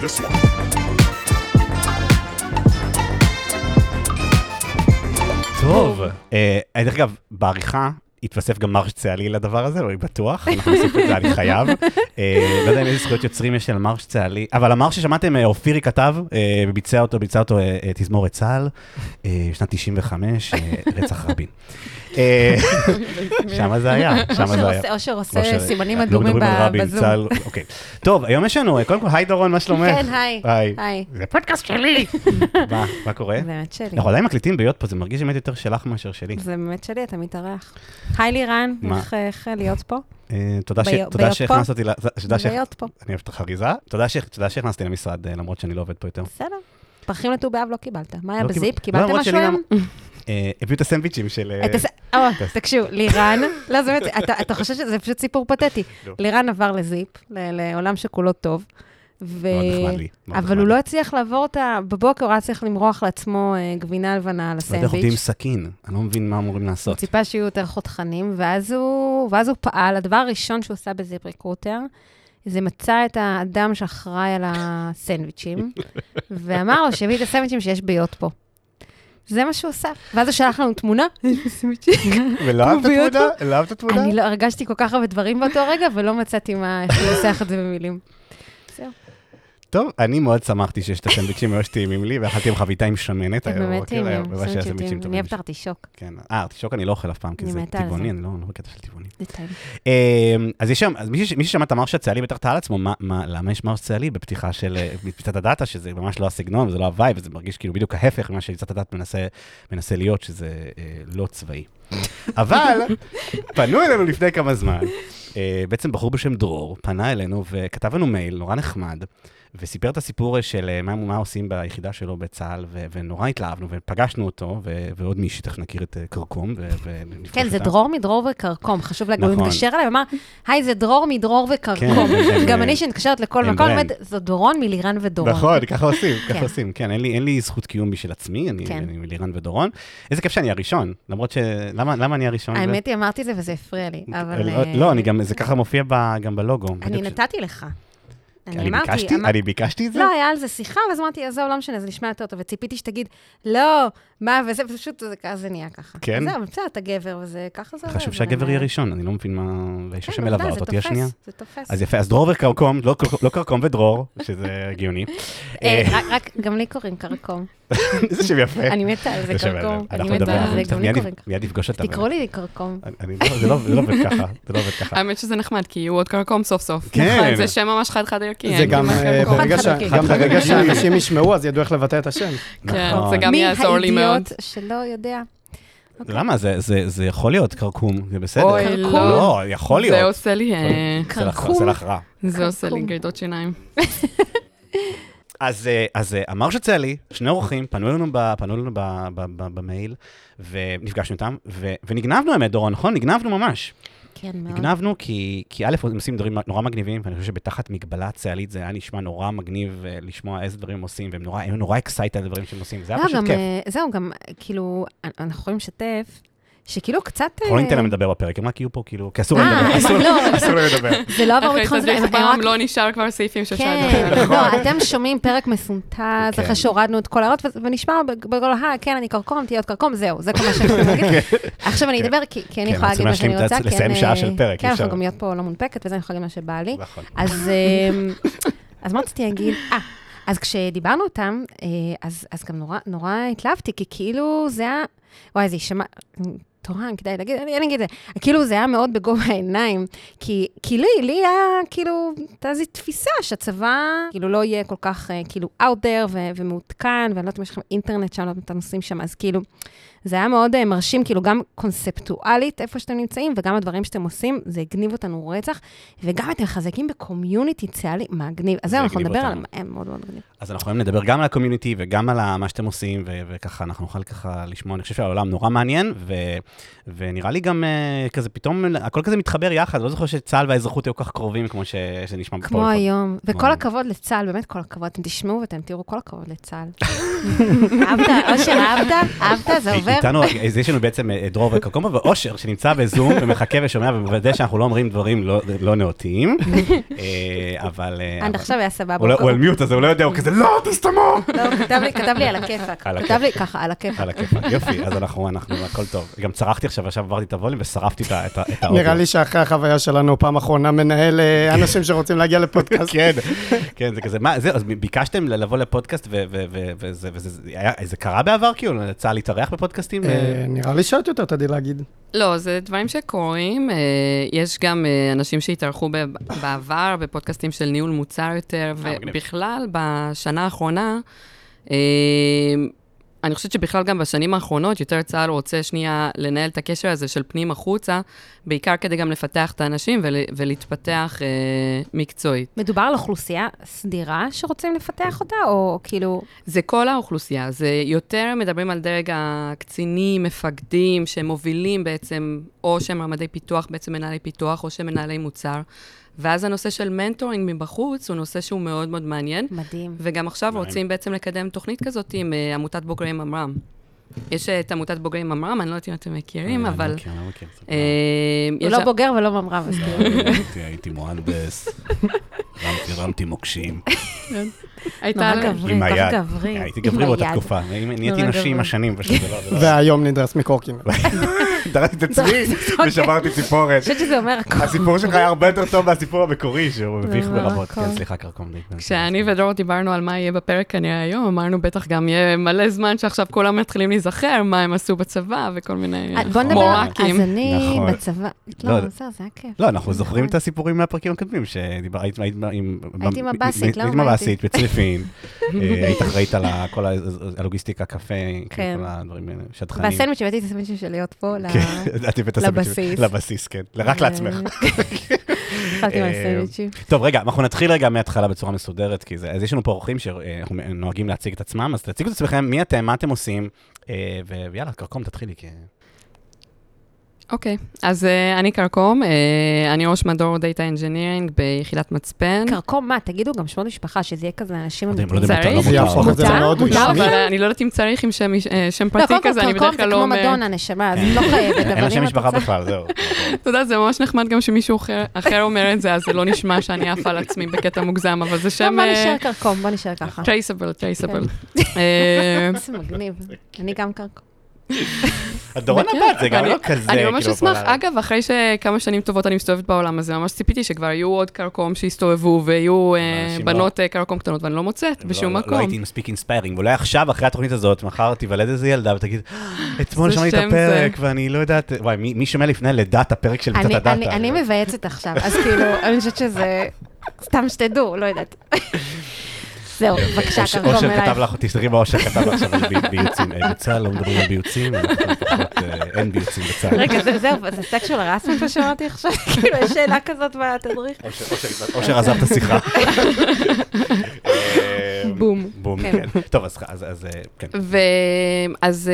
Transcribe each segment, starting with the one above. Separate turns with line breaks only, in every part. this one.
טוב.
אה, דרך אגב, בעריכה התווסף גם מרש צהלי לדבר הזה, לא אני בטוח, אנחנו נוסיף את זה, אני חייב. אה, לא יודע אם איזה זכויות יוצרים יש על מרש צהלי, אבל המרש ששמעתם, אה, אופירי כתב, אה, ביצע אותו, ביצע אותו אה, אה, תזמורת צה"ל, אה, שנת 95, אה, רצח רבין. אה, שמה זה היה, שמה
אושר
זה היה.
עושה- אושר
לא
עושה
משנה.
סימנים אדומים
לא מדברים על
ב-
רבין,
בזום.
צה"ל, אוקיי. טוב, היום יש לנו, אה, קודם כל, היי דורון, מה שלומך?
כן, היי.
היי.
היי.
זה פודקאסט שלי. מה, מה קורה?
זה באמת שלי.
אנחנו עדיין מקליטים ביוד פה, זה מרגיש באמת יותר שלך מאשר שלי.
זה באמת שלי, אתה מתארח. היי לירן,
מה?
איך- איך להיות פה?
אה, תודה ש-
ביו-
תודה
ביוד
שהכנסת
פה?
אותי, ל- תודה ש-
להיות פה.
אני אוהב את החריזה. תודה ש- תודה שהכנסתי למשרד, אה, למרות שאני לא עובד פה יותר.
בסדר. פרחים לט"ו באב לא קיבלת. מה היה
לא קיבל-
בזיפ?
לא,
קיבלת
למרות
משהו
שלי
היום?
אה, הביאו את הסנדוויצ'ים של... אה,
אתה ס- או, תקשיבו, לירן, לא, זה באמת, אתה- אתה חושב שזה פשוט סיפור פתטי.
לא.
לירן עבר לזיפ, ל- לעולם שכולו טוב. ו...
מאוד לא, נחמד לי, מאוד
אבל
נחמד
הוא
לי.
לא הצליח לעבור את ה... בבוקר הוא היה צריך למרוח לעצמו אה, גבינה לבנה על
לא יודע איך עובדים עם
הסנדוויץ'.
סכין, אני לא מבין מה אמורים
הוא
לעשות.
ציפה שיהיו יותר חותכנים, ואז הוא, ואז הוא פעל, הדבר הראשון שהוא עשה בזיפ ריקרוטר, זה מצא את האדם שאחראי על הסנדוויצ'ים, ואמר לו שיביא את הסנדוויצ'ים שיש ביוט פה. זה מה שהוא עשה. ואז הוא שלח לנו תמונה, סנדוויצ'ים.
ולא אהבת
הוא הביא
תמונה? לא אהבת תמונה?
אני לא הרגשתי כל כך הרבה דברים באותו רגע, ולא מצאתי מה, איך לנסח את זה במילים. זהו,
טוב, אני מאוד שמחתי שיש את הסנדוויצ'ים ממש טעימים לי, ואכלתי עם חביתה עם שמנת
הם
היום
באמת
בבוקר,
טעימים,
היה ממש היה סנדוויצ'ים
סנדוויצ'ים. אני
טובים.
אוהבת ארטישוק,
כן, אה, ארטישוק אני לא אוכל אף פעם, כי
אני
זה
מתה על זה.
טבעוני, אני לא לא בקטע של טבעוני.
זה טעים.
אמ, אז יש שם, אז מי ש- מי ששמע את המרש הצה"לי בטח טעה על עצמו, מה- מה- למה יש מרש צה"לי בפתיחה של, אה, בפיצת הדאטה, שזה ממש לא הסגנון וזה לא הווייב, וזה מרגיש כאילו בדיוק ההפך ממה שפיצת הדאטה מנסה- מנסה להיות, שזה אה, לא צבאי. אבל פנו אלינו לפני כמה זמן, אה, בעצם בחור בשם דרור פנה אלינו וכתב לנו מייל נורא נחמד, וסיפר את הסיפור אה, של אה, מה, מה עושים ביחידה שלו בצה"ל, ו- ונורא התלהבנו, ופגשנו אותו, ו- ועוד מישהי, תכף נכיר את אה, כרכום, ו- ונפגוש
כן, זה
אותה.
דרור מדרור וכרכום, חשוב להגיד, הוא
נכון.
מתקשר אליי ואמר, היי, זה דרור מדרור וכרכום.
כן, הם-
גם
הם-
אני שמתקשרת לכל
הם
מקום,
ברנד.
אומרת, זו דורון מלירן ודורון.
נכון, ככה עושים, ככה
כן.
עושים. כן, אין לי- אין לי זכות קיום בשביל עצמי, אני
כן.
אני מלירן ודורון. איזה כיף שאני הראשון, למרות ש... למה למה אני הראשון?
האמת היא, אמרתי זה וזה הפריע לי,
זה-
אבל...
לא-
אה,
לא, אני גם, זה ככה מופיע ב- גם בלוגו.
אני
בדיוק ש-
נתתי לך. אני
אני
אמרתי,
ביקשתי?
אמר-
אני ביקשתי את זה?
לא, היה על זה שיחה, ואז אמרתי, עזוב, לא משנה, זה נשמע יותר טוב, וציפיתי שתגיד, לא, מה, וזה פשוט, זה ככה זה נהיה ככה.
כן?
זהו, אבל בסדר, אתה גבר, וזה ככה זה עובד.
חשוב
אבל
שהגבר
הם-
יהיה ראשון, אני לא מבין מה... והאישה
כן,
שמלווה
עובדה, זה
אותו תהיה
תופס,
שנייה.
זה תופס.
אז יפה, אז דרור וכרכום, לא קר- לא כרכום ודרור, שזה הגיוני.
אה, רק- רק, גם לי קוראים קרקום.
איזה שם יפה.
אני מתה על זה
אה, זה שם יפה.
קרקום. אני
אנחנו נדבר
מתה
על זה,
על זה,
תכף
גם לי
מיד-
קוראים קרקום.
מיד נפגוש אותה.
תקראו לי קרקום.
אני- אני לא- זה לא זה לא עובד ככה, זה לא עובד ככה.
האמת שזה נחמד, כי הוא עוד קרקום סוף סוף.
כן.
נכון, זה שם ממש חד-חד ערכי.
זה
אין
גם
כמעט
אה,
קרקום.
ברגע ש-
חד-חד-ערכי.
גם ברגע
חד-חד-ערכי.
שאנשים ישמעו, אז ידעו איך לבטא את השם.
אוקיי,
כן,
נכון.
זה גם
מי
יעזור לי מאוד.
האידיוט שלא יודע?
למה? זה- זה זה יכול להיות כרכום, זה בסדר.
אוי,
לא.
לא, יכול
זה
להיות.
עושה לי, אה,
זה לך-
כרכום.
זה לך רע.
זה עושה לי
קרקום.
גרידות שיניים.
אז, אה, אז אה, אמר שצלי, שני אורחים, פנו אלינו, ב, פנו אלינו ב, ב, ב, במייל, ונפגשנו איתם, ו, ונגנבנו האמת, דורון, נכון? נגנבנו ממש.
כן, מאוד.
נגנבנו כי, כי א', הם עושים דברים נורא מגניבים, ואני חושב שבתחת מגבלה צה"לית זה היה נשמע נורא מגניב אה, לשמוע איזה דברים הם עושים, והם נורא, הם נורא אקסייט על הדברים שהם עושים, זה היה
לא,
פשוט
גם,
כיף.
אה, זהו, גם, אה, כאילו, אנ- אנחנו יכולים לשתף, שכאילו קצת...
אנחנו לא
אה,
ניתן להם לדבר בפרק, הם רק יהיו פה, כאילו, כי אסור להם
אה,
לדבר, אסור-
לא,
אסור להם לדבר.
זה לא עבר
אחרי
ביטחון, זה
תדריך
הם רק
היום לא נשאר כבר סעיפים שאפשר
כן,
לדבר.
לא, אתם שומעים פרק מסונטז,
נכון. כן.
אחרי שהורדנו את כל ההערות, ו- ונשמע בג- בגול, אה, כן, אני קרקום, תהיה עוד קרקום, זהו, זה כל מה שאני רוצה להגיד. עכשיו אני
כן.
אדבר, כי כי אני
כן,
יכולה
אנחנו
להגיד
צריכים
מה
להשלים את
שאני רוצה.
ה-
כי
לסיים
אני-
שעה של פרק,
כן,
אי
אנחנו
אפשר.
גם להיות פה לא מונפקת, וזה אני יכולה להגיד מה שבא לי.
נכון.
אז אמ, אז מה רציתי להגיד? אה, אז כשדיברנו איתם, אה, אז אז גם נורא- נורא התלהבתי, כי כאילו זה היה... וואי, זה יישמע... תורן, כדאי להגיד, אני אני אגיד את זה. כאילו זה היה מאוד בגובה העיניים, כי, כי לי, לי היה כאילו, הייתה איזו תפיסה שהצבא כאילו לא יהיה כל כך אה, כאילו out there ו- ומעודכן, ואני לא יודעת אם יש לכם אינטרנט שם, לא יודעת אם אתם נוסעים שם, אז כאילו, זה היה מאוד אה, מרשים, כאילו גם קונספטואלית איפה שאתם נמצאים, וגם הדברים שאתם עושים, זה הגניב אותנו רצח, וגם אתם חזקים בקומיוניטי צה"לי, מגניב. אז
זה
זהו, אנחנו
הגניב
נדבר על...
אותנו.
אה, מאוד מאוד מגניב.
אז אנחנו היום נדבר גם על הקומיוניטי וגם על ה- מה שאתם עושים, ו- וככה אנחנו נוכל ככה לשמוע, אני חושב שהעולם נורא מעניין, ו- ונראה לי גם אה, כזה פתאום, הכל כזה מתחבר יחד, לא זוכר שצה"ל והאזרחות היו כל כך קרובים כמו ש- שזה נשמע בכל
כמו היום, וכל
היום.
הכבוד לצה"ל, באמת כל הכבוד. אתם תשמעו ואתם תראו כל הכבוד לצה"ל. אהבת, אושר, אהבת? אהבת? זה
זה
דובר.
איתנו, אז יש לנו בעצם אה, דרור וקרקומבה ואושר, שנמצא בזום ומחכה ושומע ומוודא שאנחנו לא אומרים דברים לא- לא נאותים, אה, אבל... אה,
עד
אבל-
עכשיו היה סבבה.
הוא לא- הוא על מיוט, אז הוא לא יודע, הוא כזה, לא, תסתמו!
לא, הוא כתב לי- כתב לי על הכיפאק.
על
כתב לי ככה, על הכיפאק.
על הכיפאק, יופי, אז אנחנו, אנחנו, הכל טוב. גם צרחתי עכשיו, עכשיו עברתי את הווליום ושרפתי את ה- את ה- את האודיו.
נראה לי שאחרי החוויה שלנו, פעם אחרונה מנהל אה, אנשים שרוצים להגיע לפודקאסט.
כן, כן, זה כזה, מה, זהו, אז ביקשתם ל- לבוא לפודקאסט, ו- ו- ו- וזה, וזה, זה היה- זה קרה בעבר, כאילו, צה"ל התארח בפודקאסטים?
אה, נראה לי שאת יותר תדעי להגיד.
לא, זה דברים שקורים. אה, יש גם אה, אנשים שהתארחו ב- בעבר בפודקאסטים של ניהול מוצר יותר,
אה, מגניב.
ובכלל, בשנה האחרונה, אה, אני חושבת שבכלל גם בשנים האחרונות, יותר צה"ל רוצה שנייה לנהל את הקשר הזה של פנים החוצה, בעיקר כדי גם לפתח את האנשים ול, ולהתפתח אה, מקצועית.
מדובר על אוכלוסייה סדירה שרוצים לפתח אותה, או כאילו...
זה כל האוכלוסייה, זה יותר מדברים על דרג הקצינים, מפקדים, שהם מובילים בעצם, או שהם רמדי פיתוח, בעצם מנהלי פיתוח, או שהם מנהלי מוצר. ואז הנושא של מנטורינג מבחוץ הוא נושא שהוא מאוד מאוד מעניין,
מדהים.
וגם עכשיו
מעניין.
רוצים בעצם לקדם תוכנית כזאת עם אה, עמותת בוגרי ממר"ם. יש אה, את עמותת בוגרי ממר"ם, אני לא יודעת אם אתם מכירים,
אני לא
אבל...
מכיר, אני לא מכיר.
אה,
הוא
יש
לא
לה-
בוגר ולא ממר"ם, אז כאילו.
הייתי- הייתי מוהנדס, רמתי- רמתי מוקשים.
הייתה...
נורא
לה-
גברי,
עם
ככה
היד. אה,
גברי.
הייתי
עם
גברי באותה
היד. לא,
תקופה, נהייתי
נורא
נשי עם
גברי.
השנים, פשוט, זה לא... זה לא-
והיום נדרס מקורקים.
דרסתי את עצמי
אוקיי.
ושברתי ציפורת.
אני חושבת שזה אומר הכל.
הסיפור שלך היה הרבה יותר טוב מהסיפור המקורי, שהוא מביך
נורא
ברבות.
הכל.
כן, סליחה, קרקומניק.
כשאני ודור דיברנו על מה יהיה בפרק כנראה היום, אמרנו בטח גם יהיה מלא זמן שעכשיו כולם מתחילים להיזכר מה הם עשו בצבא וכל מיני
אה, בוא נדבר,
מורקים.
אז אני
נכון.
בצבא...
לא,
לא, בסדר, זה היה כיף.
לא, אנחנו זוכרים את הסיפורים מהפרקים הקודמים, שהיית היית עם...
הייתי מב"סית, למה
הייתי
לא
מב"סית בצריפין, אה, היית אחראית על ה- כל ה- הלוגיסטיקה, קפה, כאילו,
כן.
כל הדברים האלה, שטחנים.
והסנדוויץ' הבאתי את הסנדוויץ' של להיות פה, ל-
כן, את הבאת את הסנדוויץ'
לבסיס.
לבסיס, כן, רק
אה.
לעצמך. אה,
אכלתי מהסנדוויצ'ים.
טוב, רגע, אנחנו נתחיל רגע מההתחלה בצורה מסודרת, כי זה, אז יש לנו פה אורחים שאנחנו נוהגים להציג את עצמם, אז תציגו את עצמכם, מי אתם, מה אתם עושים, אה, ו- ויאללה, קרקום, תתחילי, כי...
אוקיי, אז אה, אני קרקום, אה, אני ראש מדור דאטה אינג'ינירינג ביחידת מצפן.
קרקום, מה, תגידו גם שמות משפחה, שזה יהיה כזה אנשים...
לא יודע אם- לא
אמיתיים.
יודע אם מותר, לא
זה
מותר.
יהפוך את זה
מותר?
למאוד
מותר?
לא,
רשמי.
אבל אה, אני לא יודעת אם צריך עם שם איש- אה, שם פרטי
לא, קודם
כזה, אני
כל קרקום
בדרך
זה
כלל לא
כמו
אומר...
מדונה, נשמה, אז היא לא חייבת,
כן.
אבל
אין
אם
לה שם
את
משפחה
רוצה...
בכלל, זהו.
אתה יודע, זה ממש נחמד גם שמישהו אחר- אחר אומר את זה, אז זה לא נשמע שאני עפה על עצמי בקטע מוגזם, אבל זה
לא,
שם... אה,
בוא נשאר כן. קרקום, בוא נשאר ככה.
טרייסבל, טרייסבל. אה,
זה מגניב. אני גם קרקום.
הדורון
כן,
הבת, זה גם
אני-
לא כזה,
אני ממש
כאילו,
אשמח,
פופולרי.
אגב, אחרי שכמה שנים טובות אני מסתובבת בעולם הזה, ממש ציפיתי שכבר יהיו עוד קרקום שיסתובבו, ויהיו אה,
אנשים לא-
בנות אה, קרקום קטנות, ואני לא מוצאת
לא-
בשום
לא- לא
מקום.
הייתי מספיק אינספיירינג, ואולי עכשיו, אחרי התוכנית הזאת, מחר תיוולד איזה ילדה ותגיד, "אה, אתמול
זה
שמעתי את
שם
הפרק, ואני לא יודעת, וואי, מי מי שומע לפני לידת הפרק של פצצת
אני-
הדאטה?
אני- אני מבאצת עכשיו, אז כאילו, אני חושבת שזה... סתם שתדעו, לא יודעת. זהו, בבקשה,
אוש-
קרקום
אוקיי. אושר כתב
אליי.
לך, תסתכלי באושר כתב לך עכשיו על בי- ביוצים. אה, בצה"ל לא מדברים על ביוצים, אנחנו לפחות, אה, אין ביוצים בצה"ל.
רגע, זה- זהו, זה סקשואל הרסמי מה שאמרתי עכשיו? כאילו, יש שאלה כזאת בתדריך?
אושר- אושר- אושר עזב את השיחה. אה,
בום.
בום,
כן.
כן. טוב, אז- אז אז, אה, כן.
ואז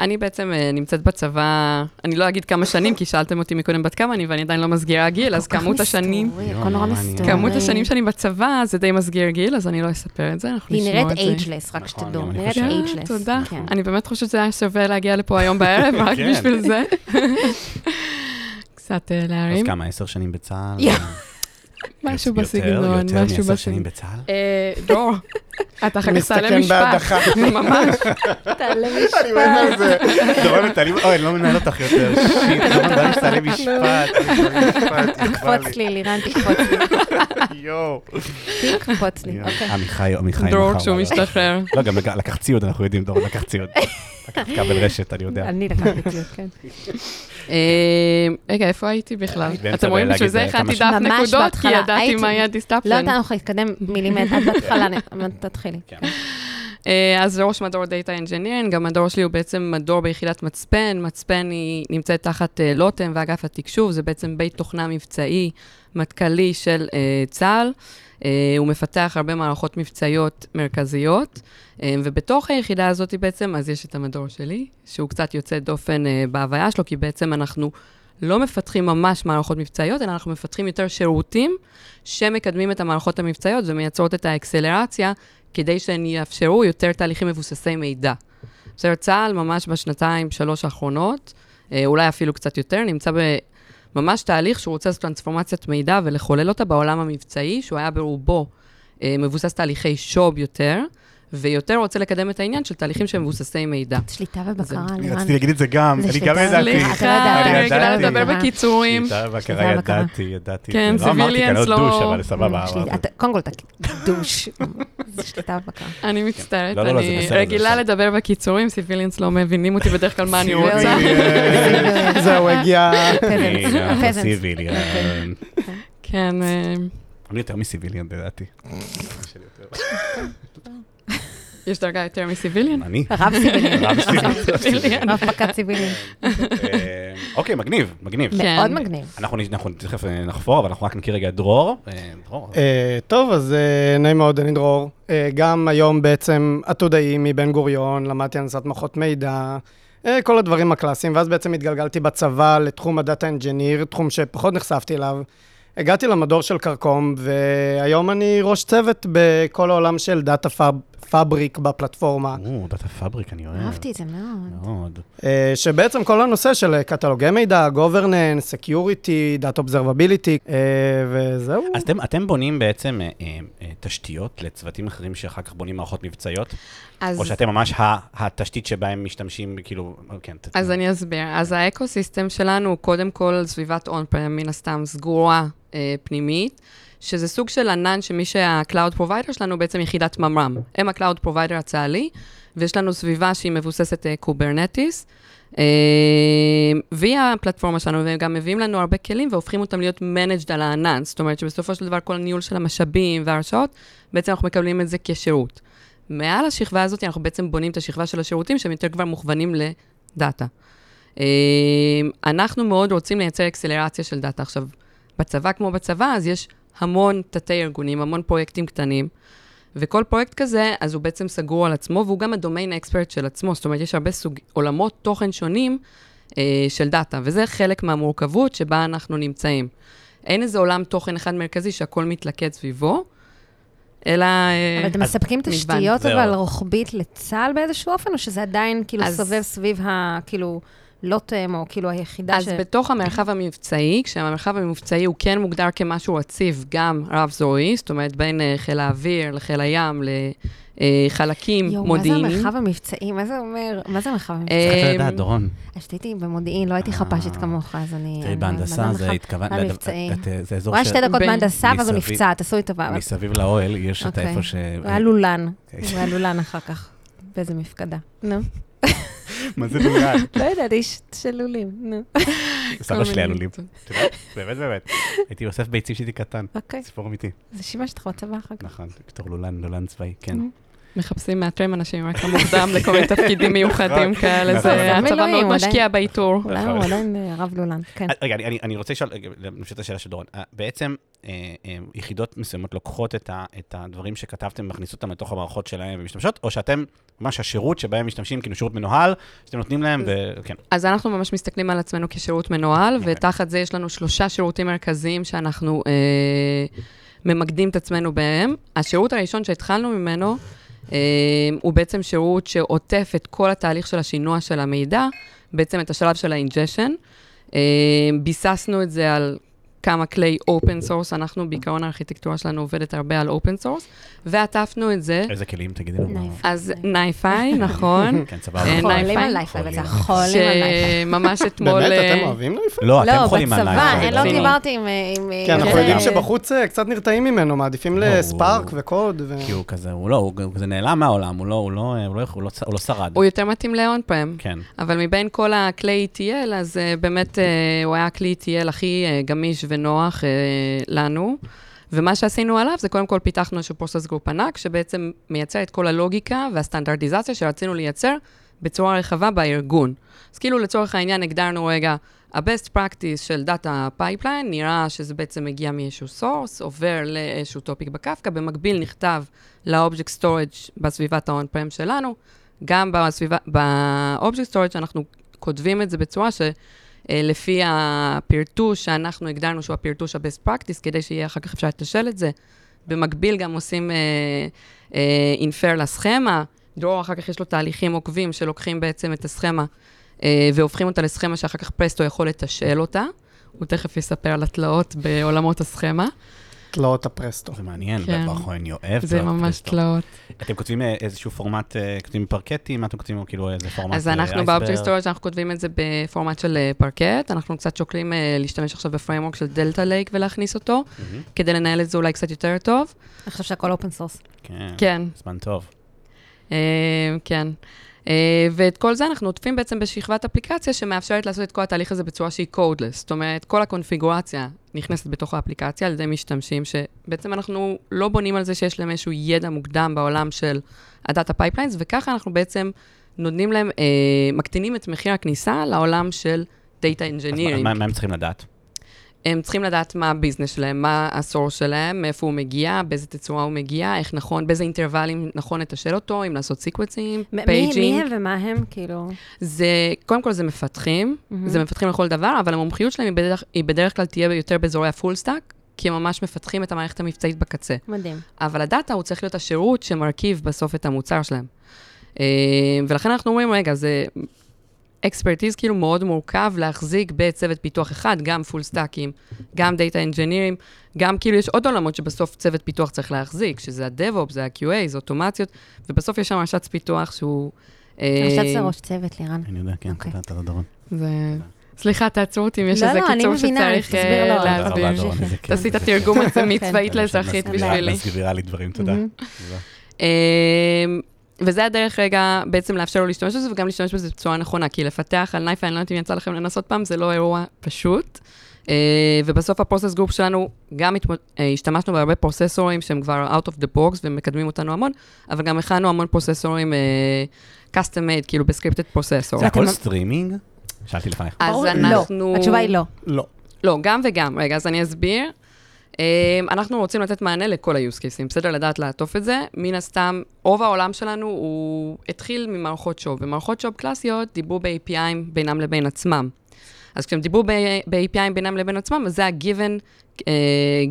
אני בעצם אה, נמצאת בצבא, אני לא אגיד כמה שנים, כי שאלתם אותי מקודם בת כמה אני, ואני עדיין לא מסגירה גיל, אז כמות השנים...
מסתורי,
יואו,
הכל נורא
נורא מעניין.
מסתורי.
כמות השנים שאני בצבא, זה די מסגיר גיל, אז אני לא אספר את זה, אנחנו
היא
נשמור את
נראית
זה.
אייג'לס, רק
נכון,
שתדעו.
גם אני
נראית
חושב.
אייג'לס.
אה, תודה.
כן.
אני באמת חושבת שזה היה שווה להגיע לפה היום בערב, רק
כן.
בשביל זה. קצת אה,
אז
להרים,
כמה, עשר שנים בצה"ל?
יואו.
משהו
יותר-
בסגנון,
יותר
משהו
מעשר
בסגנון.
שנים בצה"ל?
אה, דור, אתה אחר כך תעלה
מסתכן
משפט.
בהדחה.
ממש.
תעלה
אני מת
משפט.
על זה. דורון מתעלים, אוי, אני לא מנהל אותך יותר. שיט, דורון מתעלים שתעלי לא, משפט. תעלי משפט, תקבע
תקפוץ לי, לירן, תקפוץ לי.
לי. יואו.
תקפוץ לי, אוקיי.
עמיחי, עמיחי.
דור
מחר
כשהוא
בא.
משתחרר.
לא, גם לק- לקח ציוד, אנחנו יודעים, דורון לקח ציוד. לקח כבל רשת, אני יודע.
אני לקחתי ציוד, כן.
אה, רגע, איפה הייתי בכלל?
הייתי באמצע
אתם רואים
בלהגיד
בשביל זה
כמה
הכנתי
ש-
דף
ממש
נקודות, כי
בהתחלה,
ידעתי
הייתי-
מה יהיה
לא
דיסטפלן.
יודעת, אנחנו נתקדם מילימטר, עד בהתחלה, אני- אבל תתחילי.
כן.
כן.
אה, אז ראש מדור דאטה אינג'ינירינג, גם הדור שלי הוא בעצם מדור ביחידת מצפן. מצפן היא נמצאת תחת אה, לוטם ואגף התקשוב, זה בעצם בית תוכנה מבצעי מטכ"לי של אה, צה"ל. אה, הוא מפתח הרבה מערכות מבצעיות מרכזיות, אה, ובתוך היחידה הזאת בעצם, אז יש את המדור שלי, שהוא קצת יוצא דופן אה, בהוויה שלו, כי בעצם אנחנו לא מפתחים ממש מערכות מבצעיות, אלא אנחנו מפתחים יותר שירותים שמקדמים את המערכות המבצעיות ומייצרות את האקסלרציה כדי שהן יאפשרו יותר תהליכים מבוססי מידע. בסדר, צה"ל ממש בשנתיים, שלוש האחרונות, אה, אולי אפילו קצת יותר, נמצא בממש תהליך שהוא רוצה לעשות טרנספורמציית מידע ולחולל אותה בעולם המבצעי, שהוא היה ברובו אה, מבוסס תהליכי שוב יותר, ויותר רוצה לקדם את העניין של תהליכים שהם מבוססי מידע.
שליטה ובקרה,
אני
לירן.
רציתי להגיד את זה גם,
זה
אני
שליטה.
גם ידעתי.
סליחה, אתה לא
אני
ידעת.
ידעתי.
רגע, לדבר
אה.
בקיצורים.
שליטה
שליטה
והכרה,
ובקרה.
ידעתי, ידעתי.
כן,
לא אמרתי כי אני לא
civilians
דוש,
לא-
אבל סבבה.
שלי-
אמרתי.
אה, אתה- קודם כל, אתה דוש. זה שליטה ובקרה.
אני מצטערת,
לא, לא, לא, זה
אני
בסדר, זה
רגילה
בסדר.
לדבר בקיצורים, סיבילינס לא מבינים אותי בדרך כלל מה אני רוצה.
אה, זהו, הגיע...
אה, אני
Peasants,
גם
peasants.
סיביליאן.
כן, אה,
אני יותר מסיביליאן, לדעתי.
יש דרגה יותר מסיביליאן.
אני?
רב סיבילים.
רב סיביליאן.
רב פקד סיבילים.
אה, אוקיי, מגניב, מגניב.
כן.
מאוד מגניב.
אנחנו נ- אנחנו תכף אה, נחפור, אבל אנחנו רק נכיר רגע את דרור. אה, דרור.
אה, טוב, אז אה, נעים מאוד, אני דרור. אה, גם היום בעצם עתודאי מבן גוריון, למדתי הנדסת מוחות מידע, אה, כל הדברים הקלאסיים, ואז בעצם התגלגלתי בצבא לתחום הדאטה אנג'יניר, תחום שפחות נחשפתי אליו. הגעתי למדור של קרקום, והיום אני ראש צוות בכל העולם של דאטה פאב- פאבריק בפלטפורמה.
או, דאטה פאבריק, אני אוהב.
אהבתי את זה מאוד.
אה, מאוד.
אה, שבעצם כל הנושא של אה, קטלוגי מידע, גוברננס, סקיוריטי, דאטה אובזרבביליטי, אה, וזהו.
אז אתם- אתם בונים בעצם אה, אה, אה, תשתיות לצוותים אחרים שאחר כך בונים מערכות מבצעיות?
אז-
או שאתם ממש ה- התשתית שבה הם משתמשים, כאילו, כן. ת-
אז אני אסביר. אז האקו-סיסטם שלנו הוא קודם כל סביבת און פרם, מן הסתם סגורה אה, פנימית, שזה סוג של ענן שמי שה-Cloud Provider שלנו הוא בעצם יחידת ממר"ם. הם ה-Cloud Provider הצה"לי, ויש לנו סביבה שהיא מבוססת אה, קוברנטיס. אה, והיא הפלטפורמה שלנו, והם גם מביאים לנו הרבה כלים והופכים אותם להיות managed על הענן. זאת אומרת שבסופו של דבר כל הניהול של המשאבים וההרשאות, בעצם אנחנו מקבלים את זה כשירות. מעל השכבה הזאת אנחנו בעצם בונים את השכבה של השירותים שהם יותר כבר מוכוונים לדאטה. אה, אנחנו מאוד רוצים לייצר אקסלרציה של דאטה. עכשיו, בצבא כמו בצבא, אז יש המון תתי ארגונים, המון פרויקטים קטנים, וכל פרויקט כזה, אז הוא בעצם סגור על עצמו, והוא גם הדומיין אקספרט של עצמו. זאת אומרת, יש הרבה סוג, עולמות תוכן שונים אה, של דאטה, וזה חלק מהמורכבות שבה אנחנו נמצאים. אין איזה עולם תוכן אחד מרכזי שהכל מתלכד סביבו, אלא... אה,
אבל אתם
אז-
מספקים
מגוון.
תשתיות,
זהו.
אבל רוחבית לצה"ל באיזשהו אופן, או שזה עדיין כאילו
אז-
סובב סביב ה... כאילו, לוטם, או כאילו היחידה ש...
אז בתוך המרחב המבצעי, כשהמרחב המבצעי הוא כן מוגדר כמשהו רציף, גם רב-זרועי, זאת אומרת, בין אה, חיל האוויר לחיל הים לחלקים
יואו,
מודיעיניים.
מה זה המרחב המבצעי? מה זה אומר? מה זה המרחב המבצעי?
צריכה
אה,
לדעת, דורון.
אז הייתי במודיעין, לא הייתי
אה.
חפ"שית כמוך, אז אני...
תראי,
אני-
בהנדסה
מה
זה
המרחב
התכוונת...
המבצעי.
אה, זה
הוא
אזור
היה
ש...
שתי דקות
בין-
בהנדסה, ואז הוא
מסביב-
נפצע, תעשו לי טובה. אבל-
מסביב לאוהל יש את
אוקיי.
איפה ש...
הוא היה לולן,
אוקיי.
הוא היה לולן אחר כך, באיזה מפקדה. נו,
מה זה לולן?
לא יודעת, איש של לולים, נו.
סבא שלי היה לולים.
כל מיני-
את יודעת? באמת, באמת. הייתי אוסף ביצים כשהייתי קטן.
אוקיי,
סיפור אמיתי.
זה שימש אותך בצבא אחר כך.
נכון, בתור לולן, לולן צבאי, כן.
מחפשים, מאתרים אנשים רק למוקדם לכל מיני תפקידים מיוחדים כאלה,
נכון.
זה
נכון.
הצבא מאוד
מילואים,
משקיע באיתור.
אולי
נכון.
הוא עדיין אה, רב לולן, כן.
אה, רגע, אני- אני- אני רוצה לשאול, רגע, להמשיך את השאלה של דורון. אה, בעצם, אה, אה, יחידות מסוימות לוקחות את ה- את הדברים שכתבתם, מכניסות אותם לתוך המערכות שלהם ומשתמשות, או שאתם, ממש השירות שבהם משתמשים, כאילו שירות מנוהל, שאתם נותנים להם, כן. וכן.
אז אנחנו ממש מסתכלים על עצמנו כשירות מנוהל,
כן.
אוקיי.
ותחת זה יש לנו שלושה שירותים מרכזיים שאנחנו אה, ממקדים את עצמנו בהם. השירות הראשון שהתחלנו ממנו אה, הוא בעצם שירות שעוטף את כל התהליך של השינוע של המידע, בעצם את השלב של האינג'שן. אה, ביססנו את זה על כמה כלי אופן סורס, אנחנו בעיקרון הארכיטקטורה שלנו עובדת הרבה על אופן סורס, ועטפנו את זה.
איזה כלים, תגידי לנו. מה-
נייפ.
אז נייפיי, נכון,
כן, סבבה.
אה, נייפ.
חולים על
נייפיים?
לייפלייב, זה
חולים.
החולים על לייפלייב.
שממש אתמול...
באמת,
אה,
אתם אוהבים לייפ?
לא, אתם
לא,
חולים על
בצבא,
נייפ.
אה, לא
רציני.
דיברתי עם... אה, עם,
כן,
אה,
אנחנו
כן.
אה,
יודעים
אה,
שבחוץ אה, קצת נרתעים ממנו, מעדיפים
לא, הוא-
לספארק וקוד. ו-
כי הוא כזה, הוא לא, הוא גם- זה נעלם מהעולם, הוא לא, הוא לא, הוא לא, הוא לא, הוא לא שרד.
הוא יותר מתאים לאון פרם.
כן.
אבל מבין כל הכלי ETL, אז uh, באמת uh, הוא היה הכלי ETL הכי uh, גמיש ונוח uh, לנו. ומה שעשינו עליו זה קודם כל פיתחנו איזשהו פרוסס גרופ ענק, שבעצם מייצר את כל הלוגיקה והסטנדרטיזציה שרצינו לייצר בצורה רחבה בארגון. אז כאילו לצורך העניין הגדרנו רגע, ה-best practice של דאטה פייפליין, נראה שזה בעצם מגיע מאיזשהו source, עובר לאיזשהו טופיק בקפקא, במקביל נכתב ל-object storage בסביבת ה-on-prem שלנו, גם בסביבה, ב-object storage אנחנו כותבים את זה בצורה ש... אה, לפי הפרטוש שאנחנו הגדרנו שהוא הפרטוש ה-best practice, כדי שיהיה אחר כך אפשר לתשל את זה. במקביל גם עושים אה, אה, infer לסכמה, דרור, אחר כך יש לו תהליכים עוקבים שלוקחים בעצם את הסכמה אה, והופכים אותה לסכמה שאחר כך פרסטו יכול לתשאל אותה. הוא תכף יספר על התלאות בעולמות הסכמה.
תלאות הפרסטו.
זה מעניין,
כן.
בעבר האחרון אני אוהב.
זה
תלאות
ממש
פרסטו.
תלאות.
אתם כותבים אה, איזשהו פורמט, אה, כותבים פרקטים, מה אתם כותבים, כאילו איזה פורמט
אז
אה,
אנחנו
אייסברג?
באופטר סטורג' אנחנו כותבים את זה בפורמט של אה, פרקט. אנחנו קצת שוקלים אה, להשתמש עכשיו בפריימורק של דלתה לייק ולהכניס אותו,
מהמם,
כדי לנהל את זה אולי קצת יותר טוב.
אני חושב שהכל אופן סורס.
כן.
כן,
זמן טוב.
אה, כן. אה, ואת כל זה אנחנו עוטפים בעצם בשכבת אפליקציה שמאפשרת לעשות את כל התהליך הזה בצורה שהיא קודלס. זאת אומרת, כל הקונפיגורציה נכנסת בתוך האפליקציה על ידי משתמשים, שבעצם אנחנו לא בונים על זה שיש להם איזשהו ידע מוקדם בעולם של הדאטה פייפליינס, וככה אנחנו בעצם נותנים להם, אה, מקטינים את מחיר הכניסה לעולם של דאטה
אז מה-
אינג'ינירינג.
מה מה הם צריכים לדעת?
הם צריכים לדעת מה הביזנס שלהם, מה הסורס שלהם, מאיפה הוא מגיע, באיזה תצורה הוא מגיע, איך נכון, באיזה אינטרוולים נכון לתשאל אותו, אם לעשות סיקוויצים,
מ- מי מי
פייג'ינג.
הם ומה הם, כאילו...
זה, קודם כל זה מפתחים,
מהמם.
זה מפתחים לכל דבר, אבל המומחיות שלהם היא בדרך, היא בדרך כלל תהיה יותר באזורי הפול סטאק, כי הם ממש מפתחים את המערכת המבצעית בקצה.
מדהים.
אבל הדאטה הוא צריך להיות השירות שמרכיב בסוף את המוצר שלהם. אה, ולכן אנחנו אומרים, רגע, זה אקספרטיז כאילו מאוד מורכב להחזיק בצוות פיתוח אחד, גם פול סטאקים, גם דאטה אינג'ינירים, גם כאילו יש עוד עולמות שבסוף צוות פיתוח צריך להחזיק, שזה ה-DevOps, זה ה-QA, זה אוטומציות, ובסוף יש שם רש"צ פיתוח שהוא... אה,
עכשיו זה ראש צוות, לירן.
אני יודע, כן,
אוקיי.
תודה, תודה, דורון.
זה... סליחה, תעצרו אותי אם יש
לא,
איזה
לא, אני
קיצור
מבינה,
שצריך
תסביר
אה,
לו, אבל
תודה רבה,
להסביר.
דורון,
כן.
איזה כיף.
תעשי את התרגום הזה
כן.
מצבאית לאזרחית
מסבירה-
בשבילי.
מסבירה לי דברים, תודה.
מהמם.
תודה.
אמ, וזה הדרך רגע בעצם לאפשר לו להשתמש בזה וגם להשתמש בזה בצורה נכונה, כי לפתח על נייפה, אני לא יודעת אם יצא לכם לנסות פעם, זה לא אירוע פשוט. אה, ובסוף הפרוסס גרופ שלנו, גם התמוד- אה, השתמשנו בהרבה פרוססורים שהם כבר out of the box ומקדמים אותנו המון, אבל גם הכנו המון פרוססורים אה, custom made, כאילו בסקריפטד פרוססור.
זה הכל
אתם-
סטרימינג? שאלתי לפנייך.
אז
ברור-
אנחנו...
לא, התשובה היא לא.
לא.
לא, גם וגם. רגע, אז אני אסביר. אמ, אנחנו רוצים לתת מענה לכל ה-use cases, בסדר? לדעת לעטוף את זה. מן הסתם, רוב העולם שלנו הוא התחיל ממערכות שוב, ומערכות שוב קלאסיות דיברו ב-API'ים בינם לבין עצמם. אז כשהם דיברו ב-API'ים בינם לבין עצמם, אז זה ה-given אה,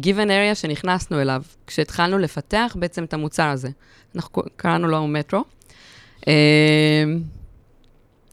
given area שנכנסנו אליו, כשהתחלנו לפתח בעצם את המוצר הזה. אנחנו קראנו לו מטרו. אמ,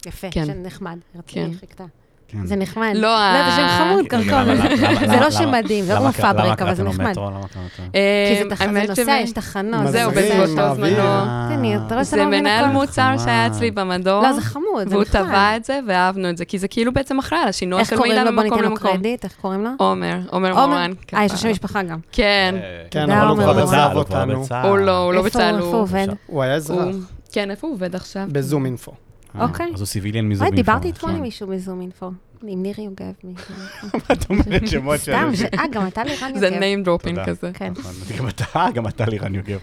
יפה,
כן.
זה נחמד. רציתי
כן.
חיכתה.
כן.
זה נחמד.
לא,
לא, זה שם
ה-
חמוד,
רגע, כאילו, למה-
קרקון.
למה-
זה לא
למה-
שמדהים, זה לא
למה-
כמו
למה
פאברק, אבל זה
קראתם לו
נחמד.
מטרו? למה קראתם לו-
כי זה
אמ,
תח- זה
האמת
נוסע,
שבא-
יש תחנות.
מזל.
זהו,
מזריק,
בסופו של
מעביר.
זמנו.
אה,
כן, אני- אתה רואה
זה
שאתה לא מבין
מנהל
הכל.
מוצר
נחמד.
שהיה אצלי במדור,
לא, זה חמוד, זה
והוא
נחמד.
טבע את זה, ואהבנו את זה, כי זה כאילו בעצם אחראי על השינוע
איך
של
קוראים
מידע
לו? בוא ניתן
ממקום
לו
למקום.
קרדיט, איך קוראים לו?
עומר, עומר
עומר?
מורן.
אה, יש
כפרה
שם
לו.
משפחה גם.
כן,
כן,
תודה
אבל הוא כבר
רבה.
עזב
הוא כבר
אותנו.
בצה"ל.
הוא לא, הוא לא
איפה
בצה"ל,
איפה לא, הוא
הוא...
עובד?
עכשיו.
הוא היה
הוא-
אזרח.
כן, איפה הוא עובד עכשיו?
בזום אינפו.
אה,
אוקיי.
אז הוא סיביליאן מזום
אוי,
אינפו.
דיברתי אתמול
כן.
עם מישהו בזום אינפו. עם ניר יוגב. מ-
את אומרת שמות של...
סתם, ש- אה, גם אתה לירן
זה
יוגב.
name dropping
תודה.
כזה.
כן.
נכון, גם אתה, גם אתה לירן יוגב.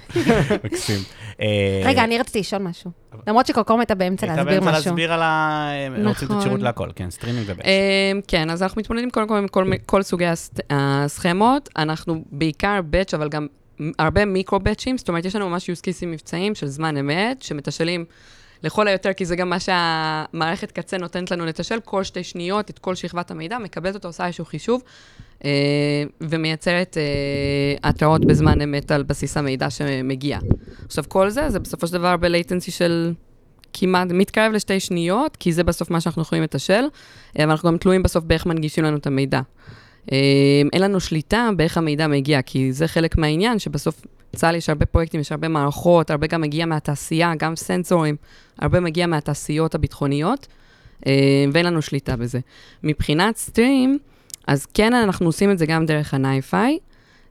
מקסים. אה,
רגע, אני רציתי לשאול משהו. למרות שקורקום הייתה באמצע
הייתה
להסביר
באמצע
משהו. אה,
להסביר על ה... הם רוצים לתת
נכון.
שירות להכל, כן, סטרימינג ובאמת.
אמ, כן, אז אנחנו מתמודדים קודם כל עם כל, כל סוגי הסט- הסכמות. אנחנו בעיקר באץ', אבל גם מ- הרבה מיקרו-באצ'ים, זאת אומרת, יש לנו ממש use cases מבצעיים של זמן אמת, שמתשאלים לכל היותר, כי זה גם מה שהמערכת קצה נותנת לנו לתשאל, כל שתי שניות, את כל שכבת המידע, מקבלת אותו, עושה איזשהו חישוב, אה, ומייצרת אה, התראות בזמן אמת על בסיס המידע שמגיע. עכשיו, כל זה, זה בסופו של דבר ב-latency של... כמעט מתקרב לשתי שניות, כי זה בסוף מה שאנחנו יכולים לתשאל, אה, אבל אנחנו גם תלויים בסוף באיך מנגישים לנו את המידע. אה, אין לנו שליטה באיך המידע מגיע, כי זה חלק מהעניין, שבסוף צה"ל יש הרבה פרויקטים, יש הרבה מערכות, הרבה גם מגיע מהתעשייה, גם סנסורים, הרבה מגיע מהתעשיות הביטחוניות, אה, ואין לנו שליטה בזה. מבחינת סטרים, אז כן, אנחנו עושים את זה גם דרך הנייפיי.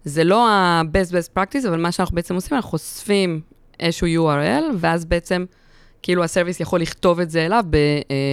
זה לא ה-best best practice, אבל מה שאנחנו בעצם עושים, אנחנו חושפים איזשהו URL, ואז בעצם כאילו הסרוויס יכול לכתוב את זה אליו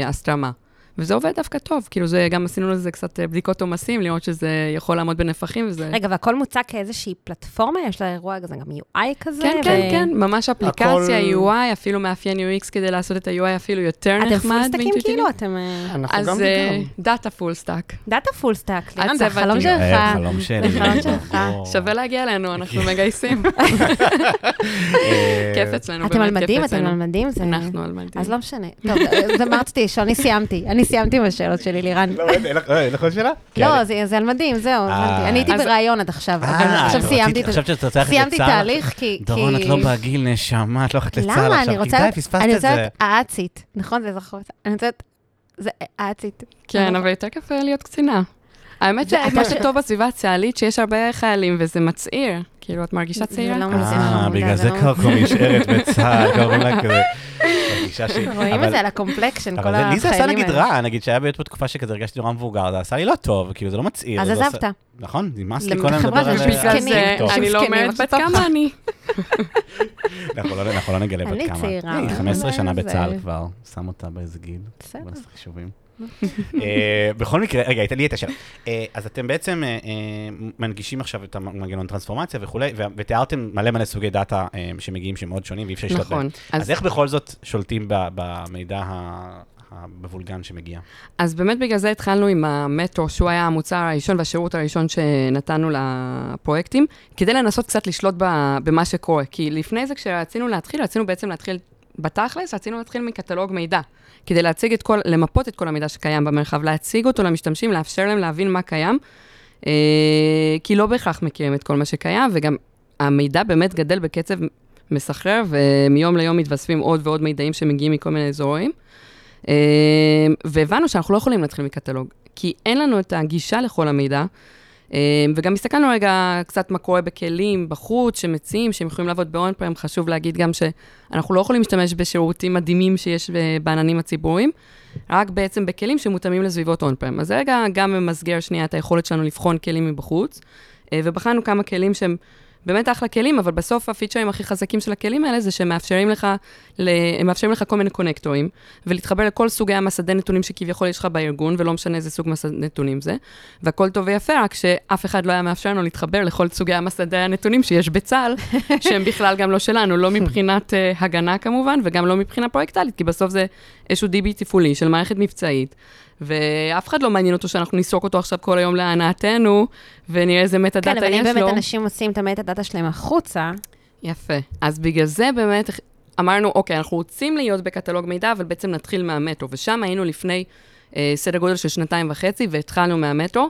בהסתרמה. וזה עובד דווקא טוב, כאילו זה, גם עשינו לזה קצת אה, בדיקות עומסים, לראות שזה יכול לעמוד בנפחים, וזה...
רגע, והכל מוצע כאיזושהי פלטפורמה? יש לאירוע הזה גם UI כזה?
כן,
ו-
כן, כן, ממש אפליקציה,
הכל-
UI, אפילו מאפיין UX כדי לעשות את ה-UI אפילו יותר נחמד.
אתם פולסטקים
ואינטואיטיבי.
כאילו? אתם... אה,
אנחנו גם
אז אה,
וגם.
דאטה פול סטאק.
דאטה פול סטאק, לירן, זה
הצוות
החלום
עם-
אה,
שלך.
חלום שלי. אה,
חלום שלך.
ברור.
שווה להגיע אלינו, אנחנו מגייסים.
אה,
כיף אצלנו,
אתם על
באמת כיף
מדים, אתם
אצלנו.
על מדים? לא- זה-
אנחנו על מדים.
אז לא משנה. טוב, זה מה אה, רציתי לשאול, אני סיימתי. אני אני סיימתי עם השאלות שלי, לירן.
לא, אין לך- לא, אין לך עוד שאלה?
לא, זה זה על מדהים, זהו,
אה.
הבנתי. אני הייתי
אז-
בריאיון עד עכשיו, אבל
אה,
עכשיו
רציתי-
סיימתי את
חשבתי שאת רוצה ללכת
סיימתי
לצה"ל.
תהליך, כי...
דורון,
כי-
את לא בגיל נשמה, את לא הולכת לצה"ל עכשיו.
למה? אני רוצה...
כי די,
להיות-
פספסת
אני
את
רוצה
זה.
להיות האצית, נכון? זה זכור. אני רוצה להיות... זה האצית.
כן, אבל יותר כיף להיות קצינה. האמת
לא- זה-
שמה שטוב בסביבה הצה"לית, שיש הרבה חיילים וזה מצעיר. כאילו, את מרגישה
זה
צעירה?
לא מגזים,
אה,
אני
בגלל
מודה,
זה
לא
קרקו נשארת בצה"ל, קרקו לה כזה. מרגישה שהיא-
רואים
אבל-
את זה על הקומפלקשן, כל
אבל זה-
החיילים
לי זה עשה נגיד
האלה.
רע, נגיד שהיה באמת בתקופה שכזה הרגשתי נורא מבוגר, זה עשה לי לא טוב, כאילו זה לא מצעיר.
אז
זה לא
עזבת.
עשה- נכון, נמאס לי
למ-
כל היום לדבר
חברה
על
של
על
בגלל
זקנים,
זה,
טוב.
אני לא
זקנים,
אומרת
עכשיו
בת כמה אני.
אנחנו לא- אנחנו לא נגלה בת
אני
כמה.
צעירה.
היא 15 שנה
זה-
בצה"ל כבר, שם אותה באיזה גיל.
בסדר.
בוא נעשה חישובים. אה, בכל מקרה, רגע, הייתה לי את השאלה. אה, אז אתם בעצם אה, אה, מנגישים עכשיו את המנגנון טרנספורמציה וכולי, ו- ותיארתם מלא מלא סוגי דאטה אה, שמגיעים שהם מאוד שונים ואי אפשר לשלוט בהם.
נכון.
אז איך בכל זאת שולטים ב- במידע ה- המבולגן שמגיע?
אז באמת בגלל זה התחלנו עם המטרו, שהוא היה המוצר הראשון והשירות הראשון שנתנו לפרויקטים, כדי לנסות קצת לשלוט ב- במה שקורה. כי לפני זה, כשרצינו להתחיל, רצינו בעצם להתחיל, בתכלס, רצינו להתחיל מקטלוג מידע, כדי להציג את כל, למפות את כל המידע שקיים במרחב, להציג אותו למשתמשים, לאפשר להם להבין מה קיים, אה, כי לא בהכרח מכירים את כל מה שקיים, וגם המידע באמת גדל בקצב מסחרר, ומיום ליום מתווספים עוד ועוד מידעים שמגיעים מכל מיני אזורים. אה, והבנו שאנחנו לא יכולים להתחיל מקטלוג, כי אין לנו את הגישה לכל המידע. אה, וגם הסתכלנו רגע קצת מה קורה בכלים בחוץ, שמציעים, שהם יכולים לעבוד באון פרם. חשוב להגיד גם שאנחנו לא יכולים להשתמש בשירותים מדהימים שיש אה, בעננים הציבוריים, רק בעצם בכלים שמותאמים לסביבות און פרם. אז זה רגע גם ממסגר שנייה את היכולת שלנו לבחון כלים מבחוץ, אה, ובחנו כמה כלים שהם באמת אחלה כלים, אבל בסוף הפיצ'רים הכי חזקים של הכלים האלה זה שהם מאפשרים לך, ל... הם מאפשרים לך כל מיני קונקטורים, ולהתחבר לכל סוגי המסדי נתונים שכביכול יש לך בארגון, ולא משנה איזה סוג מסד נתונים זה. והכל טוב ויפה, רק שאף אחד לא היה מאפשר לנו להתחבר לכל סוגי המסדי הנתונים שיש בצה"ל, שהם בכלל גם לא שלנו, לא מבחינת אה, הגנה כמובן, וגם לא מבחינה פרויקטלית, כי בסוף זה איזשהו DB תפעולי של מערכת מבצעית. ואף אחד לא מעניין אותו שאנחנו ניסוק אותו עכשיו כל היום להנאתנו, ונראה איזה מטה
כן,
דאטה
אבל
יש
אם
לו.
באמת אנשים מוצאים את המטה דאטה שלהם החוצה,
יפה. אז בגלל זה באמת אמרנו, אוקיי, אנחנו רוצים להיות בקטלוג מידע, אבל בעצם נתחיל מהמטרו. ושם היינו לפני אה, סדר גודל של שנתיים וחצי, והתחלנו מהמטרו.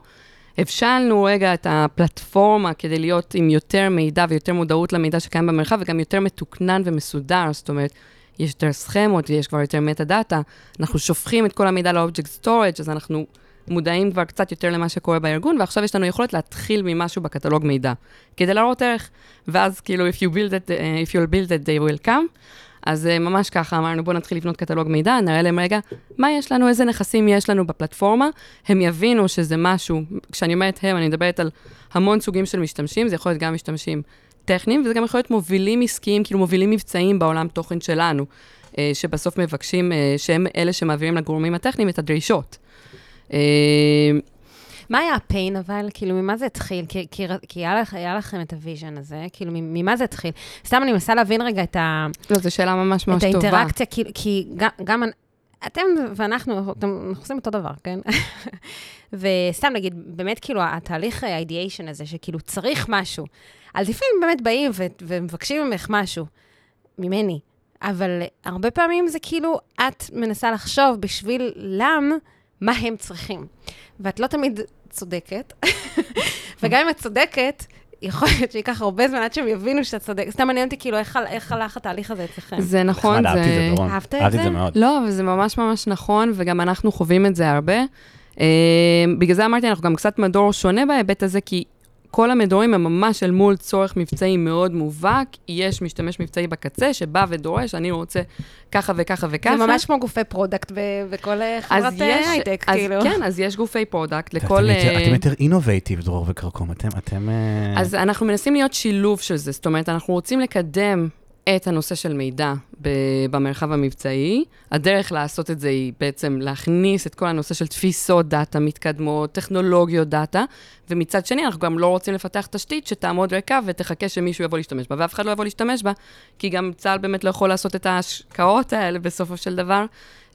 הבשלנו רגע את הפלטפורמה כדי להיות עם יותר מידע ויותר מודעות למידע שקיים במרחב, וגם יותר מתוקנן ומסודר, זאת אומרת, יש יותר סכמות, יש כבר יותר מטה דאטה, אנחנו שופכים את כל המידע לאובייקט סטורג', אז אנחנו מודעים כבר קצת יותר למה שקורה בארגון, ועכשיו יש לנו יכולת להתחיל ממשהו בקטלוג מידע, כדי להראות ערך. ואז כאילו, if you build it, uh, if you'll build it, they will come. אז אה, ממש ככה אמרנו, בואו נתחיל לבנות קטלוג מידע, נראה להם רגע מה יש לנו, איזה נכסים יש לנו בפלטפורמה. הם יבינו שזה משהו, כשאני אומרת הם, אני מדברת על המון סוגים של משתמשים, זה יכול להיות גם משתמשים טכניים, וזה גם יכול להיות מובילים עסקיים, כאילו מובילים מבצעיים בעולם תוכן שלנו, אה, שבסוף מבקשים, אה, שהם אלה שמעבירים לגורמים הטכניים את הדרישות. אה,
מה היה הפיין אבל? כאילו, ממה זה התחיל? כי, כי, כי היה, לך, היה לכם את הוויז'ן הזה, כאילו, ממה זה התחיל? סתם אני מנסה להבין רגע את, ה,
לא, זו שאלה ממש ממש
את
טובה.
האינטראקציה, כי, כי גם, גם אנ- אתם ואנחנו, אנחנו- אתם, אנחנו עושים אותו דבר, כן? וסתם נגיד, באמת כאילו, התהליך ה-ideation הזה, שכאילו צריך משהו. אז לפעמים באמת באים ו- ומבקשים ממך משהו, ממני, אבל הרבה פעמים זה כאילו, את מנסה לחשוב בשבילם מה הם צריכים. ואת לא תמיד צודקת, וגם אם את צודקת, יכול להיות שייקח הרבה זמן עד שהם יבינו שאתה צודק. סתם מעניין אותי כאילו איך, הל- איך הלך התהליך הזה אצלכם.
זה נכון,
נחמד, אהבתי את
זה...
דורון.
אהבת את
אהבתי
זה?
מאוד.
לא, אבל זה ממש ממש נכון, וגם אנחנו חווים את זה הרבה. אה, בגלל זה אמרתי, אנחנו גם קצת מדור שונה בהיבט הזה, כי כל המדורים הם ממש אל מול צורך מבצעי מאוד מובהק. יש משתמש מבצעי בקצה שבא ודורש, אני רוצה ככה וככה וככה.
זה ממש כמו גופי פרודקט ב- בכל אה,
אז
חברת
יש-
אה, הייטק,
אז
כאילו.
כן, אז יש גופי פרודקט
אתם
לכל...
יותר-
אה,
אתם יותר אינובייטיב, דרור וקרקום, אתם, אתם... אה,
אז אנחנו מנסים להיות שילוב של זה, זאת אומרת, אנחנו רוצים לקדם את הנושא של מידע ב- במרחב המבצעי. הדרך לעשות את זה היא בעצם להכניס את כל הנושא של תפיסות דאטה מתקדמות, טכנולוגיות דאטה, ומצד שני, אנחנו גם לא רוצים לפתח תשתית שתעמוד ריקה ותחכה שמישהו יבוא להשתמש בה, ואף אחד לא יבוא להשתמש בה, כי גם צה"ל באמת לא יכול לעשות את ההשקעות האלה בסופו של דבר,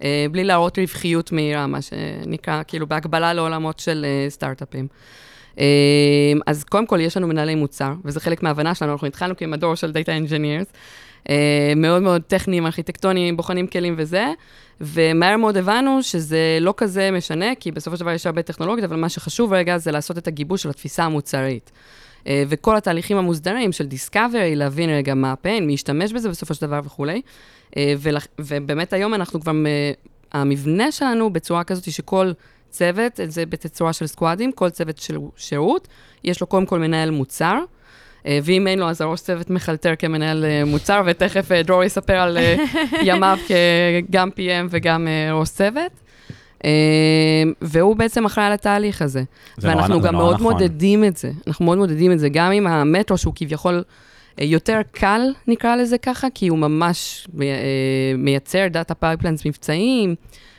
אה, בלי להראות רווחיות מהירה, מה שנקרא, כאילו, בהקבלה לעולמות של אה, סטארט-אפים. אמ, אז קודם כל, יש לנו מנהלי מוצר, וזה חלק מההבנה שלנו, אנחנו התחלנו כמדור של Data Engineers, אה, מאוד מאוד טכניים, ארכיטקטוניים, בוחנים כלים וזה, ומהר מאוד הבנו שזה לא כזה משנה, כי בסופו של דבר יש הרבה טכנולוגיות, אבל מה שחשוב רגע זה לעשות את הגיבוש של התפיסה המוצרית. אה, וכל התהליכים המוסדרים של דיסקאברי, להבין רגע מה הפיין, מי ישתמש בזה בסופו של דבר וכולי. אה, ולכ- ובאמת היום אנחנו כבר, מ- המבנה שלנו בצורה כזאת שכל צוות, זה בצורה של סקואדים, כל צוות של שירות, יש לו קודם כל מנהל מוצר. אה, ואם אין לו, אז הראש צוות מחלטר כמנהל אה, מוצר, ותכף אה, דרור יספר על אה, ימיו כגם PM וגם אה, ראש צוות. אה, והוא בעצם אחראי על התהליך הזה.
זה נורא-
ואנחנו
זה
גם
נורא
מאוד
נכון.
מודדים את זה. אנחנו מאוד מודדים את זה, גם עם המטרו, שהוא כביכול אה, יותר קל, נקרא לזה ככה, כי הוא ממש מי- אה, מייצר דאטה פייפליינס מבצעיים,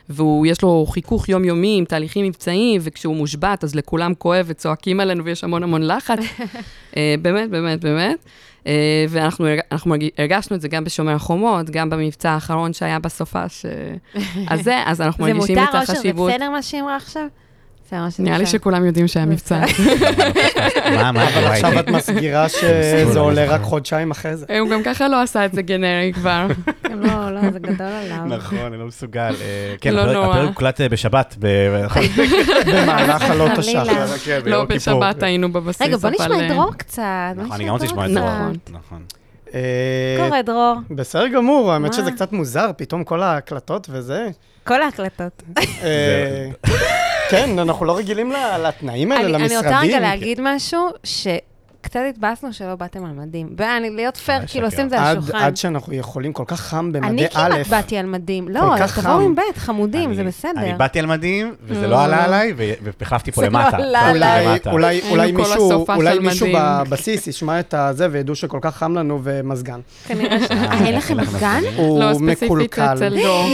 ויש לו חיכוך יומיומי עם תהליכים מבצעיים, וכשהוא מושבת, אז לכולם כואב וצועקים עלינו ויש המון המון לחץ. אה, באמת, באמת, באמת. אה, ואנחנו הרג- אנחנו הרג- הרגשנו את זה גם בשומר החומות, גם במבצע האחרון שהיה בסופה ש... הזה, אז אנחנו
זה
מרגישים
מותר,
את
אושר? זה
החשיבות.
בסדר מה שהיא אמרה עכשיו? בסדר כן. מה שהיא
נראה לי
עכשיו.
שכולם יודעים שהיה מבצע.
מה, מה,
אבל
וואי,
עכשיו
זה-
את מסגירה
מסלול,
שזה עולה
אני
רק
זוכר.
חודשיים אחרי זה.
הוא גם ככה לא עשה את זה גנרי כבר.
גם לא, לא, זה גדול עליו.
נכון, אני לא מסוגל. אה, כן,
לא
הפרק-
נורא.
הפרק הוקלט אה, בשבת. ב-
במהלך הלא
חלילה.
תשחר.
כן,
לא
ביום כיפור.
בשבת היינו בבסיס,
רגע, בוא
אבל,
נשמע
אה,
את דרור קצת. בוא
נכון, אני
נשמע
גם רוצה לשמוע את
קצת.
זה.
נכון.
נכון.
אה,
קורה, דרור.
בסדר גמור, האמת
מה?
שזה קצת מוזר, פתאום כל ההקלטות וזה.
כל ההקלטות.
אה, כן, אנחנו לא רגילים ל- לתנאים האלה,
אני אני רוצה רגע
למשרדים.
להגיד משהו, שקצת התבאסנו שלא באתם על מדים. ולהיות פייר,
ממש
כאילו
אה, שקר.
עושים את זה על
עד-
השולחן.
עד שאנחנו יכולים, כל כך חם
אני
במדי א',
כמעט באתי על מדים. לא,
כל
אז
כך
תבואו
חם.
עם ב', חמודים, זה
אני-
בסדר.
אני באתי על מדים, וזה
Mm.
לא עלה עליי, ו- והחלפתי פה
זה לא
למטה.
עלה
החלפתי
אולי,
למטה.
אולי,
היינו
אולי
כל
מישהו,
הסופה
אולי
של
מישהו
מדים.
בבסיס ישמע את הזה וידעו שכל כך חם לנו ומזגן.
כנראה ש...
אה,
אה, אין לכם מזגן?
מזגנים?
לא,
הוא
ספציפית אצל
מקולקל.
דור.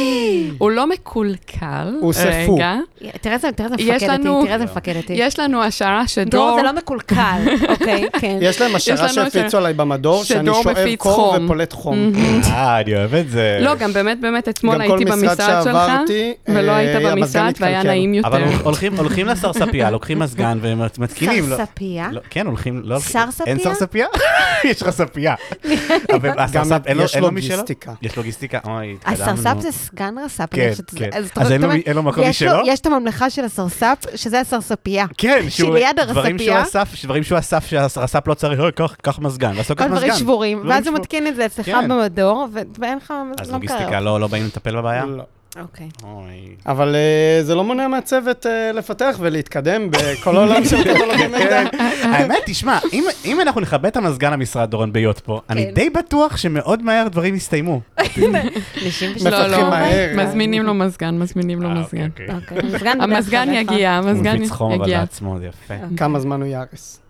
הוא לא מקולקל.
הוא ספוג.
רגע.
תראה איזה תראה איזה
יש
מפקדת
לנו-
היא, תראה איזה מפקדת היא.
יש לנו השערה
דרור
שדור...
זה לא מקולקל, אוקיי, כן.
יש להם השערה
לנו
שהפיצו
השערה.
עליי במדור, שאני
שדור
שואב
מפיץ
קור
חום.
ופולט חום.
אה, אני אוהב את זה.
לא, גם באמת, באמת, אתמול
גם
הייתי
כל משרד
במשרד שלך,
שעברתי,
ולא
אה,
היית
המזגן
במשרד, והיה
התקלקל.
נעים יותר.
אבל הולכים- הולכים לסרספיה, לוקחים מזגן ומתקינים. לא-
סרספיה?
לא, כן, הולכים, לא הולכים.
סרספיה?
אין סרספיה? יש לך סרספיה. אבל הסרספ, אין לו-
יש
אין לו
לוגיסטיקה.
משלו? יש לוגיסטיקה, אוי, התקדמנו.
הסרספ זה סגן רס"פ. אני
כן,
חושבת שזה-
כן.
אז אתה
אז אין לו-
אומר-
אין לו מקום
יש
משלו?
יש את הממלכה של הסרספ, שזה הסרספייה.
כן,
שליד
דברים שהוא
הרספייה?
אסף, דברים שהוא אסף, שהרס"פ לא צריך, "אוי, קח- קח מזגן, ואז לוקח
כל
מזגן.
דברים שבורים,
דברים
ואז הוא
שבורים.
מתקין את זה אצלך
כן.
במדור, ו- ואין לך,
אז
לא
לוגיסטיקה,
מקרר.
לא לא באים לטפל בבעיה?
לא.
אוקיי.
אוי.
אבל אה, זה לא מונע מהצוות אה, לפתח ולהתקדם בכל העולם של טכנולוגיה מידע.
האמת, תשמע, אם- אם אנחנו נכבה את המזגן המשרד, דורון, בהיות פה, אני
כן.
די בטוח שמאוד מהר דברים יסתיימו.
לא,
מפתחים
לא,
מהר.
מזמינים לו מזגן, מזמינים
לא
לו
אה,
מזגן.
אוקיי, אוקיי.
אוקיי. המזגן בדרך
המזגן
כלל,
יגיע,
הוא
המזגן
מפיץ חום, אבל
יגיע.
לעצמו, זה יפה.
כמה זמן הוא יארס.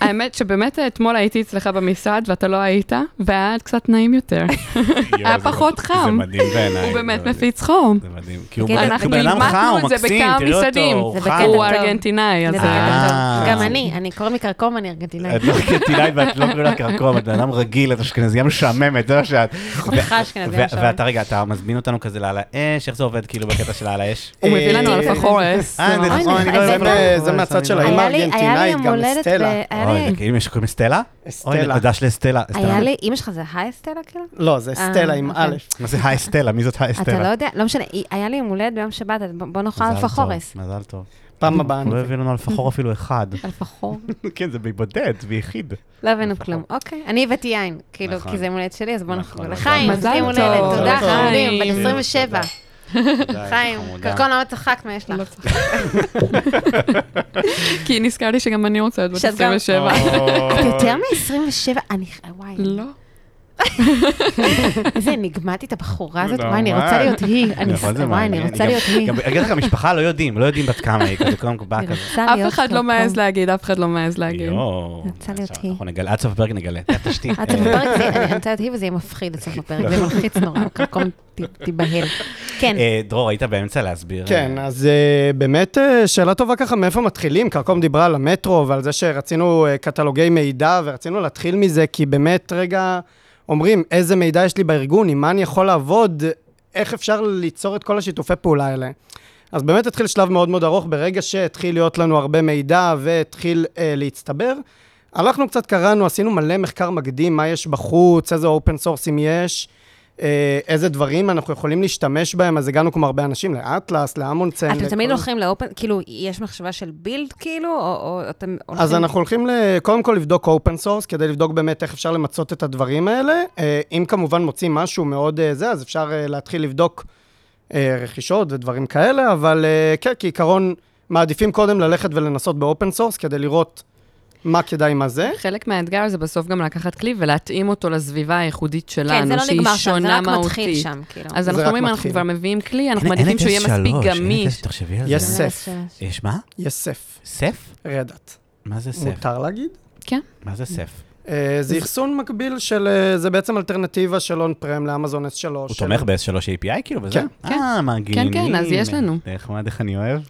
האמת שבאמת אתמול הייתי אצלך במשרד ואתה לא היית, והיה קצת נעים יותר.
יואו,
היה
זה-
פחות
זה
חם.
מדהים בעיניי.
הוא באמת
זה מדהים.
מפיץ חום.
זה מדהים. כי הוא
כן,
בן-
אנחנו
כי הוא בן אדם
אימתנו
חם, הוא
את זה
מקסים,
בכמה
תראה
משרדים.
אותו, הוא
זה
חם.
בקטע
כן, הוא
טוב.
ארגנטינאי, אז...
זה
אה.
בקטע טוב. נכון? גם
אה.
אני, אני קוראים לי קרקום, אני ארגנטינאית.
את לא ארגנטינאית ואת לא קוראים לה קרקום, את בן אדם רגיל, את אשכנזייה משעממת, זה מה שאת.
חותיכה אשכנזייה
ו-
משעממת.
ואתה רגע, אתה מזמין אותנו כזה לעל האש, איך זה עובד כאילו בקטע של העל האש?
הוא מביא לנו
אה,
אלפח אורס.
אה,
זה ממש-
נכון, אני לא
הבאת?
יודע.
זה מהצד של
היה
האמא
לי- היה לי
הארגנטינאית,
יום
גם
הולדת
אסטלה.
ב- היה לי-
אוי, זה כאילו, יש שקוראים אסטלה? אוי,
אסטלה.
נדע של אסטלה.
היה
אסטלה.
לי, אמא שלך זה היי אסטלה כאילו?
לא, זה אסטלה
אה,
עם
אוקיי.
א'.
מה זה האסטלה? מי זאת
אתה לא
האסטלה?
יודע, לא משנה, היא- היה לי יום הולדת ביום שבת, אז בוא בוא נאכל
מזל
אלפה
טוב,
חורס.
מזל טוב.
פעם הבאה.
הוא לא הביא לנו אלפחור אפילו אחד.
אלפה חור.
כן, זה בודד, ביחיד.
לא הבאנו כלום, אוקיי. אני הבאתי יין, כאילו,
נכון.
כי זה יום הולדת שלי, אז בואו
נכון,
נחזור.
נכון.
לחיים,
מזל
יום
טוב.
הולדת, תודה,
מזל טוב.
חמודים, בן
חיים.
27.
תודה,
חיים,
כן, חמודה.
קרקון, למה צחקת? מה יש
לא
לך?
כי נזכרתי שגם אני רוצה להיות בת
שאת גם-
27.
את יותר מ-27? אני... וואי,
לא.
איזה נגמטית הבחורה הזאת,
לא,
וואי, אני
מה?
רוצה להיות היא. אני-
נכון, זה
וואי, אני
מעניין.
רוצה
גם-
להיות היא.
גם, אגיד לך, המשפחה לא יודעים, לא יודעים בת כמה היא, כזה קודם כל באה
אני
כזה.
רוצה להיות
אף אחד לא
קרקום.
מעז להגיד, אף אחד לא מעז להגיד.
יואו.
רוצה להיות
עכשיו,
היא.
אנחנו נגלה, עד סוף הפרק נגלה. אה, תכף תשתי.
עד סוף הפרק זה, אני רוצה להיות היא וזה יהיה מפחיד עד סוף הפרק, זה מלחיץ נורא, קרקום ת- תיבהל. כן,
אה, דרור, היית באמצע להסביר.
כן,
אה,
אז אה, באמת אה, שאלה טובה ככה, מאיפה מתחילים? קרקום דיברה על המטרו ועל זה שרצינו אה, קטלוגי מידע ורצינו להתחיל מזה, כי באמת, רגע, אומרים, איזה מידע יש לי בארגון, עם מה אני יכול לעבוד, איך אפשר ליצור את כל השיתופי פעולה האלה. אז באמת התחיל שלב מאוד מאוד ארוך, ברגע שהתחיל להיות לנו הרבה מידע והתחיל אה, להצטבר, הלכנו קצת, קראנו, עשינו מלא מחקר מקדים, מה יש בחוץ, איזה אופן סורסים יש, אה, איזה דברים אנחנו יכולים להשתמש בהם, אז הגענו כמו הרבה אנשים, לאטלס, להמונצן.
אתם
לכל-
תמיד הולכים לאופן, כאילו, יש מחשבה של בילד, כאילו, או- או אתם הולכים...
אז אנחנו הולכים ל- קודם כל לבדוק אופן סורס, כדי לבדוק באמת איך אפשר למצות את הדברים האלה. אה, אם כמובן מוצאים משהו מאוד אה, זה, אז אפשר אה, להתחיל לבדוק אה, רכישות ודברים כאלה, אבל אה, כן, כעיקרון, מעדיפים קודם ללכת ולנסות באופן סורס, כדי לראות מה כדאי, מה זה.
חלק מהאתגר זה בסוף גם לקחת כלי ולהתאים אותו לסביבה הייחודית שלנו,
כן, זה לא
שהיא
נגמר שם, זה
שונה
רק מתחיל
מהותית.
שם, כאילו.
אז
זה
אנחנו
רק
אומרים, אנחנו
מתחיל.
כבר מביאים כלי, אנחנו
אין- אין
מעדיפים
את
שהוא יהיה מספיק
S3, אין את
גמיש.
S3, תחשבי על
יש
זה.
סט.
סף.
יש מה?
יש סף,
סף?
רדאט.
מה זה סף?
מותר להגיד?
מה זה סף?
אה, זה אחסון מקביל של, אה, זה בעצם אלטרנטיבה של און פרם לאמזון S3.
הוא
של-
תומך ב-S3 API כאילו וזה?
כן,
כן.
אה, מרגילים.
כן, אז יש לנו.
נחמד, איך אני אוהב.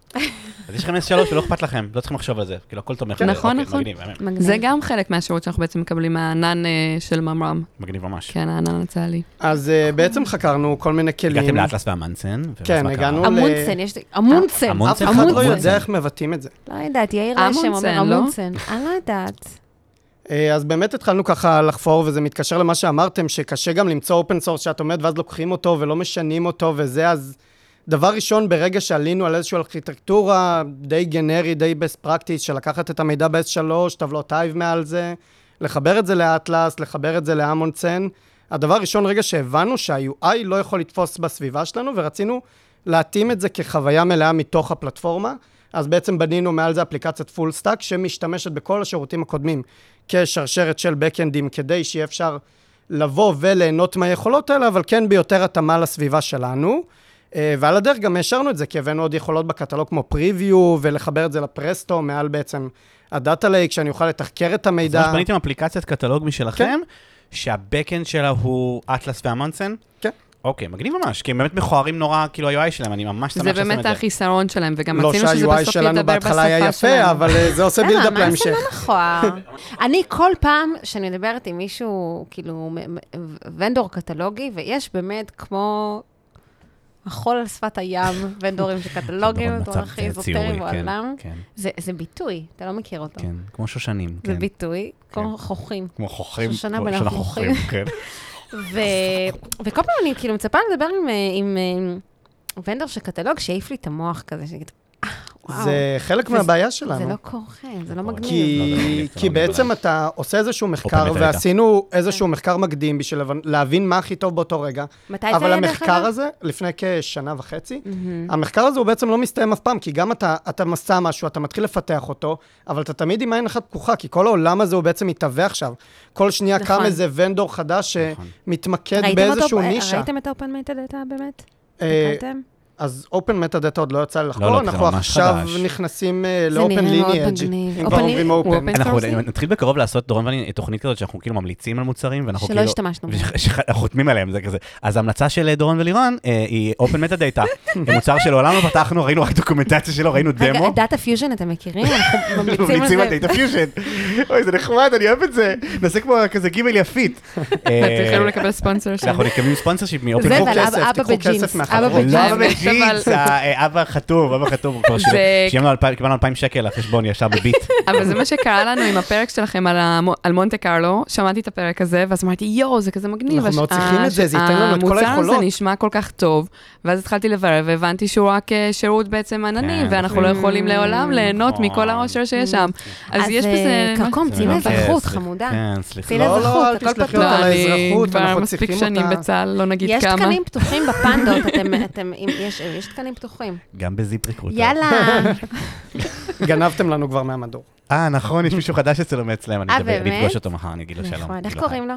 אז יש לכם S3 ולא אכפת לכם, לא צריכים לחשוב על זה. כאילו, הכל תומך. בזה.
נכון,
אוקיי,
נכון.
מגניב, מהמם.
מגניב.
זה גם חלק מהשירות שאנחנו בעצם מקבלים מהענן אה, של ממרם.
מגניב ממש.
כן, הענן הצה"לי.
אז אה, בעצם חקרנו כל מיני כלים.
הגעתם לאטלס והמנסן? ואז
כן,
מה קרה?
הגענו.
אמונסן, יש... אמונסן.
אף
אמונסן?
אחד
אמונסן.
לא יודע איך מבטאים את זה.
לא יודעת, יאיר אשם
אמונסן,
אומר
לא?
אמונסן. אני לא יודעת.
אה, אז באמת התחלנו ככה לחפור, וזה מתקשר למה שאמרתם, שקשה גם למצוא אופן סורס שאת אומרת, ואז לוקחים אותו ולא משנים אותו וזה, אז דבר ראשון, ברגע שעלינו על איזושהי ארכיטקטורה די גנרי, די best practice, של לקחת את המידע ב-S3, טבלות טייב מעל זה, לחבר את זה לאטלס, לחבר את זה לאמונסן. הדבר הראשון, רגע שהבנו שה-UI לא יכול לתפוס בסביבה שלנו, ורצינו להתאים את זה כחוויה מלאה מתוך הפלטפורמה. אז בעצם בנינו מעל זה אפליקציית פול סטאק שמשתמשת בכל השירותים הקודמים כשרשרת של בקאנדים כדי שיהיה אפשר לבוא וליהנות מהיכולות האלה, אבל כן ביותר התאמה לסביבה שלנו. אה, ועל הדרך גם השארנו את זה, כי הבאנו עוד יכולות בקטלוג כמו פריוויו, ולחבר את זה לפרסטו מעל בעצם הדאטה לייק, שאני אוכל לתחקר את
אז ממש
המידע.
בניתם אפליקציית קטלוג משלכם, שהבקאנד שלה הוא אטלס והמנסן?
כן.
אוקיי, מגניב ממש, כי הם באמת מכוערים נורא, כאילו ה-UI שלהם, אני ממש שמח
זה
שעשיתם את
באמת
זה.
החיסרון שלהם, וגם
לא
רצינו שזה
שה-UI
בסוף
שלנו
ידבר בשפה
בהתחלה
שלנו.
היה יפה, אבל אה, זה עושה
למה?
בילדאפ
מה זה
להמשך.
לא מכוער? אני כל פעם שאני מדברת עם מישהו, כאילו, מ- מ- ונדור קטלוגי, ויש באמת כמו החול על שפת הים, ונדורים של קטלוגים,
זה
הדבר
מצב
הכי
ציורי,
איזוטרי
כן,
בעולם.
כן,
זה זה ביטוי, אתה לא מכיר אותו.
כן, כמו שושנים,
זה
כן.
ביטוי, כמו חוכים.
כמו חוכרים,
שושנה
כמו
בין
שושנה
החוכרים.
חוכרים, כן.
ו... וכל פעם אני כאילו מצפה לדבר עם, אה, עם, אה, ונדור של קטלוג, שיעיף לי את המוח כזה, שיגיד, "אה, וואו,
זה חלק
וזה-
מהבעיה
זה
שלנו.
לא קורה, זה לא
לא קורה.
מגניב.
לא, זה לא מגניב,
כי,
זה לא
כי
מגניב
בעצם
בכלל.
אתה עושה איזשהו מחקר,
מטה-דאטה.
ועשינו
כן.
איזשהו מחקר מקדים בשביל לבנ- להבין מה הכי טוב באותו רגע.
מתי זה
אבל
היה, דרך
המחקר
אגב?
הזה, לפני כשנה וחצי,
מהמם.
המחקר הזה הוא בעצם לא מסתיים אף פעם, כי גם אתה, אתה מסע משהו, אתה מתחיל לפתח אותו, אבל אתה תמיד עם עין אחת פקוחה, כי כל העולם הזה הוא בעצם מתהווה עכשיו. כל שנייה
נכון.
קם איזה ונדור חדש
נכון.
שמתמקד
ראיתם
באיזשהו
אותו-
נישה.
ראיתם את האופן מטה דאטה באמת?
אה,
הסתכלתם?
אז אופן מטה דאטה עוד לא יצא לי
לא,
לחקור,
זה
אנחנו
ממש
עכשיו
חדש.
נכנסים אה,
זה
לאופן
נראה מאוד
ליניאג',
מגניב.
אם
Open
כבר לא, אומרים
lin-
הוא
אופן.
open
אנחנו
sourcing.
נתחיל בקרוב לעשות, דורון ואני, תוכנית כזאת שאנחנו כאילו ממליצים על מוצרים, ואנחנו
שלא
כאילו...
השתמשנו בו.
שאנחנו חותמים עליהם, זה כזה. אז ההמלצה של אה, דורון ולירון אה, היא Open Meta Data. זה מוצר שלעולם לא פתחנו, ראינו רק דוקומנטציה שלו, ראינו
רגע,
דמו.
דאטה פיוז'ן אתם מכירים? אנחנו ממליצים על
ממליצים על
זה.
דאטה פיוז'ן. אוי, זה נחמד, אני אוהב את זה. נעשה כמו כזה גימל יפית. אה,
אה,
ותתחילו לקבל ספונסר שלנו.
אנחנו
נכון.
נקבלים ספונסר שיפ מאופן
זה
תיקחו
ועל
כסף,
אבא- אבא
תיקחו
בג'ינס.
כסף
אבא
מהחברות.
בג'ינס.
לא, אבל
האמת,
ג'ינס,
אבל-
אה, אבא חטוב, אבא חטוב, הוא כבר שילם-
זה-
שילמנו אלפיים- קיבלנו 2,000 שקל לחשבון ישר בביט.
אבל זה מה שקרה לנו עם הפרק שלכם על, המו, על מונטה קרלו, שמעתי את הפרק הזה, ואז אמרתי, יואו, זה כזה מגניב.
אנחנו
הש-
מאוד צריכים את זה, זה ייתן לנו את כל
המוצר
היכולות."
הזה נשמע כל כך טוב, ואז התחלתי לברר, והבנתי שהוא רק אה, שירות בעצם ענני,
כן,
ואנחנו לא
נכון.
יכולים לעולם ליהנות
נכון.
מכל העושר שיש שם. אז
אז
יש בזה...
אה, קרקום,
זה
צאי
ממש-
לאזרחות,
כן,
חמודה.
כן, סליחה.
תהיי
לא,
לאזרחות,
לא, אל
הכל
תשלחי
פתוח.
לא,
אותה
אני
לאזרחות,
כבר
אנחנו
מספיק
צריכים
שנים
אותה.
בצה"ל, לא נגיד
יש
כמה.
תקנים פתוחים בפנדות, אתם- אתם- אם יש יש תקנים פתוחים.
גם בזיפ ריקרוטר.
יאללה.
גנבתם לנו כבר מהמדור.
אה, נכון, יש מישהו חדש אצלנו מאצלם, אני
אה,
אדבר- אני
באמת?
אפגוש אותו מחר, אני אגיד לו שלום.
נחמד, נכון. איך
כאילו,
קוראים לו?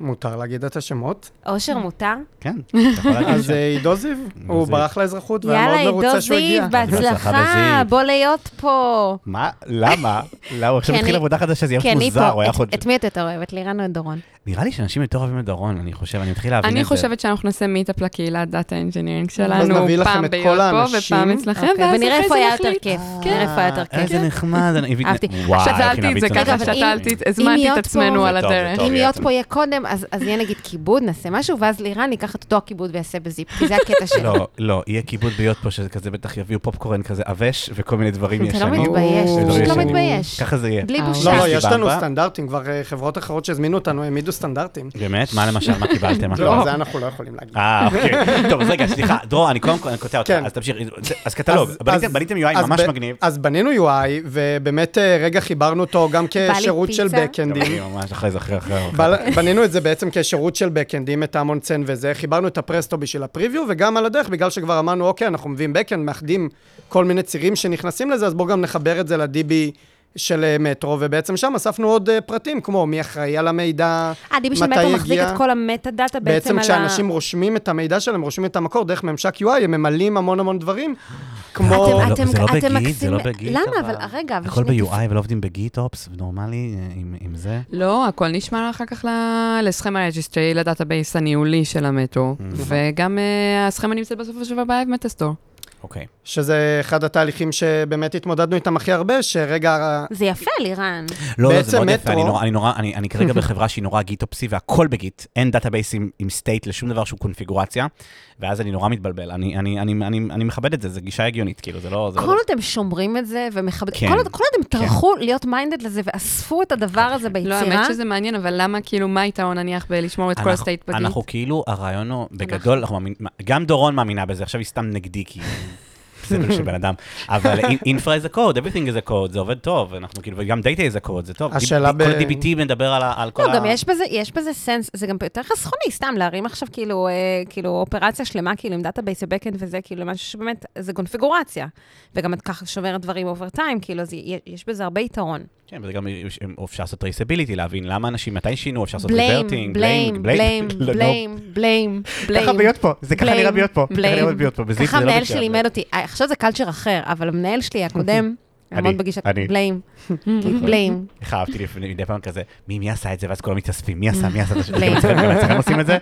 מותר להגיד את השמות.
אושר מותר?
היי. כן, אתה יכול להגיד
אז
שם.
אה, עידו זיו, הוא ברח לאזרחות והיה
יאללה,
מאוד
עידו
מרוצה שהוא הגיע.
זיו, בהצלחה,
בהצלחה, בזיו.
בוא להיות פה.
מה? למה? למה? הוא עכשיו
כי
התחיל
אני-
עבודה חדשה, זה יהיה
כי אני
מוזר, הוא
פה.
היה
את-
חוד...
את מי את יותר אוהבת? לירן או את דורון?
נראה לי שאנשים יותר אוהבים את דורון, אני חושב, אני מתחיל להבין את זה.
אני חושבת שאנחנו נעשה מיטאפ לקהילת דאטה אינג'ינירינג שלנו,
נביא לכם
פעם
את כל
ביום פה
האנשים.
ופעם אצלכם,
אוקיי,
ואז
ונראה
אחרי
איפה
זה
היה יותר
נחליט. כן.
כיף.
אה,
נראה איפה היה כן, יותר כיף.
אה, איזה נחמד. אני-
אהבתי.
וואו,
שתלתי את זה
איך היא
ככה,
נביא זה.
שתלתי,
אם
הזמנתי
להיות
את
פה-
עצמנו
זה
על
טוב, זה
הדרך.
טוב.
אם
אוקיי,
להיות
אתם-
פה יהיה קודם, אז אז יהיה נגיד כיבוד, נעשה משהו, ואז לירן ייקח את אותו הכיבוד ויעשה בזיפ, כי זה הקטע שלו.
לא, לא, יהיה כיבוד ביות פה, שזה כזה, בטח יביאו פופקורן כזה עבש, וכל מיני דברים
אתה לא
ישנים. אה,
מתבייש,
או,
אתה פשוט
ישנים.
לא מתבייש.
ככה זה יהיה.
בלי
אה,
בושה.
לא, לא,
יש לי
יש לנו
במבה.
סטנדרטים, כבר אה, חברות אחרות שהזמינו אותנו העמידו סטנדרטים.
באמת? מה למשל, מה קיבלתם? מה
לא,
קרה?
זה אנחנו לא יכולים להגיד.
אה, אוקיי. טוב, אז רגע, סליחה, דרור, אני קודם כל אני קוטע אותך,
כן.
אז תמשיך. אז קטלוג,
אז-
בניתם-
אז-
לא, בניתם UI
אז
ממש
ב- אה,
מגניב.
אז בנינו UI, ובאמת אה, רגע חיברנו אותו גם
לי
כשירות של
פיצה.
גם
בקאנדים.
אני ממש אחרי זה, אחרי אחרי. אחרי.
בל- בנינו את זה בעצם כשירות של בקאנדים, את המונסן וזה, חיברנו את הפרסטו בשביל הפריוויו, וגם על הדרך, בגלל שכבר אמרנו, אוקיי, אנחנו מביאים בקאנד, מאחדים כל מיני צירים שנכנסים לזה, אז בואו גם נחבר את זה ל-DB של אה, מטרו, ובעצם שם אספנו עוד אה, פרטים, כמו מי אחראי על המידע,
הדיבי של
מתי
מטרו מחזיק
הגיע?
את כל המטה דאטה
בעצם
בעצם על ה...
כשאנשים רושמים את המידע שלהם, רושמים את המקור דרך ממשק UI, הם ממלאים המון המון דברים, כמו...
לא-
אתם-
זה
אתם-
לא
אתם
בגיט, זה
מקסים-
לא בגיט,
למה?
אבל-
אבל רגע, אבל
הכל
שנייה,
ב-UI ולא עובדים בגיט-אופס, נורמלי, אה, עם עם זה.
לא, הכל נשמע אחר כך ל- לסכמה רג'יסטרי, לדאטאבייס הניהולי של המטרו, וגם אה, הסכמה נמצאת בסוף השבוע ב-App Store.
אוקיי.
שזה אחד התהליכים שבאמת התמודדנו איתם הכי הרבה, שרגע,
זה יפה, לירן.
לא, לא, זה
בעצם
מאוד יפה,
מטרו-
אני נורא, אני נורא, אני, אני כרגע בחברה שהיא נורא גיט-אופסי והכל בגיט, אין דאטאבייס עם, עם סטייט לשום דבר שהוא קונפיגורציה, ואז אני נורא מתבלבל, אני, אני, אני, אני, אני מכבד את זה, זו גישה הגיונית, כאילו, זה לא... זה
כל
לא...
עוד אתם שומרים את זה ומכבדים,
כן.
כל עוד כל עוד הם טרחו להיות מיינדד לזה ואספו את הדבר הזה
לא,
ביצירה,
האמת שזה מעניין, אבל למה, כאילו, מה היתרון נניח בלשמור את כל
אנחנו,
הסטייט בגיט?
אנחנו כאילו, הרעיון הוא, בגדול, אנחנו מאמין, גם דורון מאמינה בזה, עכשיו היא סתם נגדי, כי היא בסבל של בן אדם, אבל אינפרה is a code, everything is a code, זה עובד טוב, אנחנו כאילו, וגם data is a code, זה טוב.
השאלה
ב... כל
ב-
DBT מדבר על, ה- על כל
לא, גם
ה...
יש בזה, יש בזה סנס, זה גם יותר חסכוני, סתם להרים עכשיו כאילו, אה, כאילו אופרציה שלמה, כאילו עם דאטאבייס ובקאנד וזה, כאילו משהו שבאמת, זה קונפיגורציה. וגם את ככה שוברת דברים אובר טיים, כאילו, אז י- יש בזה הרבה יתרון.
כן, וזה גם יש- אפשר לעשות טרייסביליטי, להבין למה אנשים, מתי שינו, אפשר לעשות
בליים,
ריברטינג,
בליים, בליים, בליים, בליים, בליים.
לא, ככה ביות פה, זה ככה
בליים,
נראה ביות פה, ככה
בליים.
נראה ביות פה, בזיפ
ככה
זה לא
המנהל
בית
שלי
שם.
לימד אותי. אה, עכשיו זה קלצ'ר אחר, אבל המנהל שלי הקודם,
אני,
לעמוד בגישה,
אני.
בליים, בליים.
איך אהבתי לפני מדי פעם כזה, מי מי עשה את זה, ואז כולם מתאספים, מי עשה, מי עשה, זה
בליים.
מצחיק, גם אצלכם עושים את זה?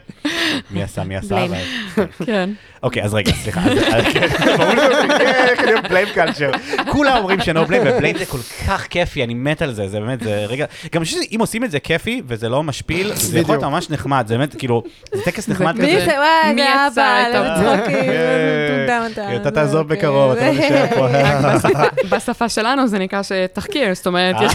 מי עשה, מי עשה,
בליים.
אבל-
כן.
אוקיי, אז רגע, סליחה, אז- אז- כן, ברור שזה כן, כן, להיות בליים קלצ'ר. כולם אומרים לא שנו בליים, ובליים זה כל כך כיפי, אני מת על זה, זה באמת, זה רגע, גם שאם עושים את זה כיפי, וזה לא משפיל, זה יכול להיות
בדיוק.
ממש נחמד, זה באמת, כאילו, זה טקס נחמד
כזה.
כזה.
מי זה? וואי,
מי יצר
זה אבא,
את
איזה
ה-
צחוקים, איזה
כן.
מטומטם אתה. אוקיי.
אתה תעזוב
זה-
בקרוב, אתה לא נשאר פה.
רק בשפה- בשפה שלנו זה נקרא שתחקיר, זאת אומרת,
אה,
יש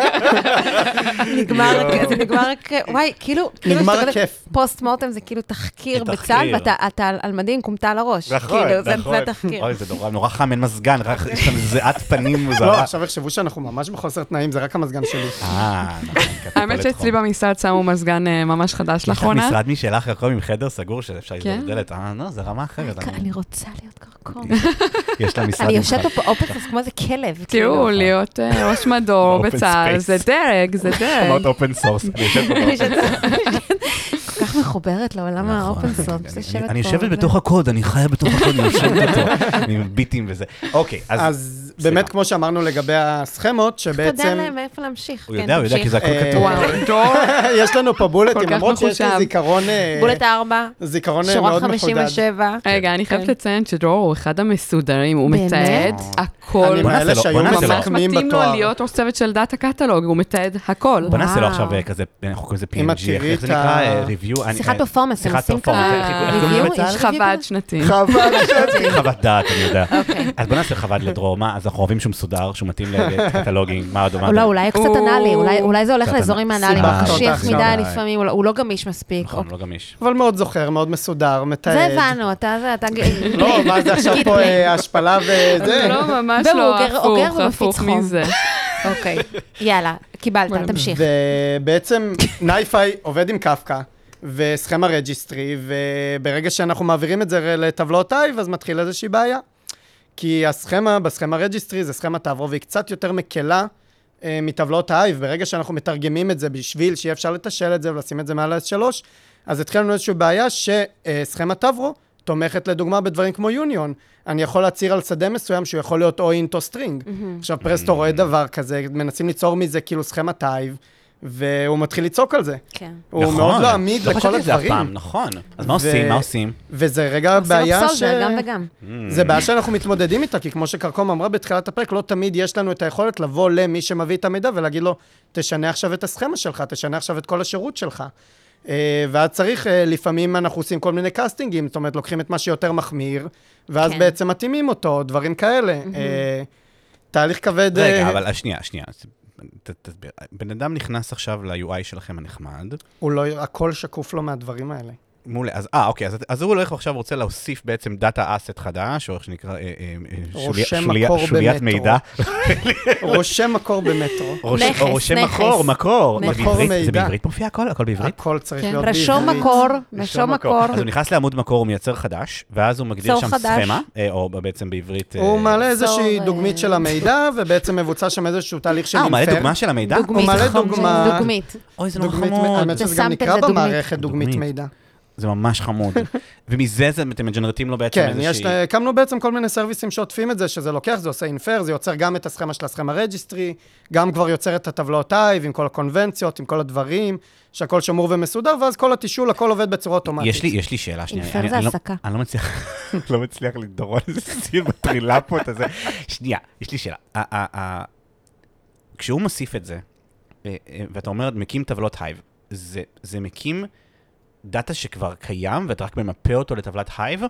נגמר, זה נגמר, כ- וואי, כאילו, כאילו
נגמר
שאתה כותב
הכיף.
פוסט מורטם זה כאילו תחקיר
זה תחקיר. נכון,
בצה"ל, ואתה אתה על- על מדים כומתה על הראש. כאילו, זה- זה תחקיר.
אוי, זה נורא, נורא חם, אין מזגן, רק יש לנו זיעת פנים
לא,
מוזרה.
עכשיו יחשבו שאנחנו ממש בחוסר תנאים, זה רק המזגן שלי.
אה, נכון, קטע
האמת
פה
שאצלי
לתחום.
במשרד שמו מזגן אה, ממש חדש
יש
לאחרונה.
לך משרד משלך רחוב עם חדר סגור שאפשר לסגור
כן.
דלת. אה, לא, זה רמה אחרת.
כן, אני- אני רוצה להיות קרקור.
יש לה משרד
אני
עם
יושבת
חדר.
פה באופרסס כמו איזה כלב.
תראו,
נכון.
כאילו.
להיות אה, ראש מדור
Open
בצה"ל,
space.
זה דרג, זה דרג.
אמרת אופן סורס, אני יושב פה.
אני יושבת- כל כך מחוברת לעולם
נכון,
האופן סוף.
אני- אני- אני יושבת בתוך הקוד, אני חיה בתוך הקוד, אני יושבת אותו, אני עם ביטים וזה. אוקיי, אז
אז
סליחה.
באמת, כמו שאמרנו לגבי הסכמות,
תודה
שבעצם...
להם מאיפה להמשיך.
הוא
כן,
יודע, הוא יודע, כי
תמשיך.
זה הכל
אה,
כתוב.
וואו, דור.
יש לנו פה
כל
בולטים,
כך
למרות שיש לי
מחושב.
זיכרון... אה,
בולט ארבע,
זיכרון אה,
שורה
מאוד מחודד.
57.
רגע, אני חייבת
כן.
לציין שדרור הוא אחד המסודרים, הוא
באמת?
מתעד הכל.
אני
בוא נעשה
מאלה
לו-
שהיו
בוא נעשה לו.
ממש
ממש
מחמיאים
מתאים לו
בתואר.
להיות ראש צוות של דאטה קטלוג, הוא מתעד הכל.
בוא נעשה לו
וואו.
עכשיו אה, כזה, אנחנו קוראים לזה
אם
PNG, איך-
תראי
איך זה
את ה-
נקרא? אה, review. אני-
שיחת
אה,
פרפורמס, הם
שיחת
עושים
פרפורמס,
ככה.
איך- איך קוראים לזה
review?
בצה"ל?
יש
חוות שנתי.
חבל
צריכים חוות דעת, אני יודע.
אוקיי.
אז בוא נעשה חוות לדרור, מה, אז אנחנו אוהבים שהוא מסודר, שהוא מתאים לקטלוגים, מה עוד
או לא, אולי קצת
הוא-
אנאלי, אולי- אולי זה הולך
קצת
לאזורים
אנ-
אנאליים,
סיבכת
הוא קשיח
אותך,
מדי
די.
לפעמים, הוא לא- הוא לא גמיש מספיק.
נכון, לא גמיש.
אבל מאוד זוכר, מאוד מסודר, מתעד.
זה הבנו, אתה זה, אתה...
לא, מה זה עכשיו פה אה, השפלה וזה?
לא, ממש
והוא
לא,
אוגר- אוגר
הפוך,
ומפיץ
הפוך
חום.
מזה.
אוקיי, יאללה, קיבלת, תמשיך.
ובעצם נייפיי עובד עם קפקא וסכמה רג'יסטרי, וברגע שאנחנו מעבירים את זה לטבלאות טייב, אז מתחילה איזושהי בעיה. כי הסכמה, בסכמה רג'יסטרי, זה סכמת תעבור, והיא קצת יותר מקלה אה, מטבלאות האייב. ברגע שאנחנו מתרגמים את זה בשביל שיהיה אפשר לתשאל את זה ולשים את זה מעל ה-S3, אז התחילה לנו איזושהי בעיה שסכמת תברו תומכת לדוגמה בדברים כמו יוניון. אני יכול להצהיר על שדה מסוים שהוא יכול להיות או אינט או סטרינג. עכשיו פרסטו רואה דבר כזה, מנסים ליצור מזה כאילו סכמת טייב, והוא מתחיל לצעוק על זה.
כן.
הוא מאוד לא עמיד
לא
לכל
חשבתי על זה אף
הדברים.
פעם, נכון. אז מה
ו-
עושים? מה עושים?
וזה רגע
עושים
בעיה
אבסול,
ש...
זה גם וגם.
Mm.
זה בעיה שאנחנו מתמודדים איתה, כי כמו שכרכום אמרה בתחילת הפרק, לא תמיד יש לנו את היכולת לבוא למי שמביא את המידע ולהגיד לו, תשנה עכשיו את הסכמה שלך, תשנה עכשיו את כל השירות שלך. אה, ואז צריך, אה, לפעמים אנחנו עושים כל מיני קאסטינגים, זאת אומרת, לוקחים את מה שיותר מחמיר, ואז
כן. Mm-hmm.
בעצם מתאימים אותו, דברים כאלה. אה, תהליך כבד...
רגע,
אה,
אבל שנייה, שנייה. אז ת- תסביר. בן אדם נכנס עכשיו ל-UI שלכם הנחמד,
הוא לא, הכל שקוף לו מהדברים האלה.
מעולה, אז אה, אוקיי, אז, אז הוא הולך ועכשיו רוצה להוסיף בעצם דאטה אסט חדש, או איך שנקרא, אה, אה, אה,
רושם
שוליה-
מקור
שוליית
במטרו.
מידע.
רושם מקור במטרו.
רוש-
נכס,
או רושם
נכס.
מקור, מקור.
נכס.
זה בעברית-
מקור
זה
מידע.
בעברית מופיע הכל? הכל בעברית?
הכל צריך
כן.
להיות בעברית.
רשום מקור,
רשום
רשום מקור.
אז הוא נכנס לעמוד מקור, הוא מייצר חדש, ואז הוא מגדיר
צור
שם
חדש.
סכמה, אה, או בעצם בעברית... אה,
הוא מעלה איזושהי
אה,
דוגמית של המידע, ובעצם מבוצע שם איזשהו תהליך של
אה, הוא מעלה
אינפר.
דוגמה של המידע?
הוא מעלה דוגמה.
נכון, דוגמית.
אוי, זה נורא
דוגמית,
חמוד.
האמת שזה גם
ושמת את
נקרא
הדוגמית.
במערכת דוגמית
דוגמית.
מידע.
זה ממש חמוד. ומזה זה- אתם מג'נרטים לו בעצם
כן,
איזושהי...
יש, הקמנו בעצם כל מיני סרוויסים שעוטפים את זה, שזה לוקח, זה עושה אינפר, זה יוצר גם את הסכמה של הסכמה רג'יסטרי, גם כבר יוצר את הטבלאות טייב, עם כל הקונבנציות, עם כל הדברים, שהכל שמור ומסודר, ואז כל התישול, הכל עובד בצורה אוטומטית.
יש לי, יש לי שאלה שנייה.
אינפר
אני-
זה
אני לא-
הסקה.
אני לא מצליח, לא מצליח לדרון איזה סיר מטרילה פה את הזה. שנייה, יש לי שאלה. ה- ה- ה- כשהוא מוסיף את זה, אה, אה, ואתה אומר, מקים טבלות הייב, זה זה מקים דאטה שכבר קיים, ואתה רק ממפה אותו לטבלת הייב,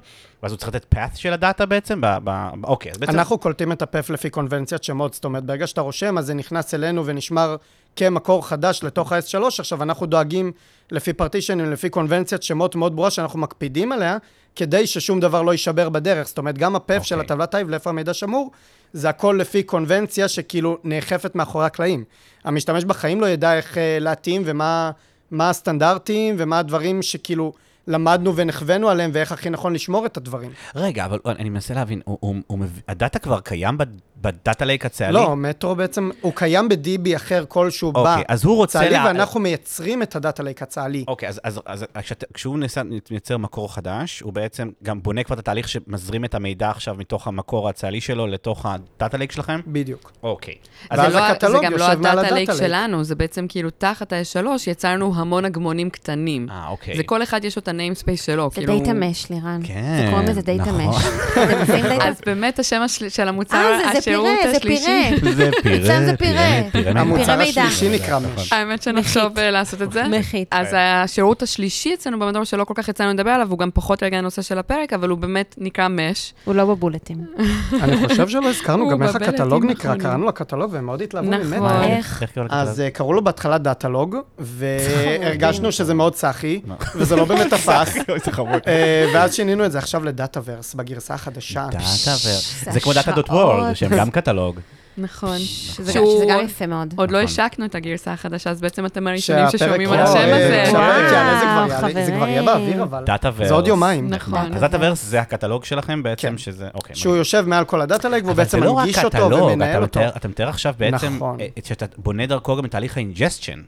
ואז הוא צריך לתת path של הדאטה בעצם? ב- ב- ב- אוקיי, אז בעצם...
אנחנו קולטים את הפף לפי קונבנציית שמות, זאת אומרת, ברגע שאתה רושם, אז זה נכנס אלינו ונשמר כמקור חדש לתוך ה-S3. עכשיו, אנחנו דואגים לפי פרטישנים, לפי קונבנציית שמות מאוד ברורה שאנחנו מקפידים עליה, כדי ששום דבר לא יישבר בדרך. זאת אומרת, גם הפף okay. של
אוקיי.
הטבלת טייב, לאיפה המידע שמור, זה הכל לפי קונבנציה שכאילו נאכפת מאחורי הקלעים. המשתמש בחיים לא ידע איך אה, להתאים ומה מה הסטנדרטים ומה הדברים שכאילו למדנו ונכוונו עליהם ואיך הכי נכון לשמור את הדברים.
רגע, אבל אני מנסה להבין, הוא- הוא- הוא מב- הדאטה כבר קיים בד- בדאטה לייק הצהלי?
לא, מטרו בעצם, הוא קיים ב-DB אחר כלשהו
אוקיי,
ב-
אז הוא רוצה...
צה"לי,
לה-
ואנחנו מייצרים את הדאטה לייק הצה"לי.
אוקיי, אז, אז, אז כשאת, כשהוא נסע, מייצר מקור חדש, הוא בעצם גם בונה כבר את התהליך שמזרים את המידע עכשיו מתוך המקור הצה"לי שלו לתוך הדאטה לייק שלכם?
בדיוק.
אוקיי. אז
ואז
זה, לא, זה
הקטלוג
גם
יושב
לא
מעל הדאטה
הדאטה לייק
לייק.
שלנו, זה בעצם כאילו תחת ה-S3 יצא לנו המון אגמונים קטנים.
אה, אוקיי.
זה כל אחד יש לו את הניימספייס שלו.
זה
כאילו-
דאטה מש, לירן.
כן,
זה קוראים לזה דאטה
נכון.
מש. אתם עושים דאטה?
אז באמת השם השל- של המוצר,
אה, זה- זה
השירות
פירה, זה
השלישי.
פירה.
זה פירה,
אצלם זה פירה.
פירה מידע.
המוצר
פרא מידע.
השלישי נקרא מש.
האמת שנחשוב אה, לעשות את זה.
מחית.
אז השירות השלישי אצלנו במדור שלא כל כך יצאנו לדבר עליו, הוא גם פחות רגע הנושא של הפרק, אבל הוא באמת נקרא מש.
הוא לא בבולטים.
נכון.
אני חושב שלא הזכרנו
הוא
גם איך
בבלטים
הקטלוג נקרא,
נכונים.
קראנו לקטלוג והם מאוד התלהבו
נכון.
ממנו.
מה,
איך?
איך קוראים
אז
לזה?
אה, קראו לו בהתחלה דאטלוג,
נכון.
והרגשנו שזה מאוד סאחי,
לא.
וזה לא באמת תפס.
אוי, זה חמוד.
אה, ואז שינינו את זה עכשיו לדאטאוורס, בגרסה החדשה.
דאטה ו...
זה
זה כמו דאטה דוט וורד,
השעות.
שהם גם קטלוג.
נכון.
שזה גם- שזה גם יפה מאוד.
עוד לא
נכון.
השקנו את הגרסה החדשה, אז בעצם אתם הראשונים
שהפרק
ששומעים על
פה,
השם
אה,
הזה.
כשהפרק יעלה, זה כבר
וואו,
יעלה- זה כבר יהיה
חברים.
באוויר, אבל.
דאטה ורס.
זה עוד יומיים.
נכון.
אז דאטה ורס זה הקטלוג שלכם בעצם, שזה... אוקיי.
שהוא יושב מעל כל הדאטה לייק, והוא
אבל
בעצם
זה לא רק
מנגיש אותו
קטלוג,
ומנהל
אתה
אותו.
מתאר- אתה מתאר עכשיו בעצם,
נכון.
אה, שאתה בונה דרכו גם את תהליך האינג'סטשן,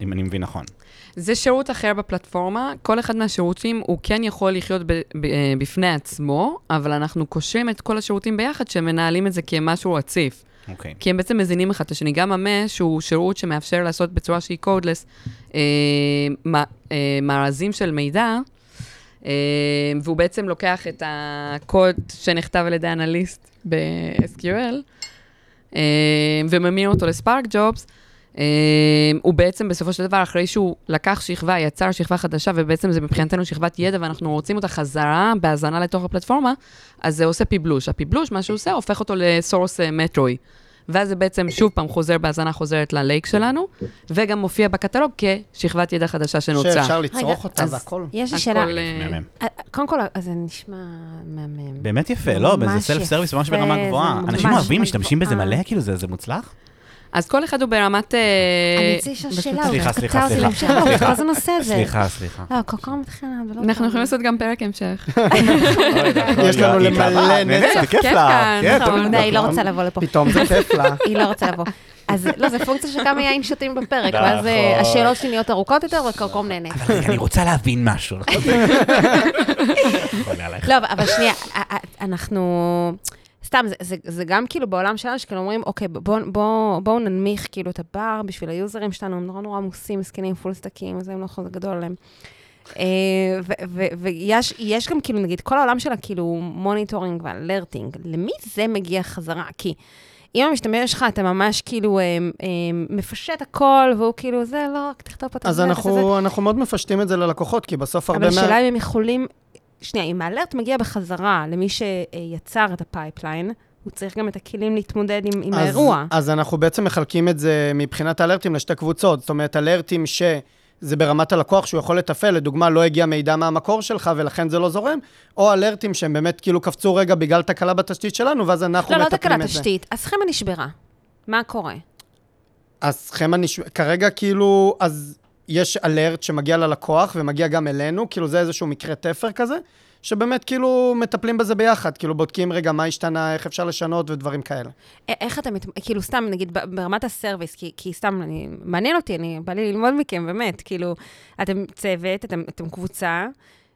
אם אני מבין נכון.
זה שירות אחר בפלטפורמה, כל אחד מהשירותים הוא כן יכול לחיות ב- ב- אה, בפני עצמו, אבל אנחנו קושרים את כל השירותים ביחד שמנהלים את זה כמשהו רציף.
אוקיי.
כי הם בעצם מזינים אחד את השני. גם המש הוא שירות שמאפשר לעשות בצורה שהיא קודלס אה, מה- אה, מארזים של מידע, אה, והוא בעצם לוקח את הקוד שנכתב על ידי אנליסט ב-SQL, אה, וממיר אותו לספארק ג'ובס. אה, הוא בעצם בסופו של דבר, אחרי שהוא לקח שכבה, יצר שכבה חדשה, ובעצם זה מבחינתנו שכבת ידע, ואנחנו רוצים אותה חזרה בהזנה לתוך הפלטפורמה, אז זה עושה פיבלוש. הפיבלוש, מה שהוא עושה, הופך אותו לסורס אה, מטרוי. ואז זה בעצם שוב פעם חוזר בהזנה חוזרת ללייק שלנו, וגם מופיע בקטלוג כשכבת ידע חדשה שנוצרה.
שאפשר לצרוך
רגע,
אותה
אז-
והכל.
יש לי
הכל,
שאלה.
אה,
מהמם.
קודם כל, אז זה נשמע מהמם.
באמת יפה, לא,
ממש
זה סלף סרוויס ממש
יפה,
ברמה
זה
גבוהה.
ממש
אנשים אוהבים,
גבוהה.
משתמשים בזה מלא, כאילו זה זה מוצלח?
אז כל אחד הוא ברמת... אה,
אני רוצה לשאול שאלה, אבל לא
סליחה,
אתה
סליחה,
קטע אותי
סליחה.
למשל, אבל כל הזמן עושה את זה.
סליחה, סליחה.
לא, כל כך מתחילה, ולא...
אנחנו יכולים לעשות גם פרק המשך.
יש לנו
היא
למלא
התלהבה, לא, אה,
נצח.
באמת, זה כיף
כיף
לה.
כאן,
כן,
נכון.
טוב,
לא, היא לא
נכון.
רוצה לבוא לפה.
פתאום זה כיף לה.
היא לא רוצה לבוא. אז לא, זה פונקציה של כמה יין שותים בפרק,
נכון.
ואז אה, השאלות שלי נהיות ארוכות יותר, וקרקום נהנה.
אבל רגע, אני רוצה להבין משהו. נכון, יאללה.
לא, אבל- אבל שנייה, א- א- אה, אנחנו... סתם, זה, זה, זה גם כאילו בעולם שלנו, שכאילו אומרים, אוקיי, בואו בוא, בוא ננמיך כאילו את הבר בשביל היוזרים שלנו, הם נורא נורא עמוסים, זקנים, פול סטאקים, זה הם לא יכול, זה גדול עליהם. אה, ו- ו- ויש יש גם כאילו, נגיד, כל העולם של הכאילו מוניטורינג ואלרטינג, למי זה מגיע חזרה? כי אם המשתמש שלך, אתה ממש כאילו אה, אה, מפשט הכל, והוא כאילו, זה לא, רק תכתוב פה את
אז
הזה, זה, זה.
אנחנו, אנחנו מאוד מפשטים את זה ללקוחות, כי בסוף הרבה
אבל
מה...
השאלה אם הם יכולים... שנייה, אם האלרט מגיע בחזרה למי שיצר את הפייפליין, הוא צריך גם את הכלים להתמודד עם, עם
אז-
האירוע.
אז אנחנו בעצם מחלקים את זה מבחינת אלרטים לשתי קבוצות. זאת אומרת, אלרטים שזה ברמת הלקוח שהוא יכול לתפעל, לדוגמה, לא הגיע מידע מהמקור שלך ולכן זה לא זורם, או אלרטים שהם באמת כאילו קפצו רגע בגלל תקלה בתשתית שלנו, ואז אנחנו
לא, לא
מטפלים
תקלה
את זה.
תשתית, הסכמה נשברה. מה קורה?
אז חמא נשמע, כרגע כאילו, אז יש אלרט שמגיע ללקוח ומגיע גם אלינו, כאילו זה איזשהו מקרה תפר כזה, שבאמת כאילו מטפלים בזה ביחד, כאילו בודקים רגע מה השתנה, איך אפשר לשנות ודברים כאלה.
א- איך אתה, מת... כאילו, סתם, נגיד, ב- ברמת הסרוויס, כי, כי סתם, אני, מעניין אותי, אני, בא לי ללמוד מכם, באמת, כאילו, אתם צוות, אתם, אתם קבוצה,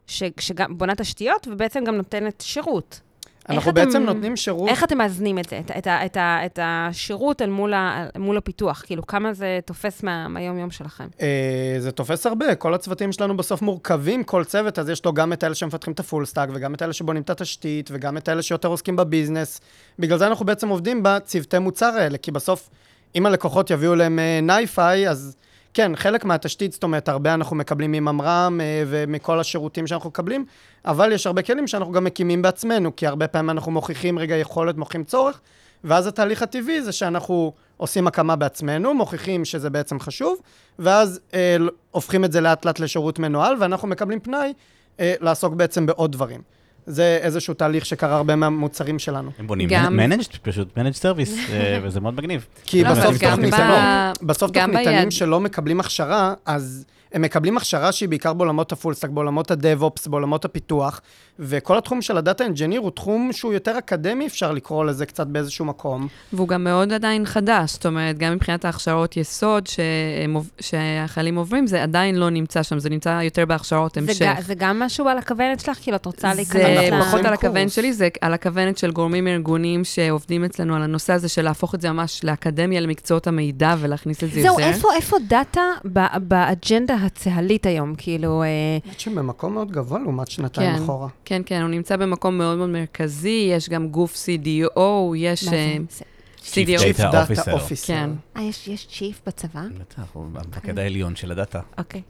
ש, שגם בונה תשתיות, ובעצם גם נותנת שירות.
אנחנו
אתם-
בעצם נותנים שירות...
איך אתם מאזנים את זה, את, את, ה- את, ה- את השירות אל מול, ה, אל מול הפיתוח? כאילו, כמה זה תופס מה, מהיום-יום שלכם?
אה, זה תופס הרבה, כל הצוותים שלנו בסוף מורכבים, כל צוות, אז יש לו גם את אלה שמפתחים את הפול סטאק, וגם את אלה שבונים את התשתית, וגם את אלה שיותר עוסקים בביזנס. בגלל זה אנחנו בעצם עובדים בצוותי מוצר האלה, כי בסוף, אם הלקוחות יביאו להם אה, נייפיי, אז כן, חלק מהתשתית, זאת אומרת, הרבה אנחנו מקבלים מממר"ם אה, ומכל השירותים שאנחנו מקבלים, אבל יש הרבה כלים שאנחנו גם מקימים בעצמנו, כי הרבה פעמים אנחנו מוכיחים רגע יכולת, מוכיחים צורך, ואז התהליך הטבעי זה שאנחנו עושים הקמה בעצמנו, מוכיחים שזה בעצם חשוב, ואז אה, ל- הופכים את זה לאט לאט לשירות מנוהל, ואנחנו מקבלים פנאי אה, לעסוק בעצם בעוד דברים. זה איזשהו תהליך שקרה הרבה מהמוצרים שלנו.
הם בונים
גם-
מנג'ד, פשוט מנג'ד סרוויס, וזה מאוד מגניב.
כי
לא,
אבל
בסוף
גם
תוכניתנים,
ב-
בסוף
גם
תוכניתנים
ביד.
שלא מקבלים הכשרה, אז הם מקבלים הכשרה שהיא בעיקר בעולמות הפולסטק, בעולמות הדאב-אופס, בעולמות הפיתוח, וכל התחום של הדאטה אנג'יניר הוא תחום שהוא יותר אקדמי, אפשר לקרוא לזה קצת באיזשהו מקום.
והוא גם מאוד עדיין חדש, זאת אומרת, גם מבחינת ההכשרות יסוד שהם עוב- שהחיילים עוברים, זה עדיין לא נמצא שם, זה נמצא יותר בהכשרות המשך.
זה, ג- זה גם משהו על הכוונת שלך? כאילו, את רוצה
זה
להיכנס ל...
אנחנו
פחות
עושים
נכון.
על
קורס.
הכוון שלי, זה על הכוונת של גורמים ארגוניים שעובדים אצלנו על הנושא הזה של להפוך את זה ממש לאקדמיה, למקצועות המידע ולהכניס את זה
זהו,
יותר.
איפה, איפה דאטה ב- באג'נדה הצהלית היום? כאילו, אה,
האמת שבמקום מאוד גבוה לעומת שנתיים
כן.
אחורה.
כן, כן, הוא נמצא במקום מאוד מאוד מרכזי, יש גם גוף CDO, יש...
מה זה?
אה,
זה-
Chief
CDO.
Data Officer.
כן.
אה, יש, יש צ'יף בצבא?
בטח, הוא המפקד העליון של הדאטה.
אוקיי.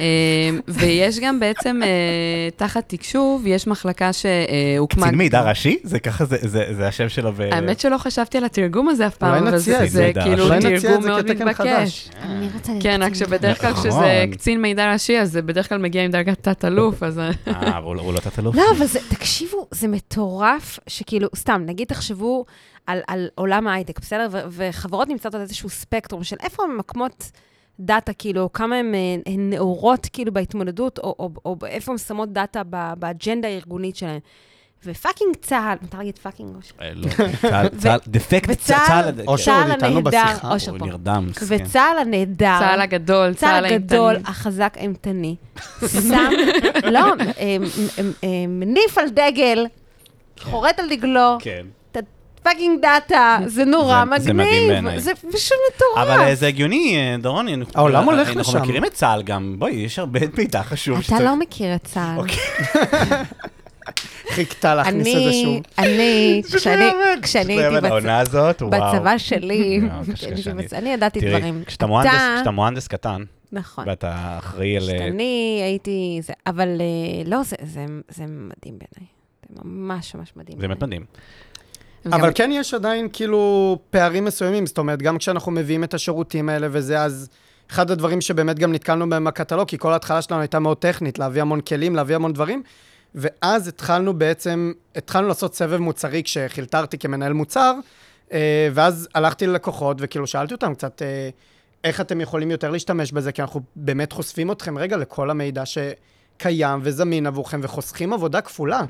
אה, ויש גם בעצם, אה, תחת תקשוב, יש מחלקה אה, שהוקמה...
קצין מידע ראשי? זה ככה, זה- זה זה השם שלו ב...
האמת שלא חשבתי על התרגום הזה אף פעם,
אולי
אבל
נציע
זה
את
זה
זה.
כאילו
אולי
נציע את
תרגום
זה
מאוד
כתקן
מתבקש.
חדש.
אני רוצה להיות
כן, רק
קצין.
שבדרך כלל
נכון.
כשזה קצין מידע ראשי, אז זה בדרך כלל מגיע עם דרגת תת-אלוף, אז...
אה, אבל הוא הוא לא תת-אלוף.
לא, אבל זה, תקשיבו, זה מטורף שכאילו, סתם, נגיד תחשבו על, על עולם ההייטק, בסדר? ו- וחברות נמצאות על איזשהו ספקטרום של איפה הן ממקמות דאטה, כאילו, או כמה הן אה, הן נאורות, כאילו, בהתמודדות, או, או, או איפה הן שמות דאטה ב- באג'נדה הארגונית שלהן. ופאקינג צה"ל, מותר להגיד פאקינג ראש.
אה, לא, צה"ל- צה"ל, דפקט צה"ל, כן.
וצה"ל,
אושר
צה"ל
עוד איתנו
הנהדר,
בשיחה, כן.
אושר
הוא
פה.
נרדם, מסכן.
וצה"ל הנהדר.
צה"ל הגדול,
צה"ל
צה"ל
הגדול,
האימתני.
החזק, האימתני. שם, לא, אה, אה, אה, מניף על דגל, חורט על דגלו,
כן.
פאקינג דאטה, זה נורא
זה- זה מדהים
מגניב,
בעיניי.
זה פשוט מטורף.
אבל אה, זה הגיוני, אה, דורון. אנחנו-
העולם הולך
אנחנו
לשם.
מכירים את צה"ל גם, בואי, יש הרבה מידע חשוב.
אתה לא מכיר את צה"ל.
אוקיי.
חיכתה להכניס את זה
אני,
שוב.
אני, כשאני כשאני
לא יאמן,
הייתי בצ-
העונה הזאת, וואו.
בצבא שלי,
לא, קשה,
כשאני הייתי
שאני-
בצ- אני ידעתי דברים.
תראי, כשאתה מוהנדס-
אתה-
כשאתה מוהנדס קטן,
נכון.
ואתה אחראי על... אה,
כשאני הייתי, זה- אבל אה, לא, זה- זה זה מדהים בעיניי. זה ממש ממש מדהים.
זה באמת מדהים.
הם גם-
אבל כן יש עדיין כאילו פערים מסוימים, זאת אומרת, גם כשאנחנו מביאים את השירותים האלה וזה, אז אחד הדברים שבאמת גם נתקלנו בהם בקטלוג, כי כל ההתחלה שלנו הייתה מאוד טכנית, להביא המון כלים, להביא המון דברים, ואז התחלנו בעצם, התחלנו לעשות סבב מוצרי כשחילטרתי כמנהל מוצר, אה, ואז הלכתי ללקוחות וכאילו שאלתי אותם קצת, אה, איך אתם יכולים יותר להשתמש בזה, כי אנחנו באמת חושפים אתכם רגע לכל המידע שקיים וזמין עבורכם, וחוסכים עבודה כפולה.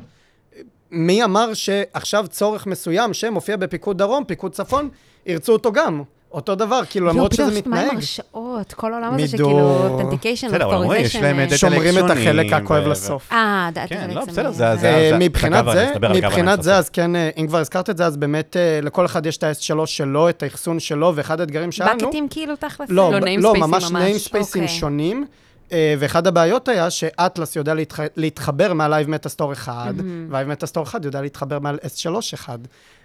מי אמר שעכשיו צורך מסוים שמופיע בפיקוד דרום, פיקוד צפון, ירצו אותו גם. אותו דבר, כאילו, למרות שזה
לא, פתאום, מה עם
מתנהג.
הרשאות? כל העולם הזה
מידור.
שכאילו, אותנטיקיישן,
בסדר, אבל אומרים, יש להם אה, את
שומרים את
אלקטרונים
החלק הכואב
ו-
לסוף.
אה, דעתי
כן,
על
לא,
זה
בסדר,
מ-
זה- זה-
אה,
זה-
מבחינת
ה-governance,
זה,
נדבר על
מבחינת
ה-governance
זה,
בסוף.
אז כן, אה, אם כבר הזכרת את זה, אז באמת אה, לכל אחד יש את ה-S3 שלו, את האחסון שלו, ואחד האתגרים שלנו...
בקטים כאילו תכלס?
לא,
לא,
name
לא,
spaces
ממש
ממש.
name spaces
אוקיי.
שונים. אה, ואחד הבעיות היה שאטלס יודע להתח... להתחבר מהלייב מטאסטור 1, והלייב מטאסטור 1 יודע להתחבר מעל S3 1.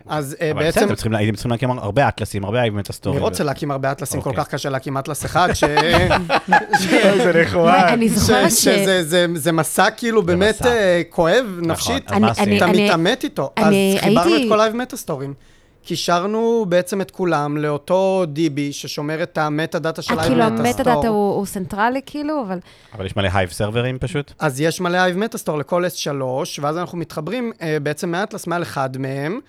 אז אה,
אוקיי. אבל בסדר,
בעצם,
אתם צריכים לה- הייתם צריכים להקים הרבה אטלסים, הרבה אייבנט
אני
הסטורי.
רוצה להקים הרבה אטלסים, כל
אוקיי.
כך קשה להקים אטלס אחד, ש... זה
וואי, אני זוכרת ש-
זה מסע כאילו באמת
מסע.
אה, כואב
נכון,
נפשית.
אז מה עושים?
אתה
אני-
מתעמת איתו. אז
אני
חיברנו את
הייתי-
כל ה-Live מטאסטורים. קישרנו בעצם את כולם לאותו DB ששומר את המטה דאטה של
אה,
ה-Live
כאילו,
מטאסטור.
המטה-דאטה הוא הוא סנטרלי כאילו, אבל...
אבל יש מלא הייב סרברים פשוט.
אז יש מלא אייב מטאסטור לכל S3, ואז אנחנו מתחברים אה, בעצם מאטלס מעל אחד מהם.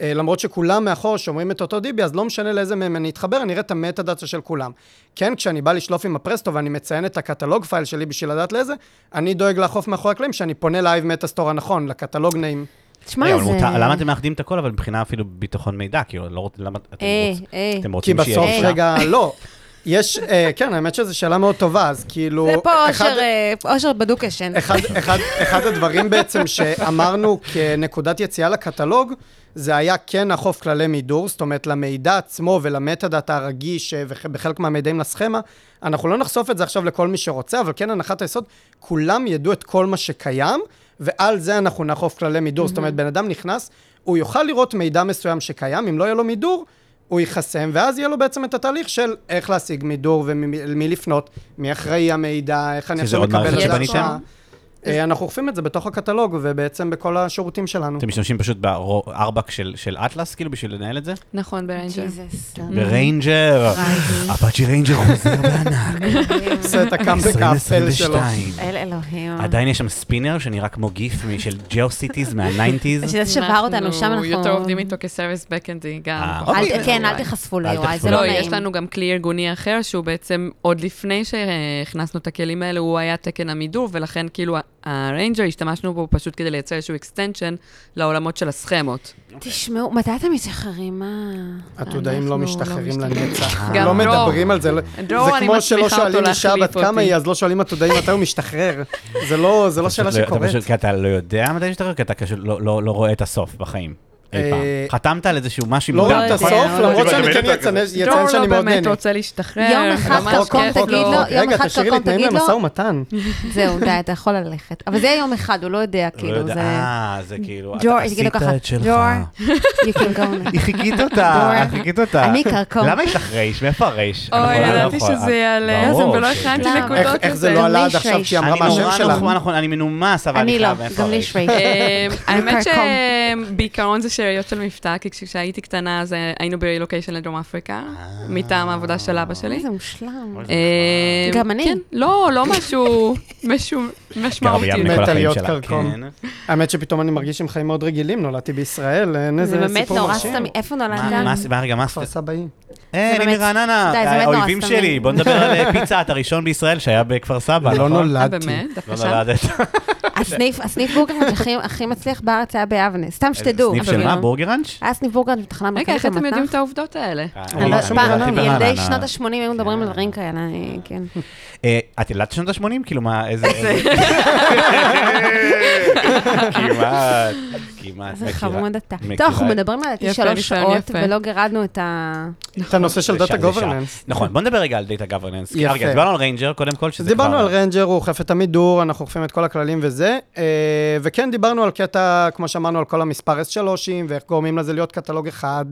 אה, למרות שכולם מאחור שומרים את אותו דיבי, אז לא משנה לאיזה מהם אני אתחבר, אני אראה את המטה דאטה של כולם. כן, כשאני בא לשלוף עם הפרסטו ואני מציין את הקטלוג פייל שלי בשביל לדעת לאיזה, אני דואג לאכוף מאחורי הקלעים שאני פונה לאייב מטאסטור הנכון, לקטלוג נעים.
תשמע,
רגע, אה, אבל
זה...
מותר- למה אתם מאחדים את הכל, אבל מבחינה אפילו ביטחון מידע? כאילו, לא רוצ- למה אתם
אה,
רוצ-
אה.
אתם
כי
רוצים שיהיה
בסוף,
אפשר?
רגע, לא. יש, אה, כן, האמת שזו שאלה מאוד טובה, אז כאילו...
זה פה
אחד-
אושר, אה, אושר בדוק ישן.
אחד, אחד, אחד הדברים בעצם שאמרנו כנקודת יציאה לקטלוג, זה היה כן החוף כללי מידור, זאת אומרת למידע עצמו ולמטה דאטה הרגיש אה, וכ- בחלק מהמידעים לסכמה. אנחנו לא נחשוף את זה עכשיו לכל מי שרוצה, אבל כן הנחת היסוד, כולם ידעו את כל מה שקיים, ועל זה אנחנו נחוף כללי מידור. זאת אומרת, בן אדם נכנס, הוא יוכל לראות מידע מסוים שקיים, אם לא יהיה לו מידור, הוא ייחסם, ואז יהיה לו בעצם את התהליך של איך להשיג מידור ומי לפנות, מי אחראי המידע, איך אני
שזה
עכשיו
עוד
מקבל את
מערכת
זה.
שבניתם?
התוצאה. אה, אנחנו אוכפים את זה בתוך הקטלוג, ובעצם בכל השירותים שלנו.
אתם משתמשים פשוט בארבק של אטלס, כאילו, בשביל לנהל את זה?
Mm.
נכון,
אה, כן.
בריינג'ר.
ג'יזוס.
בריינג'ר,
אה,
אפאצ'י ריינג'ר חוזר בענק,
עושה את הקאמבק האפל שלו.
2022.
אל אלוהים.
עדיין יש שם ספינר שנראה כמו גיף מ- של ג'או סיטיז מהניינטיז.
שזה שבר אותנו, שם אנחנו...
יותר עובדים איתו כסרוויס בקאנדי
אה,
גם.
אוקיי.
אל-
אוקיי.
כן, אל תיחשפו
אל
ליוואי,
תיחשפו
זה לא
לא,
נעים.
יש לנו גם כלי ארגוני אחר, שהוא בעצם, עוד לפני שהכנסנו את הכלים האלה, הוא היה תקן עמידור, ולכן כאילו ה- הריינג'ר, השתמשנו בו פשוט כדי לייצר איזשהו אקסטנשן לעולמות של הסכמות.
תשמעו, מתי אתם משחררים? מה?
עתודאים לא
אנחנו לא
משתחררים
משתחררים.
לנצח.
גם
לא
דרור.
מדברים על זה. לא-
דרור,
זה
אני
כמו
מצליחה
שלא
אותו
שואלים אישה
להחליף
בת כמה
אותי.
היא, אז לא שואלים עתודאים מתי הוא משתחרר. זה לא זה לא שאלה
פשוט לא-
שקורית.
אתה פשוט- כי אתה לא יודע מתי משתחרר, כי אתה פשוט לא- לא לא רואה את הסוף בחיים. אי פעם.
אה,
חתמת על איזשהו משהו
לא
עם
רואה את
דאטה,
הסוף,
נכון?
נכון?
למרות
אבל
שאני
באמת
כן אציין
דרור
יציין שאני
לא
מאוד
באמת
נהנה.
רוצה להשתחרר.
יום אחד
ממש לא.
חוק,
קרקום,
כיף
חוק,
תגיד
חוק.
לו.
לו, יום
לא. רגע,
אחד
תשאירי לי
קרקום,
תנאים
תגיד לו.
למשא ומתן.
זהו, די, אתה יכול ללכת. אבל זה יהיה יום אחד, הוא לא יודע,
לא
כאילו,
יודע,
זה...
אה, זה כאילו,
ג'ור,
אתה
אני אגיד לו
עשית
ככה,
את שלך.
ג'ור, you can go now.
היא חיכית אותה,
ג'ור.
חיכית אותה.
אני קרקום.
למה יש לך רייש? מאיפה הרייש?
אוי,
אנחנו לא
ידעתי
יכול-
שזה יעלה,
ברור
ולא
ש-
הכנתי
למה?
נקודות
איך
לזה.
איך זה לא עלה
גם
עד
לי
עכשיו
יש
שהיא אמרה
אני
מה השם
נורא
שלך?
נורא נכון, אני מנומס, אבל
אני
אני
לא,
חייב מאיפה
גם לי
הרייש.
שווה.
אמ, האמת
קרקום.
שבעיקרון זה שאריות של מבטא, כי כשהייתי קטנה אז אה, היינו ברילוקיישן לדרום אפריקה,
אה.
מטעם העבודה של אבא שלי.
איזה מושלם.
אוי, זה
אמ,
גם אני.
כן, לא, לא משהו משו- משמעותי.
גרבייה
מתה
מכל החיים
להיות
שלה,
קרקום.
כן.
האמת שפתאום אני מרגיש עם חיים מאוד רגילים, נולדתי בישראל, אין
זה
איזה
באמת
סיפור
נורא
מרשים.
סתמי. איפה
מה,
נולדת?
מה, מה, רגע, מה עשית?
כפר סבאי.
אה, אני
באמת-
מרעננה,
די, זה באמת נורא
האויבים
סתמי.
שלי. בוא נדבר על אה, פיצה, את הראשון בישראל שהיה בכפר סבא,
לא
נכון?
אה,
נולדתי.
באמת? דווקא
לא
שם?
נולדת.
הסניף, הסניף בורגרנד הכי- הכי מצליח בארץ היה ביבנה. סתם שתדעו.
סניף של
כאילו.
מה? בורגראנץ'?
היה סניף בורגרנד בתחנה
רגע,
מרכזית
איך אתם יודעים
במטח.
את העובדות האלה?
אני לא שום דבר.
פעם, ילדי שנות
ה-80.
ה-80 היו מדברים על דברים כאלה, אני- כן.
אה, את ילדת שנות ה-80? כאילו מה, איזה... כמעט, כמעט.
איזה
מכירה-
חמוד אתה.
מכירה
טוב, אנחנו
את-
מדברים על
יפה,
לדעתי שלוש
ניסיון
שעות,
יפה.
ולא גירדנו את ה...
את הנושא של
זה
דאטה
שעה, זה שעה.
גוברננס.
נכון, בוא נדבר רגע על דאטה גוברננס.
יפה.
רגע, דיברנו על ריינג'ר, קודם כל, שזה כבר...
דיברנו על רנג'ר, הוא אוכף את המידור, אנחנו אוכפים את כל הכללים וזה, אה, וכן דיברנו על קטע, כמו שאמרנו, על כל המספר S3ים, ואיך גורמים לזה להיות קטלוג אחד,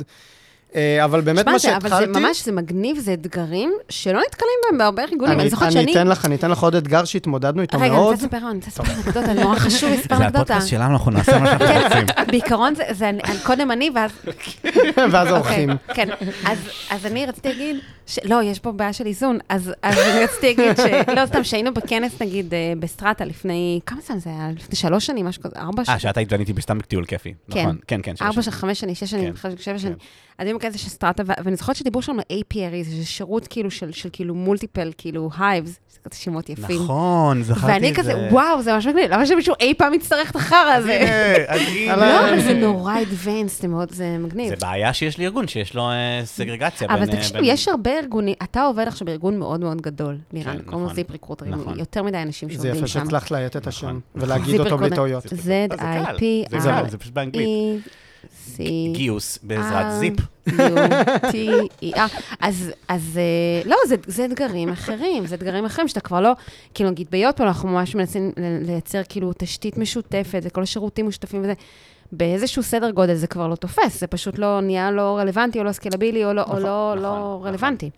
אה, אבל באמת
שמע,
מה
זה- אבל זה
שהתחלתי...
ממש, זה מגניב, זה אתגרים שלא נתקלים בהם בהרבה ארגונים. אני זוכרת
אני
שאני...
אתן לך, אני אתן לך עוד אתגר שהתמודדנו איתו
רגע, אני
מאוד.
רוצה לספר אני רוצה לספר אנקדוטה, נורא חשוב לספר
זה
אנקדוטה.
הפודקאסט שלנו, אנחנו נעשה מה
כן.
שאנחנו רוצים.
בעיקרון זה- זה אני- קודם אני, ואז
ואז אורחים.
אוקיי, כן, אוקיי, אז, אז אני רציתי להגיד ש... לא, יש פה בעיה של איזון, אז, אז אני רציתי להגיד ש... לא סתם, שהיינו בכנס, נגיד, אה, בסטרטה לפני, כמה זמן זה היה? לפני שלוש שנים, משהו כזה, ארבע
אה, שאת היית ואני הייתי בסתם טיול כיפי.
כן.
נכון. כן, כן. שלוש
ארבע,
שנים.
שנים, חמש שנים, שש שנים,
כן,
חמש- שבע
כן.
שנים. אז היו בכזה של סטארט-אפ, ו- ואני זוכרת שדיברו שם על APRE, זה שירות כאילו של של כאילו מולטיפל, כאילו הייבס, זה כזה שמות יפים.
נכון, זכרתי את זה.
ואני כזה, וואו, זה ממש מגניב, למה שמישהו אי פעם יצטרך את החרא הזה?
הנה, אז הנה.
לא, אבל זה נורא advanced, זה מאוד- זה מגניב.
זה בעיה שיש לי ארגון, שיש לו אה, סגרגציה.
אבל
בין, אה,
תקשיב,
בין-
יש הרבה ארגונים, אתה עובד עכשיו בארגון מאוד מאוד גדול, נראה
כן,
לי, קוראים לו
נכון.
זיפ ריקרוטרים,
נכון.
יותר מדי אנשים
זה
שעובדים
יפה
שם.
שהצלחת לאיית את השם,
נכון.
ולהגיד
זיפ
אותו בלי
ריקרוטר.
טעויות.
אה, זה קל, זה קל, זה פשוט באנגלית.
Z-I-P-R-E-C.
גיוס בעזרת זיפ.
U-T-E-R. אה, אז, אז אה, לא, זה, זה אתגרים אחרים, זה אתגרים אחרים שאתה כבר לא, כאילו נגיד ביוטו אנחנו ממש מנסים ל- לייצר כאילו תשתית משותפת וכל השירותים משותפים וזה. באיזשהו סדר גודל זה כבר לא תופס, זה פשוט לא נהיה לא רלוונטי או לא סקלבילי או לא, או לא,
נכון,
לא
נכון.
רלוונטי.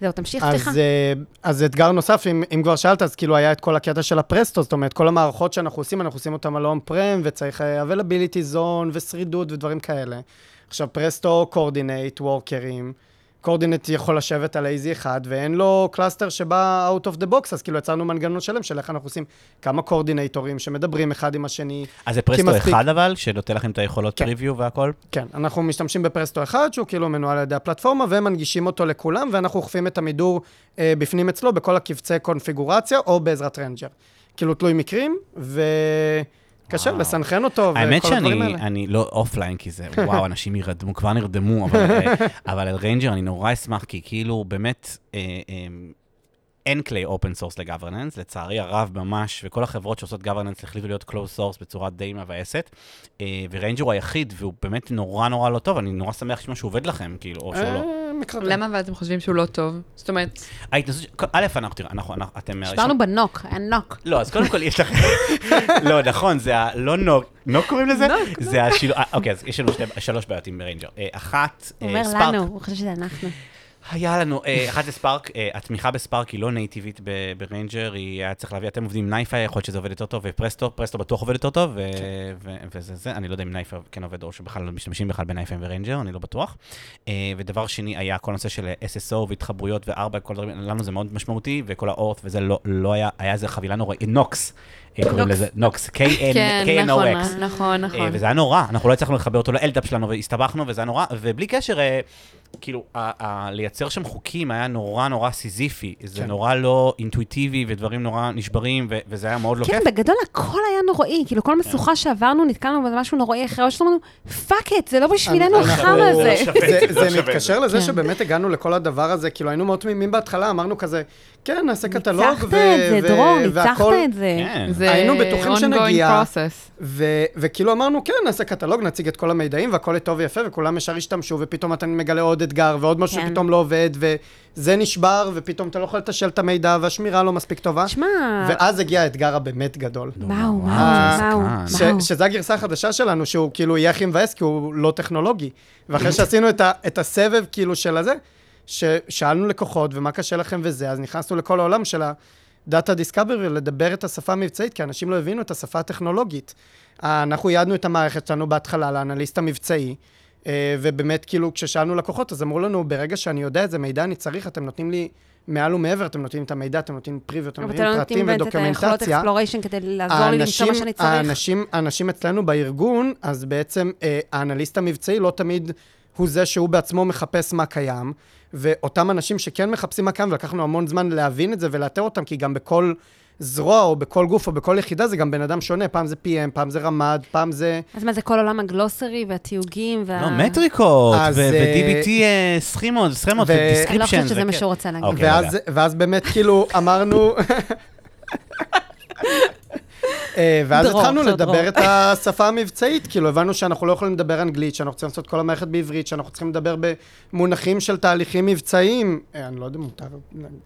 זהו, תמשיך, סליחה.
אז, אה, אז אתגר נוסף, אם, אם כבר שאלת, אז כאילו היה את כל הקטע של הפרסטו, זאת אומרת, כל המערכות שאנחנו עושים, אנחנו עושים אותן על און-פרם, וצריך אה, availability zone ושרידות ודברים כאלה. עכשיו, פרסטו, קורדינט, וורקרים. קורדינט יכול לשבת על איזי אחד, ואין לו קלאסטר שבא out of the box, אז כאילו יצרנו מנגנון שלם של איך אנחנו עושים כמה קורדינטורים שמדברים אחד עם השני.
אז זה פרסטו
מספיק-
אחד אבל, שנותן לכם את היכולות
כן.
ריוויו והכל?
כן, אנחנו משתמשים בפרסטו אחד, שהוא כאילו מנוהל על ידי הפלטפורמה, ומנגישים אותו לכולם, ואנחנו אוכפים את המידור אה, בפנים אצלו בכל הקבצי קונפיגורציה, או בעזרת רנג'ר. כאילו, תלוי מקרים, וקשה
וואו.
לסנכרן אותו,
האמת
וכל הדברים
שאני
האלה.
אני לא אופליין, כי זה, וואו, אנשים ירדמו, כבר נרדמו, אבל, אה, אבל על ריינג'ר אני נורא אשמח, כי כאילו באמת אה, אה, אין כלי אופן סורס לגוורננס, לצערי הרב ממש, וכל החברות שעושות גוורננס החליטו להיות קלוז סורס בצורה די מבאסת, אה, וריינג'ר הוא היחיד, והוא באמת נורא נורא לא טוב, אני נורא שמח שמשהו עובד לכם, כאילו, או שהוא לא.
אה, מקרב.
למה אבל אתם חושבים שהוא לא טוב? זאת אומרת,
ההתנסות, ש- א', אנחנו, תראה, אנחנו, אנחנו- אתם...
שברנו בנוק, היה נוק.
לא, אז קודם כל יש לך... לא, נכון, זה ה... לא נוק, נוק קוראים לזה? נוק. זה השילוב... אה, אוקיי, אז יש לנו שתי- שלוש בעיות עם ריינג'ר. אה, אחת,
הוא
אה,
אומר
ספארק.
לנו, הוא חושב שזה אנחנו.
היה לנו, אה, אחת זה ספארק, אה, התמיכה בספארק היא לא נייטיבית ב- בריינג'ר, היא היה צריך להביא, אתם עובדים עם נייפה, יכול להיות שזה עובד יותר טוב, ופרסטו, פרסטו בטוח עובד יותר טוב, ו- ו- וזה זה, אני לא יודע אם נייפה כן עובד, או שבכלל לא משתמשים בכלל בנייפה וריינג'ר, אני לא בטוח. אה, ודבר שני היה כל הנושא של אה, SSO והתחברויות וארבע, כל הדברים, לנו זה מאוד משמעותי, וכל האורף וזה לא- לא היה, היה איזה חבילה נוראית, נוקס, אה, קוראים
נוקס.
לזה, נוקס,
כן,
K-N-O-X.
נכון, נכון,
אה,
נכון.
וזה היה נורא, אנחנו לא הצלחנו לחבר אותו לאלדאפ שלנו והסתבכנו, וזה היה נורא, ובלי קשר, אה, כאילו, ה- ה- לייצר שם חוקים היה נורא נורא סיזיפי, זה
כן.
נורא לא אינטואיטיבי, ודברים נורא נשברים, ו- וזה היה מאוד לא
כן,
כיף.
בגדול הכל היה נוראי, כאילו כל משוכה שעברנו, נתקלנו במשהו נוראי אחר, אז אמרנו, פאק את, זה לא בשבילנו
אנחנו-
החרא
אנחנו-
הזה.
שווה את זה, לא
זה,
שווה
זה
את
מתקשר לזה
כן.
שבאמת הגענו לכל הדבר הזה, כאילו היינו מאוד תמימים בהתחלה, אמרנו כזה, כן, נעשה קטלוג,
ניצחת את זה, דרור, ניצחת
והכל-
את אה, זה.
כן.
זה
היינו בטוחים שנגיע.
ongoing process.
ו- וכאילו אמרנו, כן, נעשה קטלוג, נציג את כל המידעים, והכל יהיה טוב ויפה, וכולם ישר ישתמשו, ופתאום אתה מגלה עוד אתגר, ועוד משהו
כן.
שפתאום לא עובד, וזה נשבר, ופתאום אתה לא יכול לתשל את המידע, והשמירה לא מספיק טובה.
תשמע,
ואז הגיע האתגר הבאמת גדול.
וואו, וואו,
אה,
וואו,
מסוכן.
ש-
וואו.
שזה הגרסה החדשה שלנו, שהוא כאילו יהיה הכי מבאס, כי הוא לא טכנולוגי. ואחרי שעשינו את, ה- את הסבב כאילו של הזה, ששאלנו לקוחות, ומה קשה לכם וזה, אז נכנסנו לכל העולם של הדאטה דיסקאברי, לדבר את השפה המבצעית, כי אנשים לא הבינו את השפה הטכנולוגית. אה, אנחנו ייעדנו את המערכת שלנו בהתחלה לאנליסט המבצעי, אה, ובאמת, כאילו, כששאלנו לקוחות, אז אמרו לנו, ברגע שאני יודע איזה מידע אני צריך, אתם נותנים לי מעל ומעבר, אתם נותנים את המידע, אתם נותנים פריווי, אתם
אבל אתה לא
נותנים
נותנים
פרטים
באמת את היכולות
ודוקומנטציה.
אקספלוריישן כדי לעזור לי למצוא מה שאני צריך.
האנשים, האנשים אצלנו בארגון, אז בעצם אה, האנליסט המבצעי לא תמיד הוא זה שהוא בעצמו מחפש מה קיים, ואותם אנשים שכן מחפשים מה קיים, ולקחנו המון זמן להבין את זה ולאתר אותם, כי גם בכל זרוע או בכל גוף או בכל יחידה זה גם בן אדם שונה, פעם זה PM, פעם זה רמ"ד, פעם זה...
אז מה, זה כל עולם הגלוסרי והתיוגים וה...
לא, מטריקות,
אז,
ו-
אה,
ו-DBT אה, סכימות, סכימות,
ו-
אני לא חושבת
דיסקריפשן.
שזה מה
כן.
שהוא רוצה להגיד.
אוקיי,
ואז,
רגע.
ואז באמת כאילו אמרנו... אה, ואז
דרור,
התחלנו
זה דרור.
לדבר את השפה המבצעית, כאילו הבנו שאנחנו לא יכולים לדבר אנגלית, שאנחנו צריכים לעשות כל המערכת בעברית, שאנחנו צריכים לדבר במונחים של תהליכים מבצעיים. אה, אני לא יודע, מותר...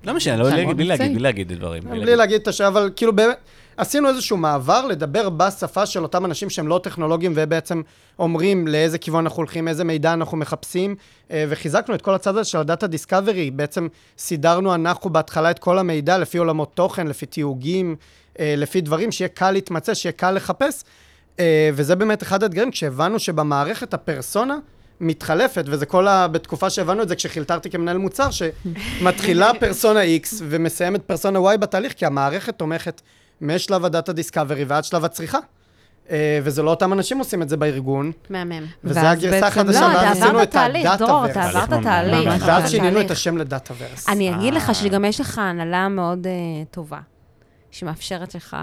לא משנה, לא-
מאוד
בלי להגיד,
מקצועי.
בלי להגיד דברים. בלי
בלי
להגיד.
להגיד את השעה, אבל כאילו באמת, עשינו איזשהו מעבר לדבר בשפה של אותם אנשים שהם לא טכנולוגים, ובעצם אומרים לאיזה כיוון אנחנו הולכים, איזה מידע אנחנו מחפשים, אה, וחיזקנו את כל הצד הזה של הדאטה דיסקאברי, בעצם סידרנו אנחנו בהתחלה את כל המידע לפי עולמות תוכן, לפי תיוגים, אה, לפי דברים, שיהיה קל להתמצא, שיהיה קל לחפש, אה, וזה באמת אחד האתגרים, כשהבנו שבמערכת הפרסונה מתחלפת, וזה כל ה... בתקופה שהבנו את זה, כשחילטרתי כמנהל מוצר, שמתחילה פרסונה X ומסיימת פרסונה Y בתהליך, כי המערכת תומכת משלב הדאטה דיסקאברי ועד שלב הצריכה. אה, וזה לא אותם אנשים עושים את זה בארגון,
מהמם.
וזה
ואז
הגרסה
בעצם-
החדשה,
לא, אתה
ואז עשינו
עברת
את
תהליך, דרור, אתה
הדאטה-ורס.
תהליך
עברת
ממש.
תהליך.
ממש.
ואז שינינו את
תהליך.
השם לדאטה-ורס.
אני אגיד
אה.
לך שגם יש לך הנהלה מאוד אה, טובה, שמאפשרת לך, אה,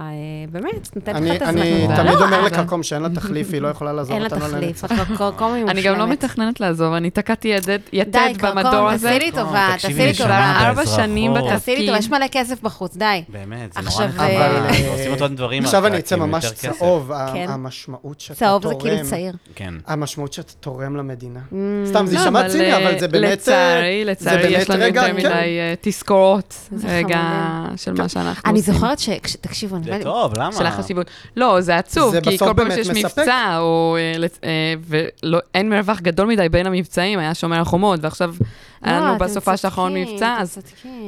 באמת, נותנת לך
אני
את הזמן.
אני
לא,
תמיד אומר
אבל-
לקקום שאין לה תחליף, היא לא יכולה לעזור
אין לה
אותנו
תחליף, את קרקום היא מושלמת.
אני גם לא מתכננת לעזוב, אני תקעתי ידד- יתד
די,
במדור
קרקום,
הזה.
תעשי לי טובה,
אה, תקשיבי,
תעשי לי
נשמה
טובה.
באזרחות.
ארבע שנים בתפקיד.
תעשי לי טובה, יש מלא כסף בחוץ, די.
באמת, זה נורא
עכשיו,
נחמד.
אה,
אנחנו עושים אותו דברים.
עכשיו
רק
אני אצא
עם
ממש
יותר כסף.
צהוב, ה-
כן.
המשמעות שאתה תורם.
צהוב זה כאילו צעיר.
כן.
המשמעות שאתה תורם למדינה.
Mm.
סתם, זה
לא,
יישמע
אבל,
ציני, אבל זה
אה,
באמת... אה,
לצערי, לצערי,
באמת
יש לנו
רגע,
יותר
כן.
מדי אה, תזכורות,
זה
רגע,
חמודה.
של מה שאנחנו
אני
עושים.
זוכרת ש... כש- תקשיבו, אני...
זה טוב, למה?
של החשיבות. לא, זה עצוב,
זה
כי
בסוף
כל פעם
באמת
שיש
מספק.
מבצע, או, אה, לצ- אה, ולא- אין מרווח גדול מדי בין המבצעים, היה שומר החומות, ועכשיו
לא,
היה
לא,
לנו בסופה של האחרון מבצע, אז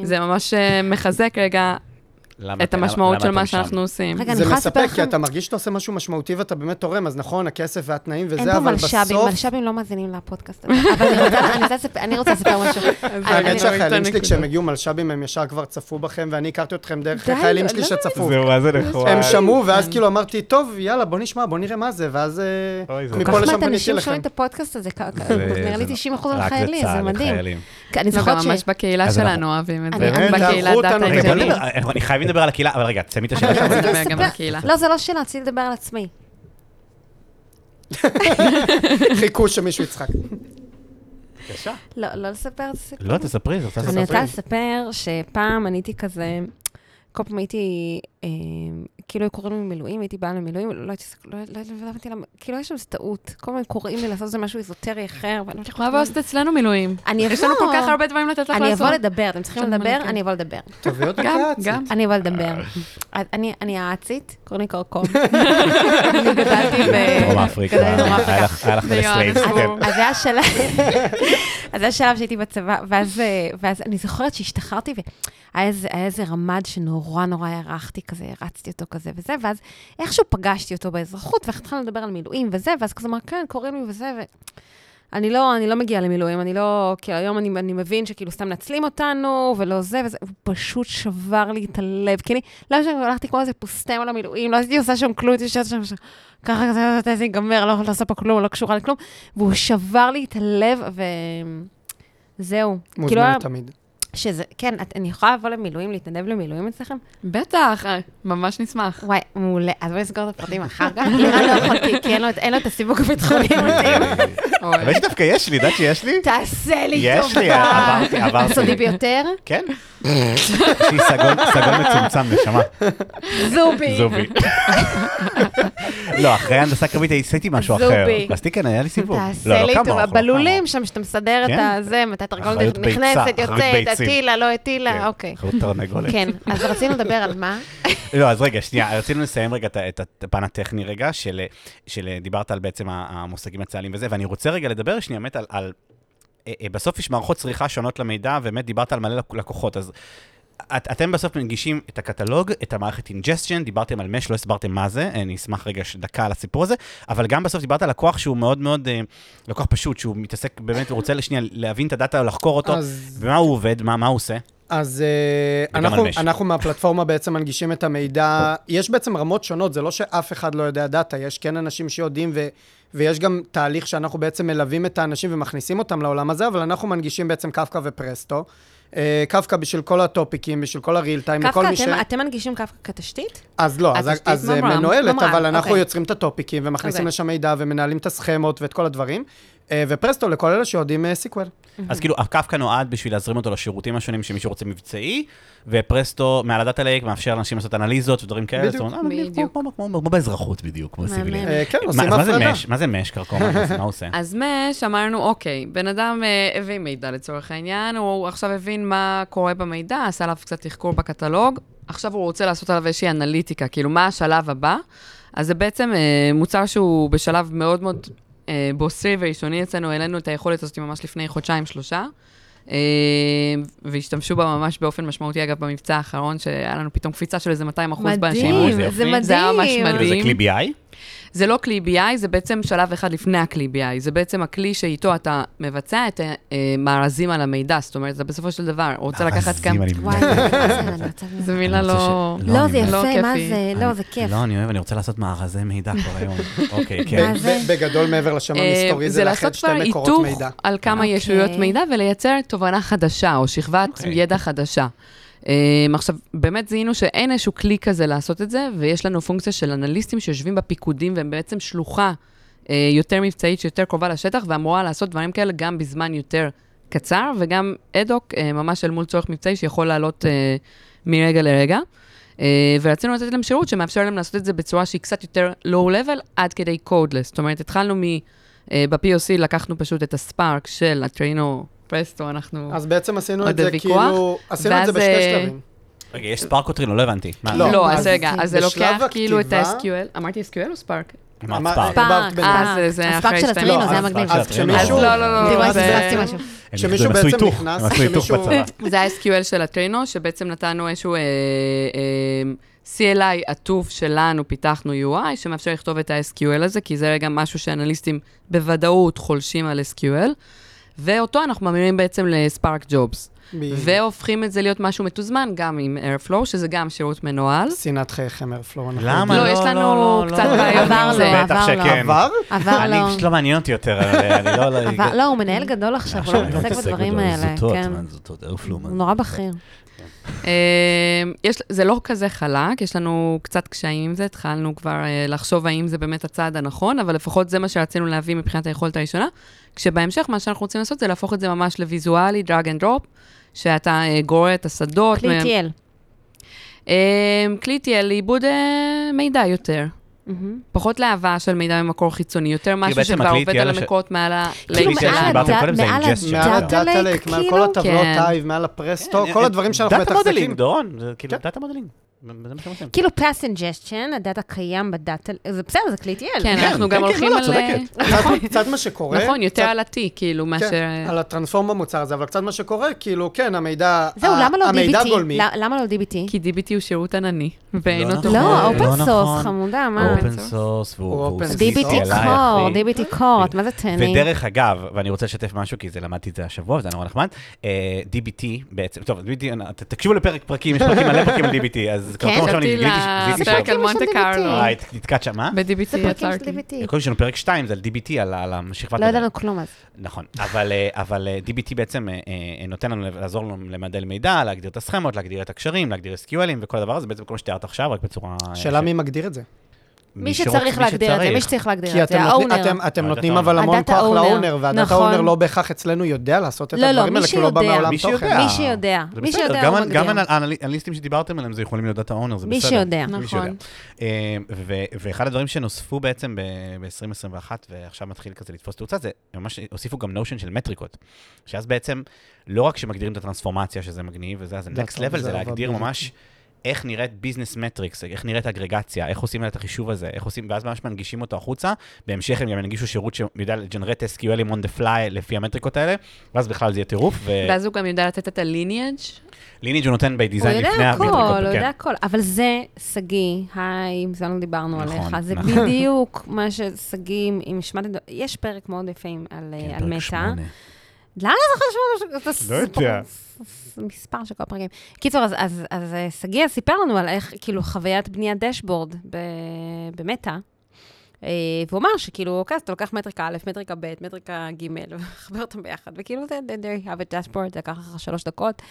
זה ממש אה, מחזק רגע
למה
את
אתם-
המשמעות
למה
של
אתם
מה
שם?
שאנחנו עושים.
רגע, אני
זה
יכולה לספר
מספק, כי
לכם-
אתה מרגיש שאתה עושה משהו משמעותי ואתה באמת תורם, אז נכון, הכסף והתנאים
אין
וזה,
פה
אבל
מלש"בים,
בסוף...
מלש"בים לא מאזינים לפודקאסט הזה. אבל אני רוצה- אני רוצה לספר- אני רוצה לספר משהו. אני- לא
האמת
אני-
שהחיילים שלי,
נקודה.
כשהם הגיעו מלש"בים, הם ישר כבר צפו בכם, ואני הכרתי אתכם דרך
די,
החיילים שלי
לא. כן.
שצפו.
זה מה זה נכון.
הם שמעו, ואז כאילו אמרתי, טוב, יאללה, בוא נשמע, בוא נראה מה זה, ואז אה,
אוי, זה-
כל
מפה
כך
לשם
מעט
פניתי
אנשים
לכם.
שומעים את הפודקאסט הזה, כ- כ-
זה-
נראה
זה
לי
לא-
90 אחוז
רק
חיילי, זה
לצה"ל,
מדהים.
לחיילים.
אני
לא,
זוכרת
גם
ש...
ממש בקהילה
אז אנחנו-
שלנו אוהבים את זה.
באמת?
בקהילה
תערכו
דאטה
אותנו
רגע,
גם-
בוא
אנג'לים.
נדבר, אנחנו- אני חייבים לדבר על הקהילה, אבל רגע, תסיימי את השאלה
רגע,
שלך.
בוא נדבר גם
לספר-
על הקהילה.
לא, זה לא שאלה, רציתי לדבר על עצמי.
חיכו שמישהו יצחק.
בבקשה.
לא, לא לספר את הסיפור.
לא, תספרי, זה רוצה
אני
לספר.
רוצה לספר שפעם אני הייתי כזה, כל פעם הייתי, אה, כאילו היו קוראים לי מילואים, הייתי באה למילואים, לא הייתי, לא לא- לא הבנתי למה, כאילו יש שם איזה טעות, כל הזמן קוראים לי לעשות איזה משהו אזוטרי אחר, ואני לא יודעת
מה לעשות אצלנו מילואים?
אני אבוא,
יש לנו כל כך הרבה דברים לתת לך לעשות.
אני אבוא לדבר, אתם צריכים
יש לנו
לדבר,
מלא, כן.
אני אבוא לדבר.
תביאו אותו
גם,
כעצי.
גם.
אני אבוא לדבר. אז אני- אני האצית, קוראים לי קרקום. אני גדלתי ב...
דרום אפריקה,
גדלתי בדרום
היה
אה, אפריקה.
לך- היה לך מלא
ויואנס,
סלייבס, כן.
ברור.
אז זה היה שלב, אז זה היה שלב שהייתי בצבא, ואז, אה, ואז אני זוכרת שהשתחררתי, והיה איזה, היה איזה רמד שנורא נורא הערכתי כזה, הרצתי אותו כזה וזה, ואז איכשהו פגשתי אותו באזרחות, והתחלנו לדבר על מילואים וזה, ואז כזה אמר, כן, קוראים לי וזה, ו... אני לא, אני לא מגיעה למילואים, אני לא, כאילו, היום אני, אני מבין שכאילו סתם מנצלים אותנו, ולא זה, וזה, הוא פשוט שבר לי את הלב, כי אני, לא משנה, הלכתי כמו איזה פוסטם על המילואים, לא הייתי עושה שם כלום, הייתי יושבת שם, שם, ככה, כזה, כזה, זה ייגמר, לא יכולה לעשות פה כלום, לא קשורה לכלום, והוא שבר לי את הלב, וזהו. כאילו,
מוזמנת תמיד.
שזה, כן, את, אני יכולה לבוא למילואים, להתנדב למילואים אצלכם?
בטח, אה, ממש נשמח.
וואי, מעולה. אז בואי נסגור את הפרטים אחר כך. לירן לא יכולתי, כי אין לו את- אין לו את הסיווג הביטחוני המתאים.
אוי.
אבל יש דווקא יש לי, יודעת שיש לי?
תעשה לי טובה.
יש לי, עברתי, עברתי.
סודי ביותר?
כן. יש לי סגול- סגול מצומצם, נשמה.
זובי.
זובי. לא, אחרי הנדסה קרבית עשיתי משהו
זובי.
אחר. אז כן, היה לי סיפור. לא,
תעשה
לא
לי
כמוך,
טובה,
לא
בלולים
כמוך.
שם, שאתה מסדר את
כן.
הזה, מתי תרגולת
אחריות ביצה,
נכנסת,
אחריות
יוצאת,
ביצים.
הטילה, לא
כן,
הטילה, אוקיי.
חרות תרנגולת.
כן, אז רצינו לדבר על מה?
לא, אז רגע, שנייה, רצינו לסיים רגע את ה- את הפן הטכני רגע, של, של דיברת על בעצם ה- המושגים הצה"ליים וזה, ואני רוצה רגע לדבר שנייה באמת על... על אה, אה, בסוף יש מערכות צריכה שונות למידע, ובאמת דיברת על מלא לק- לקוחות, אז את, אתם בסוף מנגישים את הקטלוג, את המערכת אינג'סטג'ן, דיברתם על מש, לא הסברתם מה זה, אני אשמח רגע ש- דקה על הסיפור הזה, אבל גם בסוף דיברת על לקוח שהוא מאוד מאוד, אה, לקוח פשוט, שהוא מתעסק באמת, הוא רוצה לשנייה להבין את הדאטה, לחקור אותו,
אז-
במה הוא עובד, מה, מה הוא עושה.
אז אה,
וגם
אנחנו,
על משק.
אנחנו מהפלטפורמה בעצם מנגישים את המידע. יש בעצם רמות שונות, זה לא שאף אחד לא יודע דאטה, יש כן אנשים שיודעים, ו, ויש גם תהליך שאנחנו בעצם מלווים את האנשים ומכניסים אותם לעולם הזה, אבל אנחנו מנגישים בעצם קפקא ופרסטו. אה, קפקא בשביל כל הטופיקים, בשביל כל הריל טיים,
קפקא,
לכל מי ש...
אתם- אתם מנגישים קפקא כתשתית?
אז לא, אז,
התשתית
אז אה,
ממר"ם.
מנוהלת,
ממר"ם,
אבל אנחנו
אוקיי.
יוצרים את הטופיקים ומכניסים
אוקיי.
לשם מידע ומנהלים את הסכמות ואת כל הדברים. אה, ופרסטו לכל אלה שיודעים אה, סיקוול.
אז כאילו, הקפקא נועד בשביל להזרים אותו לשירותים השונים שמישהו רוצה מבצעי, ופרסטו, מעל הדאטה לייק, מאפשר לאנשים לעשות אנליזות ודברים כאלה.
בדיוק.
זאת אומרת, אה, מגניב,
בדיוק.
כמו- כמו- כמו כמו באזרחות בדיוק, כמו
מהמם.
סיבילים.
אה, כן,
מה-
עושים
מה זה
הפרדה.
מש? מה זה מש, קרקום? מה הוא עושה?
אז מש, אמרנו, אוקיי, בן אדם אה, הביא מידע לצורך העניין, הוא עכשיו הבין מה קורה במידע, עשה עליו קצת תחקור בקטלוג, עכשיו הוא רוצה לעשות עליו איזושהי אנליטיקה, כאילו, מה השלב הבא? אז זה בעצם אה, מוצר שהוא בשלב מאוד מאוד אה, בוסרי וראשוני אצלנו, העלינו את היכולת הזאת ממש לפני חודשיים-שלושה. אה, והשתמשו בה ממש באופן משמעותי, אגב, במבצע האחרון, שהיה לנו פתאום קפיצה של איזה 200 אחוז בשימוש.
זה
מדהים, זה
יופי.
מדהים.
זה היה ממש מדהים.
כאילו, זה כלי BI?
זה לא כלי BI, זה בעצם שלב אחד לפני הכלי BI. זה בעצם הכלי שאיתו אתה מבצע את המארזים על המידע. זאת אומרת, אתה בסופו של דבר רוצה לקחת
מארזים,
כמה...
אה, אני
וואי,
מת.
אני רוצה...
זו מילה
אני רוצה
לא...
ש-
לא,
אני
זה
מת.
לא
יפה, מה
כיפי.
זה? לא, זה
אני-
כיף.
לא, אני אוהב, אני רוצה לעשות מארזי מידע כל היום. אוקיי,
ב-
כן.
אז זה-
ב- בגדול, מעבר לשם המסתורי,
אה,
זה לאחד
לעשות
שתי
כבר
מקורות
היתוך
מידע.
על כמה
אוקיי.
ישויות מידע ולייצר תובנה חדשה או שכבת
אוקיי.
ידע חדשה. אה, עכשיו, באמת זיהינו שאין איזשהו כלי כזה לעשות את זה, ויש לנו פונקציה של אנליסטים שיושבים בפיקודים והם בעצם שלוחה אה, יותר מבצעית, שיותר קרובה לשטח, ואמורה לעשות דברים כאלה גם בזמן יותר קצר, וגם אד-הוק, אה, ממש אל מול צורך מבצעי שיכול לעלות אה, מרגע לרגע. אה, ורצינו לתת להם שירות שמאפשר להם לעשות את זה בצורה שהיא קצת יותר low-level עד כדי codeless. זאת אומרת, התחלנו מ... אה, ב-POC לקחנו פשוט את הספארק של הטריינו פרסטו, אנחנו...
אז בעצם עשינו
עוד
את זה
ויכוח,
כאילו, עשינו את זה
ואז,
בשתי
אה,
שלבים.
רגע, יש ספארק או טרינו? לא הבנתי. מה?
לא,
לא,
אז
אז רגע, אז זה
בשלב
לוקח כאילו את
הכתיבה-
ה-SQL. אמרתי SQL או ספארק?
אמרת
אמר-
ספארק.
ספארק,
הסברת ביניהם.
אה, זה- זה
הספארק
אחרי
של
שתי-
הטרינו,
לא,
זה היה
הספארק
מגניב.
של
אז
הטרינו.
כשמישהו...
אז לא, לא, לא,
תראו,
לא,
אז
זה-
פספסתי משהו.
הם
שמישהו
הם עשו
בעצם
היתוך,
נכנס,
הם עשו היתוך
שמישהו-
בצבא.
זה ה-SQL של הטריינו, שבעצם נתנו איזשהו אה, אה, CLI עטוף שלנו, פיתחנו UI, שמאפשר לכתוב את ה-SQL הזה, כי זה גם משהו שאנליסטים בוודאות חולשים על SQL, ואותו אנחנו ממירים בעצם לספארק ג'ובס.
ב-
והופכים את זה להיות משהו מתוזמן, גם עם Airflow, שזה גם שירות מנוהל.
שנאת חייכם, איירפלואו.
למה? כן.
לא,
לא,
יש
לא,
לנו
לא, לא,
קצת
לא.
בעיות
עבר
עם
לו,
זה.
בטח
עבר לו.
שכן.
עבר?
עבר
אני
לו.
פשוט לא מעניין אותי יותר, אבל אני לא... לא-
עבר- לא, הוא מנהל גדול עכשיו, הוא
עכשיו
לא
אני לא
מתעסק בדברים
בדברים,
האלה.
זוטות,
כן.
מה, זוטות, עוף לו, מה.
הוא נורא בכיר.
אה, יש, זה לא כזה חלק, יש לנו קצת קשיים עם זה, התחלנו כבר אה, לחשוב האם זה באמת הצעד הנכון, אבל לפחות זה מה שרצינו להביא מבחינת היכולת הראשונה, כשבהמשך מה שאנחנו רוצים לעשות זה להפוך את זה ממש לוויזואלי, דרג אנד דרופ, שאתה אה, גורר את השדות.
כלי טייל.
אה, כלי תהיה לעיבוד אה, מידע יותר.
מהמם.
פחות להבאה של מידע ממקור חיצוני, יותר משהו
בעצם
שכבר
הכלי כן,
עובד
תהיה
על
לש-
המקורות מעל ה...
כאילו
כלי
שלנו.
מעל
שדיברתם קודם זה ingestion.
הדאטה,
מעל
מעל
הדאטה
הדאטה
לייק,
לייק, מעל
כאילו,
כל הטבלות
כן.
טייב, מעל הפרסטו,
כן,
כל
כן.
הדברים שאנחנו כן.
דאטה מודלינג,
מתחזקים.
דורון, זה כאילו דאטה מודלינג. זה מה שהם עושים.
כאילו פס אינג'סטשן, הדאטה קיים בדאטה, זה בסדר, זה כלי טייל.
כן, אנחנו
כן,
גם
כן,
הולכים
לא,
על... אה,
צודקת.
קצת- קצת מה שקורה.
נכון, יותר
קצת-
על ה-T, כאילו, מאשר...
אה,
כן, על הטרנספורם במוצר הזה, אבל קצת מה שקורה, כאילו, כן, המידע...
זהו,
ה-
למה לא
המידע
DBT?
גולמי.
ל- למה לא DBT?
כי DBT הוא שירות ענני, ואין
לא
אותו.
נכון.
לא,
לא
אופן סורס,
נכון.
חמודה, אה, מה?
אופן
source?
סורס, והוא...
הוא
והוא
open
סוג של
source.
DBT
CLI,
קור,
אחי.
DBT קור, את מה זה טני?
ודרך אגב, ואני רוצה לשתף משהו, כי זה למדתי את זה השבוע, וזה היה נורא נחמד, אה, DBT בעצם, טוב, DBT, ת- תקשיבו לפרק פרקים, יש פרקים מלא פרקים על DBT, אז כבר
כן,
פעם ראשונה
חשבתי
גיליתי ש- זיהיתי
לפרק
שם-
על
פרקים של
מונטה קרלו.
DBT.
וואי, הת- אה, נתקעת שם, מה?
ב-DBT
זה פרקים של
יצרתי.
DBT.
קודם יש לנו פרק 2, זה על DBT, על- על השכבת
לא
הדאטה.
ידענו כלום אז.
נכון, אבל, אה, אבל אה, DBT בעצם אה, אה, נותן לנו לעזור לנו למדל מידע, להגדיר את הסכמות, להגדיר את הקשרים, להגדיר SQLים וכל הדבר הזה, בעצם כל מה שתיארת עכשיו, רק בצורה... אה,
שאלה
ש-
מי מגדיר את זה.
מי
שרוצ-
שצריך להגדיר את זה, מי שצריך להגדיר
כי
את זה,
אתם נותנים-
האונר.
אתם- אתם
הדאטה
נותנים
owner.
אבל המון
הדאטה
כוח
owner,
לאונר, והדאטה
נכון.
אונר לא בהכרח אצלנו יודע לעשות את
לא, לא,
הדברים
מי
האלה, כי הוא לא בא
שיודע.
מעולם
מי
תוכן.
שיודע.
מי שיודע,
זה
מי
בסדר,
שיודע,
גם
הוא
האנ- גם
מגדיר.
האנל- האנליסטים שדיברתם עליהם, זה יכולים להיות דאטה אונר, זה
מי
בסדר.
שיודע.
מי
נכון.
שיודע. אה, ו- ואחד הדברים שנוספו בעצם ב-2021, ועכשיו מתחיל כזה לתפוס תאוצה, זה ממש הוסיפו גם נושן של מטריקות. שאז בעצם, לא רק שמגדירים את הטרנספורמציה, שזה מגניב, וזה, אז
זה
ה-next
טוב,
level
נכון, זה
זה להגדיר
עבד
ממש... איך נראית ביזנס מטריקס, איך נראית אגרגציה, איך עושים את החישוב הזה, איך עושים, ואז ממש מנגישים אותו החוצה. בהמשך הם גם ינגישו שירות שיודע לג'נרט SQLים on the fly לפי המטריקות האלה, ואז בכלל זה יהיה טירוף. ו...
ואז הוא גם יודע לתת את ה-lineage.
אה,
ליניג' הוא נותן בי
הוא
דיזיין
יודע
לפני
הכל,
המטריקות,
הוא
כן.
יודע הכל, אבל זה, שגיא, היי, מזמן לא דיברנו
נכון,
עליך, זה
נכון.
בדיוק מה ששגיא, אם השמעתם, יש פרק מאוד יפה עם- על
כן,
אה,
פרק
על מטא.
שמונה.
למה אתה זוכר שמונה?
לא יודע.
זה מספר של כל הפרקים. קיצור, אז- אז אז, אה, שגיא סיפר לנו על איך, כאילו, חוויית בניית דשבורד ב- במטא. אה, והוא אמר שכאילו, אוקיי, אז אתה לוקח מטריקה א', מטריקה ב', מטריקה ג', ומחבר אותם ביחד, וכאילו, זה, they have a dashboard, זה לקח לך שלוש דקות,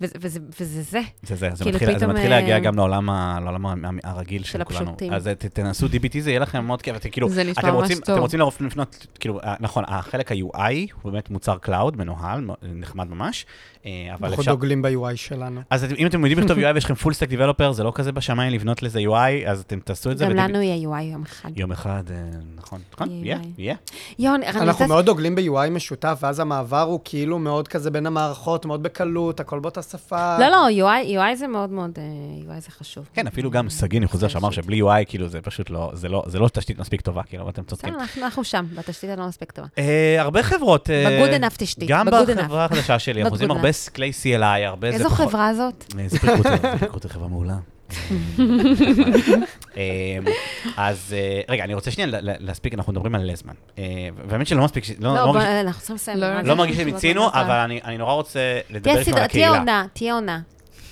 וזה- וזה וזה זה.
זה זה, זה
כאילו
מתחיל- זה
פתאום,
מתחיל להגיע
אה,
גם לעולם ה- לעולם ה- ה- הרגיל של כולנו.
הפשוטים.
אז אה, ת- תנסו DBT, זה יהיה לכם מאוד כיף. אתם כאילו,
זה נשמע
אתם
ממש
רוצים-
טוב.
אתם רוצים לרוב לפנות, כאילו, אה, נכון, החלק ה-UI הוא באמת מוצר קלאוד, מנוהל, מ- נחמד ממש, אה, אבל
אנחנו
אפשר...
דוגלים ב-UI שלנו.
אז אתם- אם אתם יודעים לכתוב UI ויש לכם full stack developer, זה לא כזה בשמיים לבנות לזה UI, אז אתם תעשו את זה.
גם
ו-DBT
לנו יהיה UI יום אחד.
יום אחד, אה, נכון, נכון,
יהיה
יהיה,
UI.
יהיה.
יון, אני
אנחנו
רוצה...
מאוד דוגלים ב-UI משותף, ואז המעבר הוא כאילו מאוד כזה בין המערכות, מאוד בקלות, הכל באותה שפה.
לא, לא, UI UI זה מאוד מאוד, אה, UI זה חשוב.
כן, אפילו
Mm,
גם סגי, אני חוזר, שאמר שבלי UI, כאילו, זה פשוט לא, זה לא- זה לא תשתית מספיק טובה, כאילו, אבל אתם
בסדר,
צודקים.
אנחנו- אנחנו שם, בתשתית הלא מספיק טובה.
אה, הרבה חברות... אה,
ב-good enough תשתית,
גם
ב-good
בחברה החדשה שלי,
Not
אנחנו עושים
good
הרבה כלי CLI, הרבה... זה
איזו
פחות-
חברה זאת?
אה, איזה פריקות, איזה פריקות, זו חברה מעולה. אה, אז אה, רגע, אני רוצה שנייה לה- לה- להספיק, אנחנו מדברים על לזמן. אה, והאמת שלא מספיק, ש- לא-
לא,
לא
בוא,
מרגיש-
אנחנו צריכים לסיים.
לא,
מה זה?
לא מרגיש
אנחנו
שמיצינו,
צריכים
אבל אני אני נורא רוצה
תהיה
לדבר איתכם על
סדרה- תהיה
הקהילה. אה, נכון.
עונה, תהיה עונה.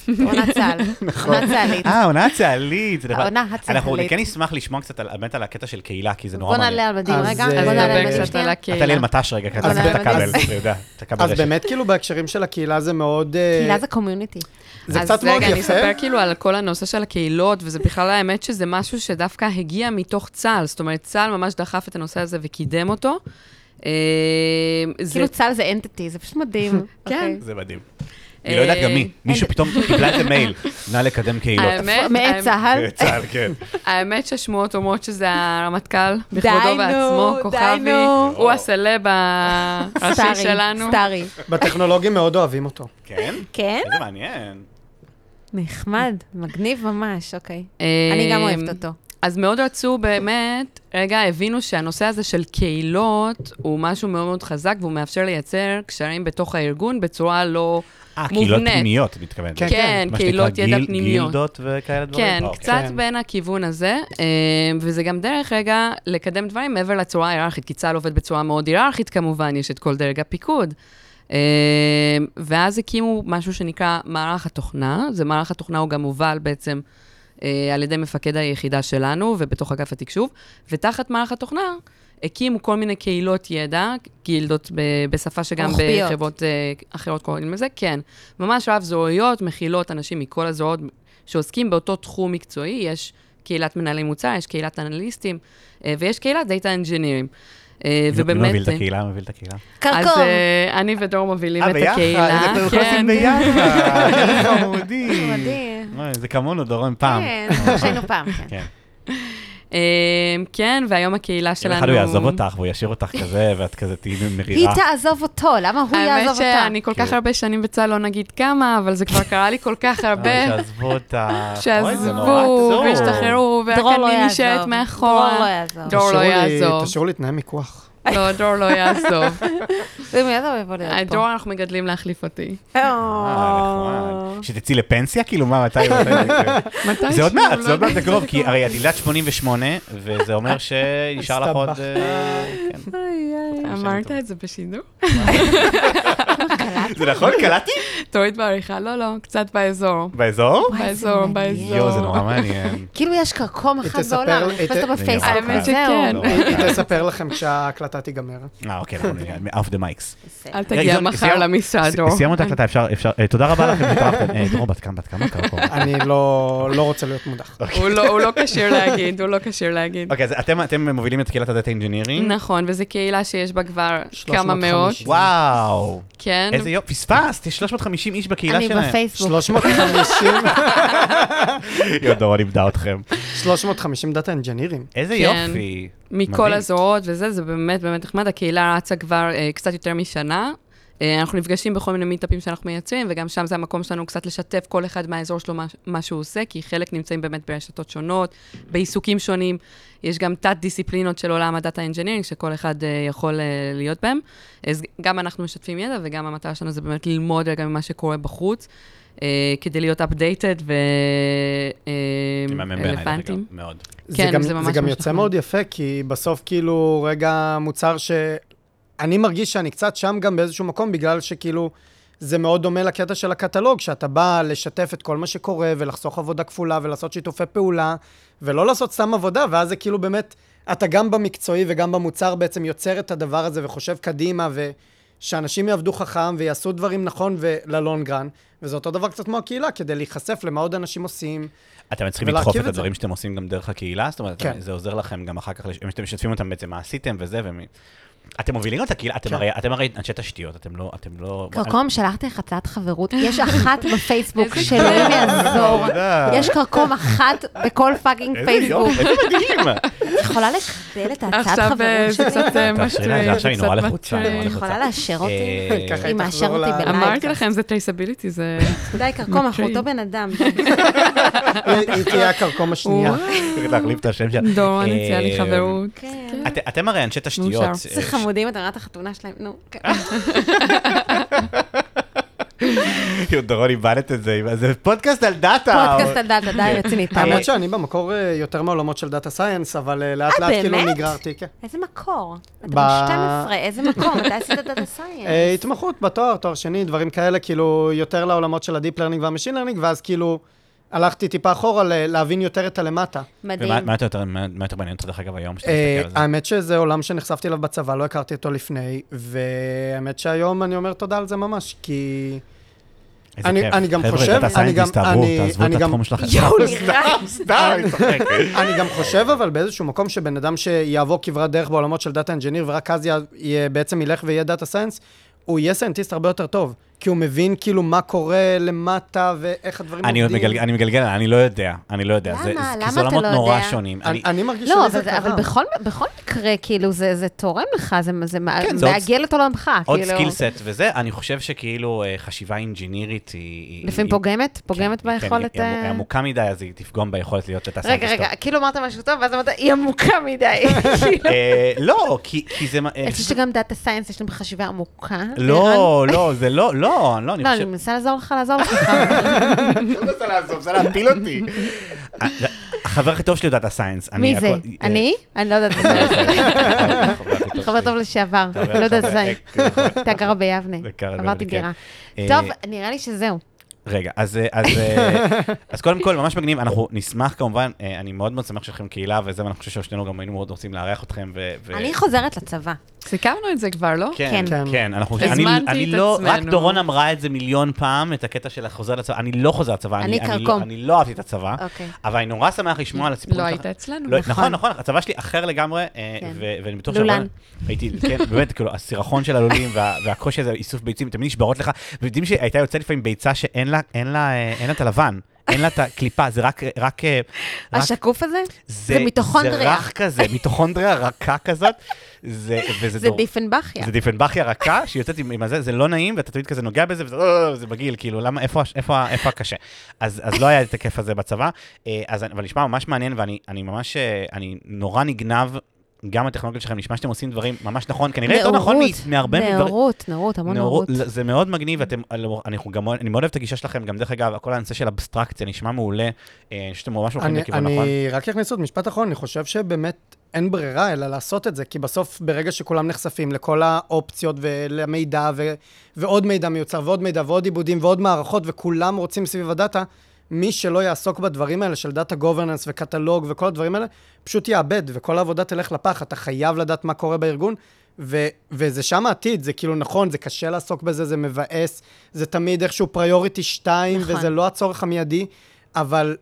עונה צה"ל. עונה צה"לית.
אה, עונה הצה"לית. זה דבר-
העונה
אנחנו
הצה"לית.
כן נשמח לשמוע קצת על- באמת על הקטע של קהילה, כי זה נורא
בוא
מעניין.
נעלה על מדים
אז,
רגע,
אה,
בוא
אז
נעלה על
נדבר
מדים
נדבר קצת על
שנייה.
אתה לי על
הקהילה.
מט"ש רגע, כי אתה
אז
צריך
באמת-
לקבל, אתה יודע, תקבל
אז
רשת.
באמת, כאילו, בהקשרים של הקהילה זה מאוד... אה,
קהילה זה קומיוניטי.
זה
אז
קצת מאוד
רגע, אני
יפה.
אספר כאילו על כל הנושא של הקהילות, וזה בכלל האמת שזה משהו שדווקא הגיע מתוך צה"ל. זאת אומרת, צה"ל ממש דחף את הנושא הזה וקידם אותו. אה, זה-
כאילו צה"ל זה אנטיטי, זה פשוט מדהים. אוקיי.
כן.
זה מדהים. אני לא יודעת גם מי,
אה,
מישהו פתאום קיבלה את המייל, נא לקדם קהילות.
האמת,
מאת
האמת-
צה"ל.
צה"ל, כן.
האמת ששמועות אומרות שזה הרמטכ"ל,
די
בכבודו
נו,
בעצמו,
די
כוכבי,
נו.
הוא הסלב הראשי
סטארי,
שלנו.
סטארי.
בטכנולוגים מאוד אוהבים אותו.
כן?
כן?
איזה מעניין.
נחמד, מגניב ממש, אוקיי.
אה,
אני גם אוהבת אותו.
אז מאוד רצו באמת, רגע, הבינו שהנושא הזה של קהילות הוא משהו מאוד מאוד חזק, והוא מאפשר לייצר קשרים בתוך הארגון בצורה לא...
אה, קהילות
מובנית.
פנימיות, את מתכוונת.
כן,
כן,
מה שנקרא
קהילות ידע
גיל-
פנימיות.
גילדות וכאלה דברים?
כן,
אוקיי.
קצת
כן.
בין הכיוון הזה, אה, וזה גם דרך רגע לקדם דברים מעבר לצורה ההיררכית, כי צה"ל עובד בצורה מאוד היררכית כמובן, יש את כל דרג הפיקוד. אה, ואז הקימו משהו שנקרא מערך התוכנה, זה מערך התוכנה, הוא גם מובל בעצם אה, על ידי מפקד היחידה שלנו ובתוך אגף התקשוב, ותחת מערך התוכנה הקימו כל מיני קהילות ידע, גילדות ב- בשפה שגם
רוחביות.
בחברות אה, אחרות קוראים לזה, כן. ממש רב-זרועיות, מכילות אנשים מכל הזרועות שעוסקים באותו תחום מקצועי, יש קהילת מנהלי מוצר, יש קהילת אנליסטים, אה, ויש קהילת דאטה אנג'ינירים.
מי
ובאמת...
לא מוביל את
אה,
הקהילה? מוביל את הקהילה.
אז
קרקום.
אה, אני ודור מובילים את הקהילה.
אתם יכולים
כן.
לעשות ביחד. איזה חמודים.
מדהים.
אוי, זה כמונו, דורון, פעם.
כן, שהיינו פעם, כן.
כן.
אה, כן, והיום הקהילה
יום
שלנו...
אחד הוא יעזוב אותך, והוא ישאיר אותך כזה, ואת כזה תהיי
היא
מרירה.
תעזוב אותו, למה הוא יעזוב
האמת
אותה?
שאני כל כך
כן.
הרבה שנים בצה"ל, לא נגיד כמה, אבל זה כבר קרה לי כל כך
אוי,
הרבה,
שעזבו אותך. אוי, זה נורא
שעזבו
עצוב.
והשתחררו, ורק
דרור לא
אני
יעזוב.
נשארת
דרור לא
מאחורה.
יעזוב.
דור לא
תשאירו לי-
יעזוב.
תשאירו לי תנאי מיקוח.
לא, דרור לא יעזוב.
ואם הוא יעזוב, הוא יבוא
אה,
להיות פה.
דרור, אנחנו מגדלים להחליף אותי.
אה, נחמד. שתצאי לפנסיה? כאילו, מה, מתי? מתי-
מתי
כן. זה עוד
שהוא,
מעט,
לא
זה עוד מעט
יודע.
הקרוב, כי הרי את עילת 88, וזה אומר שנשאר לך עוד... אה, כן.
אוי, אוי.
אמרת את זה בשידור?
זה נכון? קלטתי?
תוריד בעריכה, לא, לא, קצת באזור.
באזור?
וואי, זה
באזור,
מעניין.
באזור.
יואו, זה נורא מעניין.
כאילו יש קרקום אחד
תספר-
בעולם,
היא
אני חושבת
ת-
אותו בפייסבוק.
האמת
זהו.
שכן.
לא,
היא
אה,
תספר לכם כשההקלטה תיגמר.
אה, אוקיי, נכון, אוף דה מייקס.
בסדר.
אל תגיע
זהו,
מחר
סיימנו-
למשרד, דרור.
סיימנו את ההקלטה, אפשר, אפשר, אה, תודה רבה לכם שטרחתם. אה, דרור, בת כמה, בת כמה, קרקור?
אני לא לא רוצה להיות מודח.
הוא לא- הוא לא כשיר להגיד, הוא לא כשיר להגיד.
אוקיי, אז אתם- אתם מובילים את קהילת הדאטה אינג'ינירינג?
נכון, וזו קהילה שיש בה כבר
350.
כמה מאות.
וואו,
כן.
איזה יופי, פספסת, יש 350 איש בקהילה
אני
שלהם.
בפייסבוק.
350
יואו, דרור לימדה אתכם.
350 דאטה אינג'ינירים.
איזה
כן.
יופי.
מכל
מדהים.
הזרועות וזה, זה באמת באמת נחמד. הקהילה רצה כבר אה, קצת יותר משנה. אה, אנחנו נפגשים בכל מיני מיטאפים שאנחנו מייצרים, וגם שם זה המקום שלנו קצת לשתף כל אחד מהאזור שלו מה, מה שהוא עושה, כי חלק נמצאים באמת ברשתות שונות, בעיסוקים שונים. יש גם תת-דיסציפלינות של עולם הדאטה אינג'ינירינג, שכל אחד אה, יכול אה, להיות בהם. אז גם אנחנו משתפים ידע, וגם המטרה שלנו זה באמת ללמוד רגע ממה שקורה בחוץ, אה, כדי להיות updated ו... אה,
מהמם בעיניי, דרך אגב,
רלוונטיים.
מאוד.
זה
כן,
גם,
זה ממש
זה גם
ממש
יוצא
נחמד.
מאוד יפה, כי בסוף כאילו רגע מוצר שאני מרגיש שאני קצת שם גם באיזשהו מקום, בגלל שכאילו זה מאוד דומה לקטע של הקטלוג, שאתה בא לשתף את כל מה שקורה ולחסוך עבודה כפולה ולעשות שיתופי פעולה, ולא לעשות סתם עבודה, ואז זה כאילו באמת, אתה גם במקצועי וגם במוצר בעצם יוצר את הדבר הזה וחושב קדימה, ו... שאנשים יעבדו חכם ויעשו דברים נכון וללונגרן, וזה אותו דבר קצת כמו הקהילה, כדי להיחשף למה עוד אנשים עושים.
אתם צריכים
ולהרכיב
לדחוף את
את זה.
הדברים שאתם עושים גם דרך הקהילה? זאת אומרת,
כן.
זה עוזר לכם גם אחר כך, לש- שאתם משתפים אותם בעצם מה עשיתם וזה, ומי... אתם מובילים את הקהילה, אתם
כן.
הרי- אתם הרי אנשי תשתיות, אתם לא... אתם לא...
קרקום, שלחתי לך הצעת חברות, יש אחת בפייסבוק
איזה
שאלוהים
כיף.
יעזור.
תודה.
יש קרקום אחת בכל פאקינג
איזה
פייסבוק.
יופי, איזה מדהים.
את יכולה לקבל את ההצעת
עכשיו אה,
חברות
זה
שלי?
קצת אה,
תאשרי לה,
מטריד,
זה עכשיו היא
זה
נורא
קצת
לחוצה,
מטריד.
נורא
את יכולה לאשר אותי?
אה,
ככה
היא מאשרת
תחזור
אותי
ל-
בלייב.
אמרתי לכם, זה traceability, זה...
די, קרקום, אנחנו
מטריד.
אותו בן אדם.
כן.
היא היא תהיה הכרכום השנייה.
צריך להחליף את השם שלה.
דורון הציע לי
כן, אה,
חברות.
כן.
את- אתם הרי אנשי תשתיות.
מאושר.
אה,
איזה חמודים, אתה רואה את החתונה שלהם, נו. כן.
יו, דורון איבדת את זה, זה פודקאסט על דאטה.
פודקאסט על דאטה, די
כן.
רצינית.
האמת שאני במקור אה, יותר מעולמות של דאטה סייאנס, אבל אה, לאט
אה,
לאט כאילו
באמת?
נגררתי. כן.
איזה מקור? אתה בן
ב-
12, איזה מקור? מתי עשית דאטה
אה,
סייאנס?
התמחות בתואר, תואר שני, דברים כאלה, כאילו, יותר לעולמות של הדיפ לרנינג והמשין לרנינג, ואז כאילו, הלכתי טיפה אחורה ל- להבין יותר את הלמטה.
מדהים.
ומה מה אתה יותר- מה- מה יותר מעניין אותך, דרך אגב, היום, שאתה
אה,
מסתכל על זה?
האמת שזה עולם שנחשפתי אליו בצבא, לא הכרתי אותו לפני, והאמת שהיום אני אומר תודה על זה ממש, כי...
איזה
אני-
כיף.
אני גם
חבר'ה,
חושב-
דאטה
אני
סיינטיסט,
גם-
תעברו,
אני-
תעזבו את
אני גם-
התחום שלכם.
יואו, נראה.
סתם, אני צוחק.
אני גם חושב, אבל באיזשהו מקום שבן אדם שיעבור כברת דרך בעולמות של דאטה אנג'יניר, ורק אז יה- יהיה- בעצם ילך ויהיה דאטה סיינס, הוא יהיה סיינטיסט הרבה יותר טוב, כי הוא מבין כאילו מה קורה למטה ואיך הדברים
אני עוד
עובדים.
מגלגל, אני מגלגל, אני לא יודע, אני לא יודע. זה-
למה?
זה-
למה
כי זה
אתה
עולמות
לא
נורא
יודע?
שונים.
אני,
אני-
אני מרגיש
לא,
שלי
אבל,
זה
זה,
קרה.
אבל בכל, בכל מקרה, כאילו, זה, זה תורם לך, זה, זה
כן,
כן,
זה עוד-
מעגל את עולמך,
עוד
כאילו.
סקילסט וזה, אני חושב שכאילו אה, חשיבה אינג'ינירית היא... היא-
לפעמים
היא-
פוגמת, פוגמת
כן, היא- כן,
ביכולת...
היא- היא
אה,
עמוקה מדי, אז היא תפגום ביכולת להיות דאטה
רגע,
סיינטיסט.
רגע,
טוב.
כאילו אמרת משהו טוב, ואז אמרת, היא עמוקה מדי. כאילו.
אה, לא, כי כי זה... מה- אה,
אני חושבת שגם דאטה סיינס, יש להם חשיבה עמוקה.
לא, לא, זה לא, לא, אני לא, אני
אה, לא, אני
חושב...
מנסה לעזור לך, לעזור לך.
לא, מנסה לעזוב, מנסה להפיל אותי. אה, החבר הכי טוב שלי הוא דאטה סיינס. אני
מי זה?
הכל- אה,
אני? אני לא יודעת.
החבר הכי טוב
חבר
שלי.
טוב לשעבר,
חבר-
לא יודעת
חבר-
זה.
אה, כן, נכון.
אתה גרה ביבנה,
גרה ביבנה,
עברתי
כן.
דירה.
אה,
טוב, נראה לי שזהו.
רגע, אז, אה, אז, אה, אז קודם כל, ממש מגניב, אנחנו נשמח כמובן, אה, אני מאוד מאוד שמח שיש לכם קהילה וזה, ואנחנו חושבים ששנינו גם היינו מאוד רוצים לארח אתכם. ו- ו-
אני חוזרת לצבא.
סיכמנו את זה כבר, לא?
כן,
כן.
כן, אנחנו...
הזמנתי
אני-
את
אני לא,
עצמנו.
רק דורון אמרה את זה מיליון פעם, את הקטע של החוזר לצבא, אני לא חוזר לצבא,
אני
לא-
קרקום.
אני לא אהבתי את הצבא,
אוקיי.
אבל אני נורא שמח לשמוע על הסיפור
לא
שלך.
היית אצלנו.
לא, נכון, נכון, הצבא שלי אחר לגמרי, אה,
כן.
ו- ואני בטוח
לולן.
שהרבה- הייתי, כן, באמת, כאילו, הסירחון של הלולים וה- והקושי הזה, איסוף ביצים, תמיד נשברות לך, ויודעים שהייתה יוצאת לפעמים ביצה שאין לה, אין לה, אה, אין לה את הלבן. אין לה את הקליפה, זה רק, רק, אה, רק
השקוף הזה? זה מיטוכונדריה.
זה רך כזה, מיטוכונדריה רכה כזאת, זה, וזה
זה
דור-
דיפנבכיה.
זה דיפנבכיה רכה, שיוצאת עם עם הזה, זה לא נעים, ואתה תמיד כזה נוגע בזה, וזה "אה, זה מגעיל, כאילו, למה, איפה, הש- איפה, ה- איפה הקשה? אז, אז לא היה את הכיף הזה בצבא, אה, אז, אבל נשמע ממש מעניין, ואני אני ממש, אה, אני נורא נגנב, גם הטכנולוגיה שלכם, נשמע שאתם עושים דברים ממש נכון, כנראה יותר נכון מ- מהרבה מדברים.
נאורות, נאורות, המון נאורות.
נאור- זה מאוד מגניב, אתם, אני גם- אני מאוד אוהב את הגישה שלכם, גם דרך אגב, כל הנושא של אבסטרקציה נשמע מעולה, אה, אני חושב שאתם ממש הולכים
אני,
לכיוון נכון.
אני רק אכניס עוד משפט אחרון, אני חושב שבאמת אין ברירה אלא לעשות את זה, כי בסוף, ברגע שכולם נחשפים לכל האופציות ולמידע, ו, ועוד מידע מיוצר, ועוד מידע, ועוד עיבודים, ועוד מערכות, וכולם רוצים סביב הדאטה, מי שלא יעסוק בדברים האלה של דאטה גוברננס וקטלוג וכל הדברים האלה, פשוט יאבד, וכל העבודה תלך לפח, אתה חייב לדעת מה קורה בארגון. ו- וזה שם העתיד, זה כאילו נכון, זה קשה לעסוק בזה, זה מבאס, זה תמיד איכשהו פריוריטי 2,
נכון.
נכון. וזה לא הצורך המיידי, אבל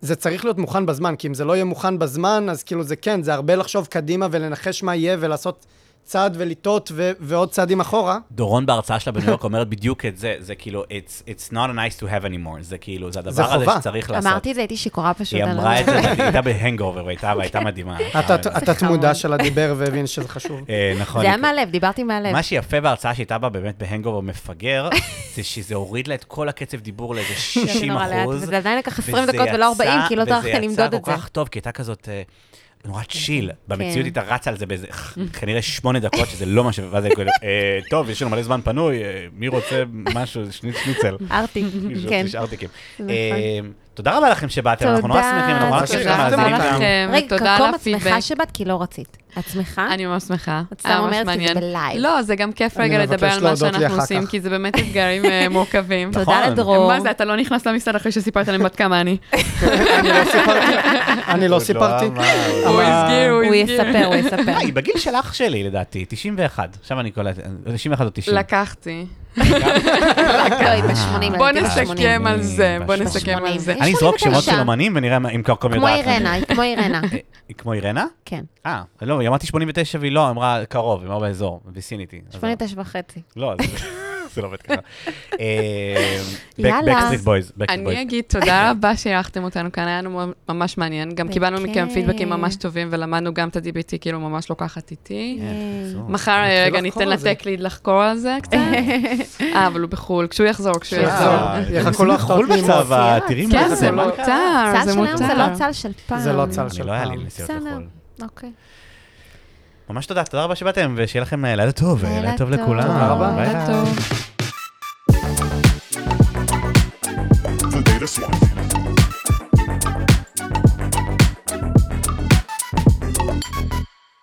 זה צריך להיות מוכן בזמן, כי אם זה לא יהיה מוכן בזמן, אז כאילו זה כן, זה הרבה לחשוב קדימה ולנחש מה יהיה ולעשות צעד ולטעות ו- ועוד צעדים אחורה.
דורון בהרצאה שלה בניו יורק אומרת בדיוק את זה, זה כאילו, it's, it's not a nice to have anymore, זה כאילו, זה
זה
הדבר הזה
חובה.
שצריך לעשות.
אמרתי את זה, הייתי שיכורה פשוט.
היא
אני לא אוקיי.
אמרה את זה,
יודעת.
והיא הייתה בהנגאובר, והייתה והייתה מדהימה.
אתה-
אה,
אתה
חמוד.
תמודה שלה דיבר והבין שזה חשוב.
אה, נכון.
זה היה מהלב, דיברתי מהלב.
מה שיפה בהרצאה שהייתה בה באמת בהנגאובר מפגר, זה שזה הוריד לה את כל הקצב דיבור לאיזה 60
נורא לאט,
אחוז.
וזה עדיין לקח 20
וזה
דקות ולא 40,
יצא-
כי לא
וזה
טרחתי למדוד
יצא
את זה. כן.
כל כך טוב, כי הייתה כזאת... אה, נורא צ'יל, במציאות הייתה רצה על זה באיזה, כנראה שמונה דקות, שזה לא מה ש... ואז היא כאילו, אה, טוב, יש לנו מלא זמן פנוי, אה, מי רוצה משהו, שני- שניצל.
ארטיק, כן.
תשאר תיקים.
נכון.
אה, תודה רבה לכם שבאתם, אנחנו נורא
תודה,
שמחים, אנחנו נורא
תודה
שמחים
רבה
שהמאזינים
לכם.
גם.
רגע,
תודה אה, על
קרקום עצמך
הפידבק.
שבאת, כי לא רצית. עצמך?
אני ממש שמחה.
את סתם
היה ממש
אומרת כי זה
מעניין.
בלייב.
לא, זה גם כיף
אני
רגע לדבר
מבקש
על מה
להודות לי
שאנחנו
אחר
עושים,
כך.
כי זה באמת אתגרים אה, מורכבים.
תודה
נכון.
לדרור.
מה זה, אתה לא נכנס למשרד אחרי שסיפרת להם בת כמה אני.
אני לא סיפרתי, אני לא סיפרתי.
הוא הסגיר, הוא
הוא
הסגיר.
יספר, הוא יספר.
אה, היא בגיל שלך שלי, לדעתי, 91. עכשיו אני קולט, 91 או 90.
לקחתי.
לא, היא ב-80.
בוא
אני הייתי ב- 80.
נסכם על זה, בוא
בשמונים.
נסכם על
בשמונים.
זה.
יש
אני אזרוק
תשעים
שמות של
ותשע.
אומנים ונראה מה- אם קרקום
כמו
יודעת.
אירנה, היא כמו אירנה.
אה, כמו אירנה?
כן,
אה, לא, היא אמרה 89 והיא לא, אמרה קרוב, היא אמרה באזור, ויסיניטי.
89 וחצי.
לא, זה- זה לא עובד ככה. אה,
יאללה.
Backstreet Boys, Backstreet Boys.
אני אגיד תודה רבה שאירחתם אותנו כאן, היה לנו ממש מעניין. גם קיבלנו מכם
בכיף.
פידבקים ממש טובים, ולמדנו גם את ה-DBT, כאילו ממש לוקחת איתי.
כן, תחזור.
מחר אה, רגע
לחקור
ניתן
על זה.
לטק ליד לחקור על זה קצת. אה, אבל הוא בחו"ל, כשהוא יחזור, כשהוא
כשהוא
יחזור.
יחזור.
אה,
יחכו
אתם עושים
לו
חול
החלטות
בצבא,
נעימות.
תראי
כן,
מה
זה
זה. מה-
מותר,
צה"ל
זה
של היום זה
מותר.
לא צה"ל של פעם.
זה לא צה"ל.
אני לא היה לי נסיעות
בסדר.
לחול.
אוקיי.
ממש תודה, תודה רבה שבאתם, ושיהיה לכם אה, לילה טוב, אה,
לילה
לילה טוב
טוב.
לכולם.
תודה רבה.
ביי
לילה
ביי.
טוב.
the city.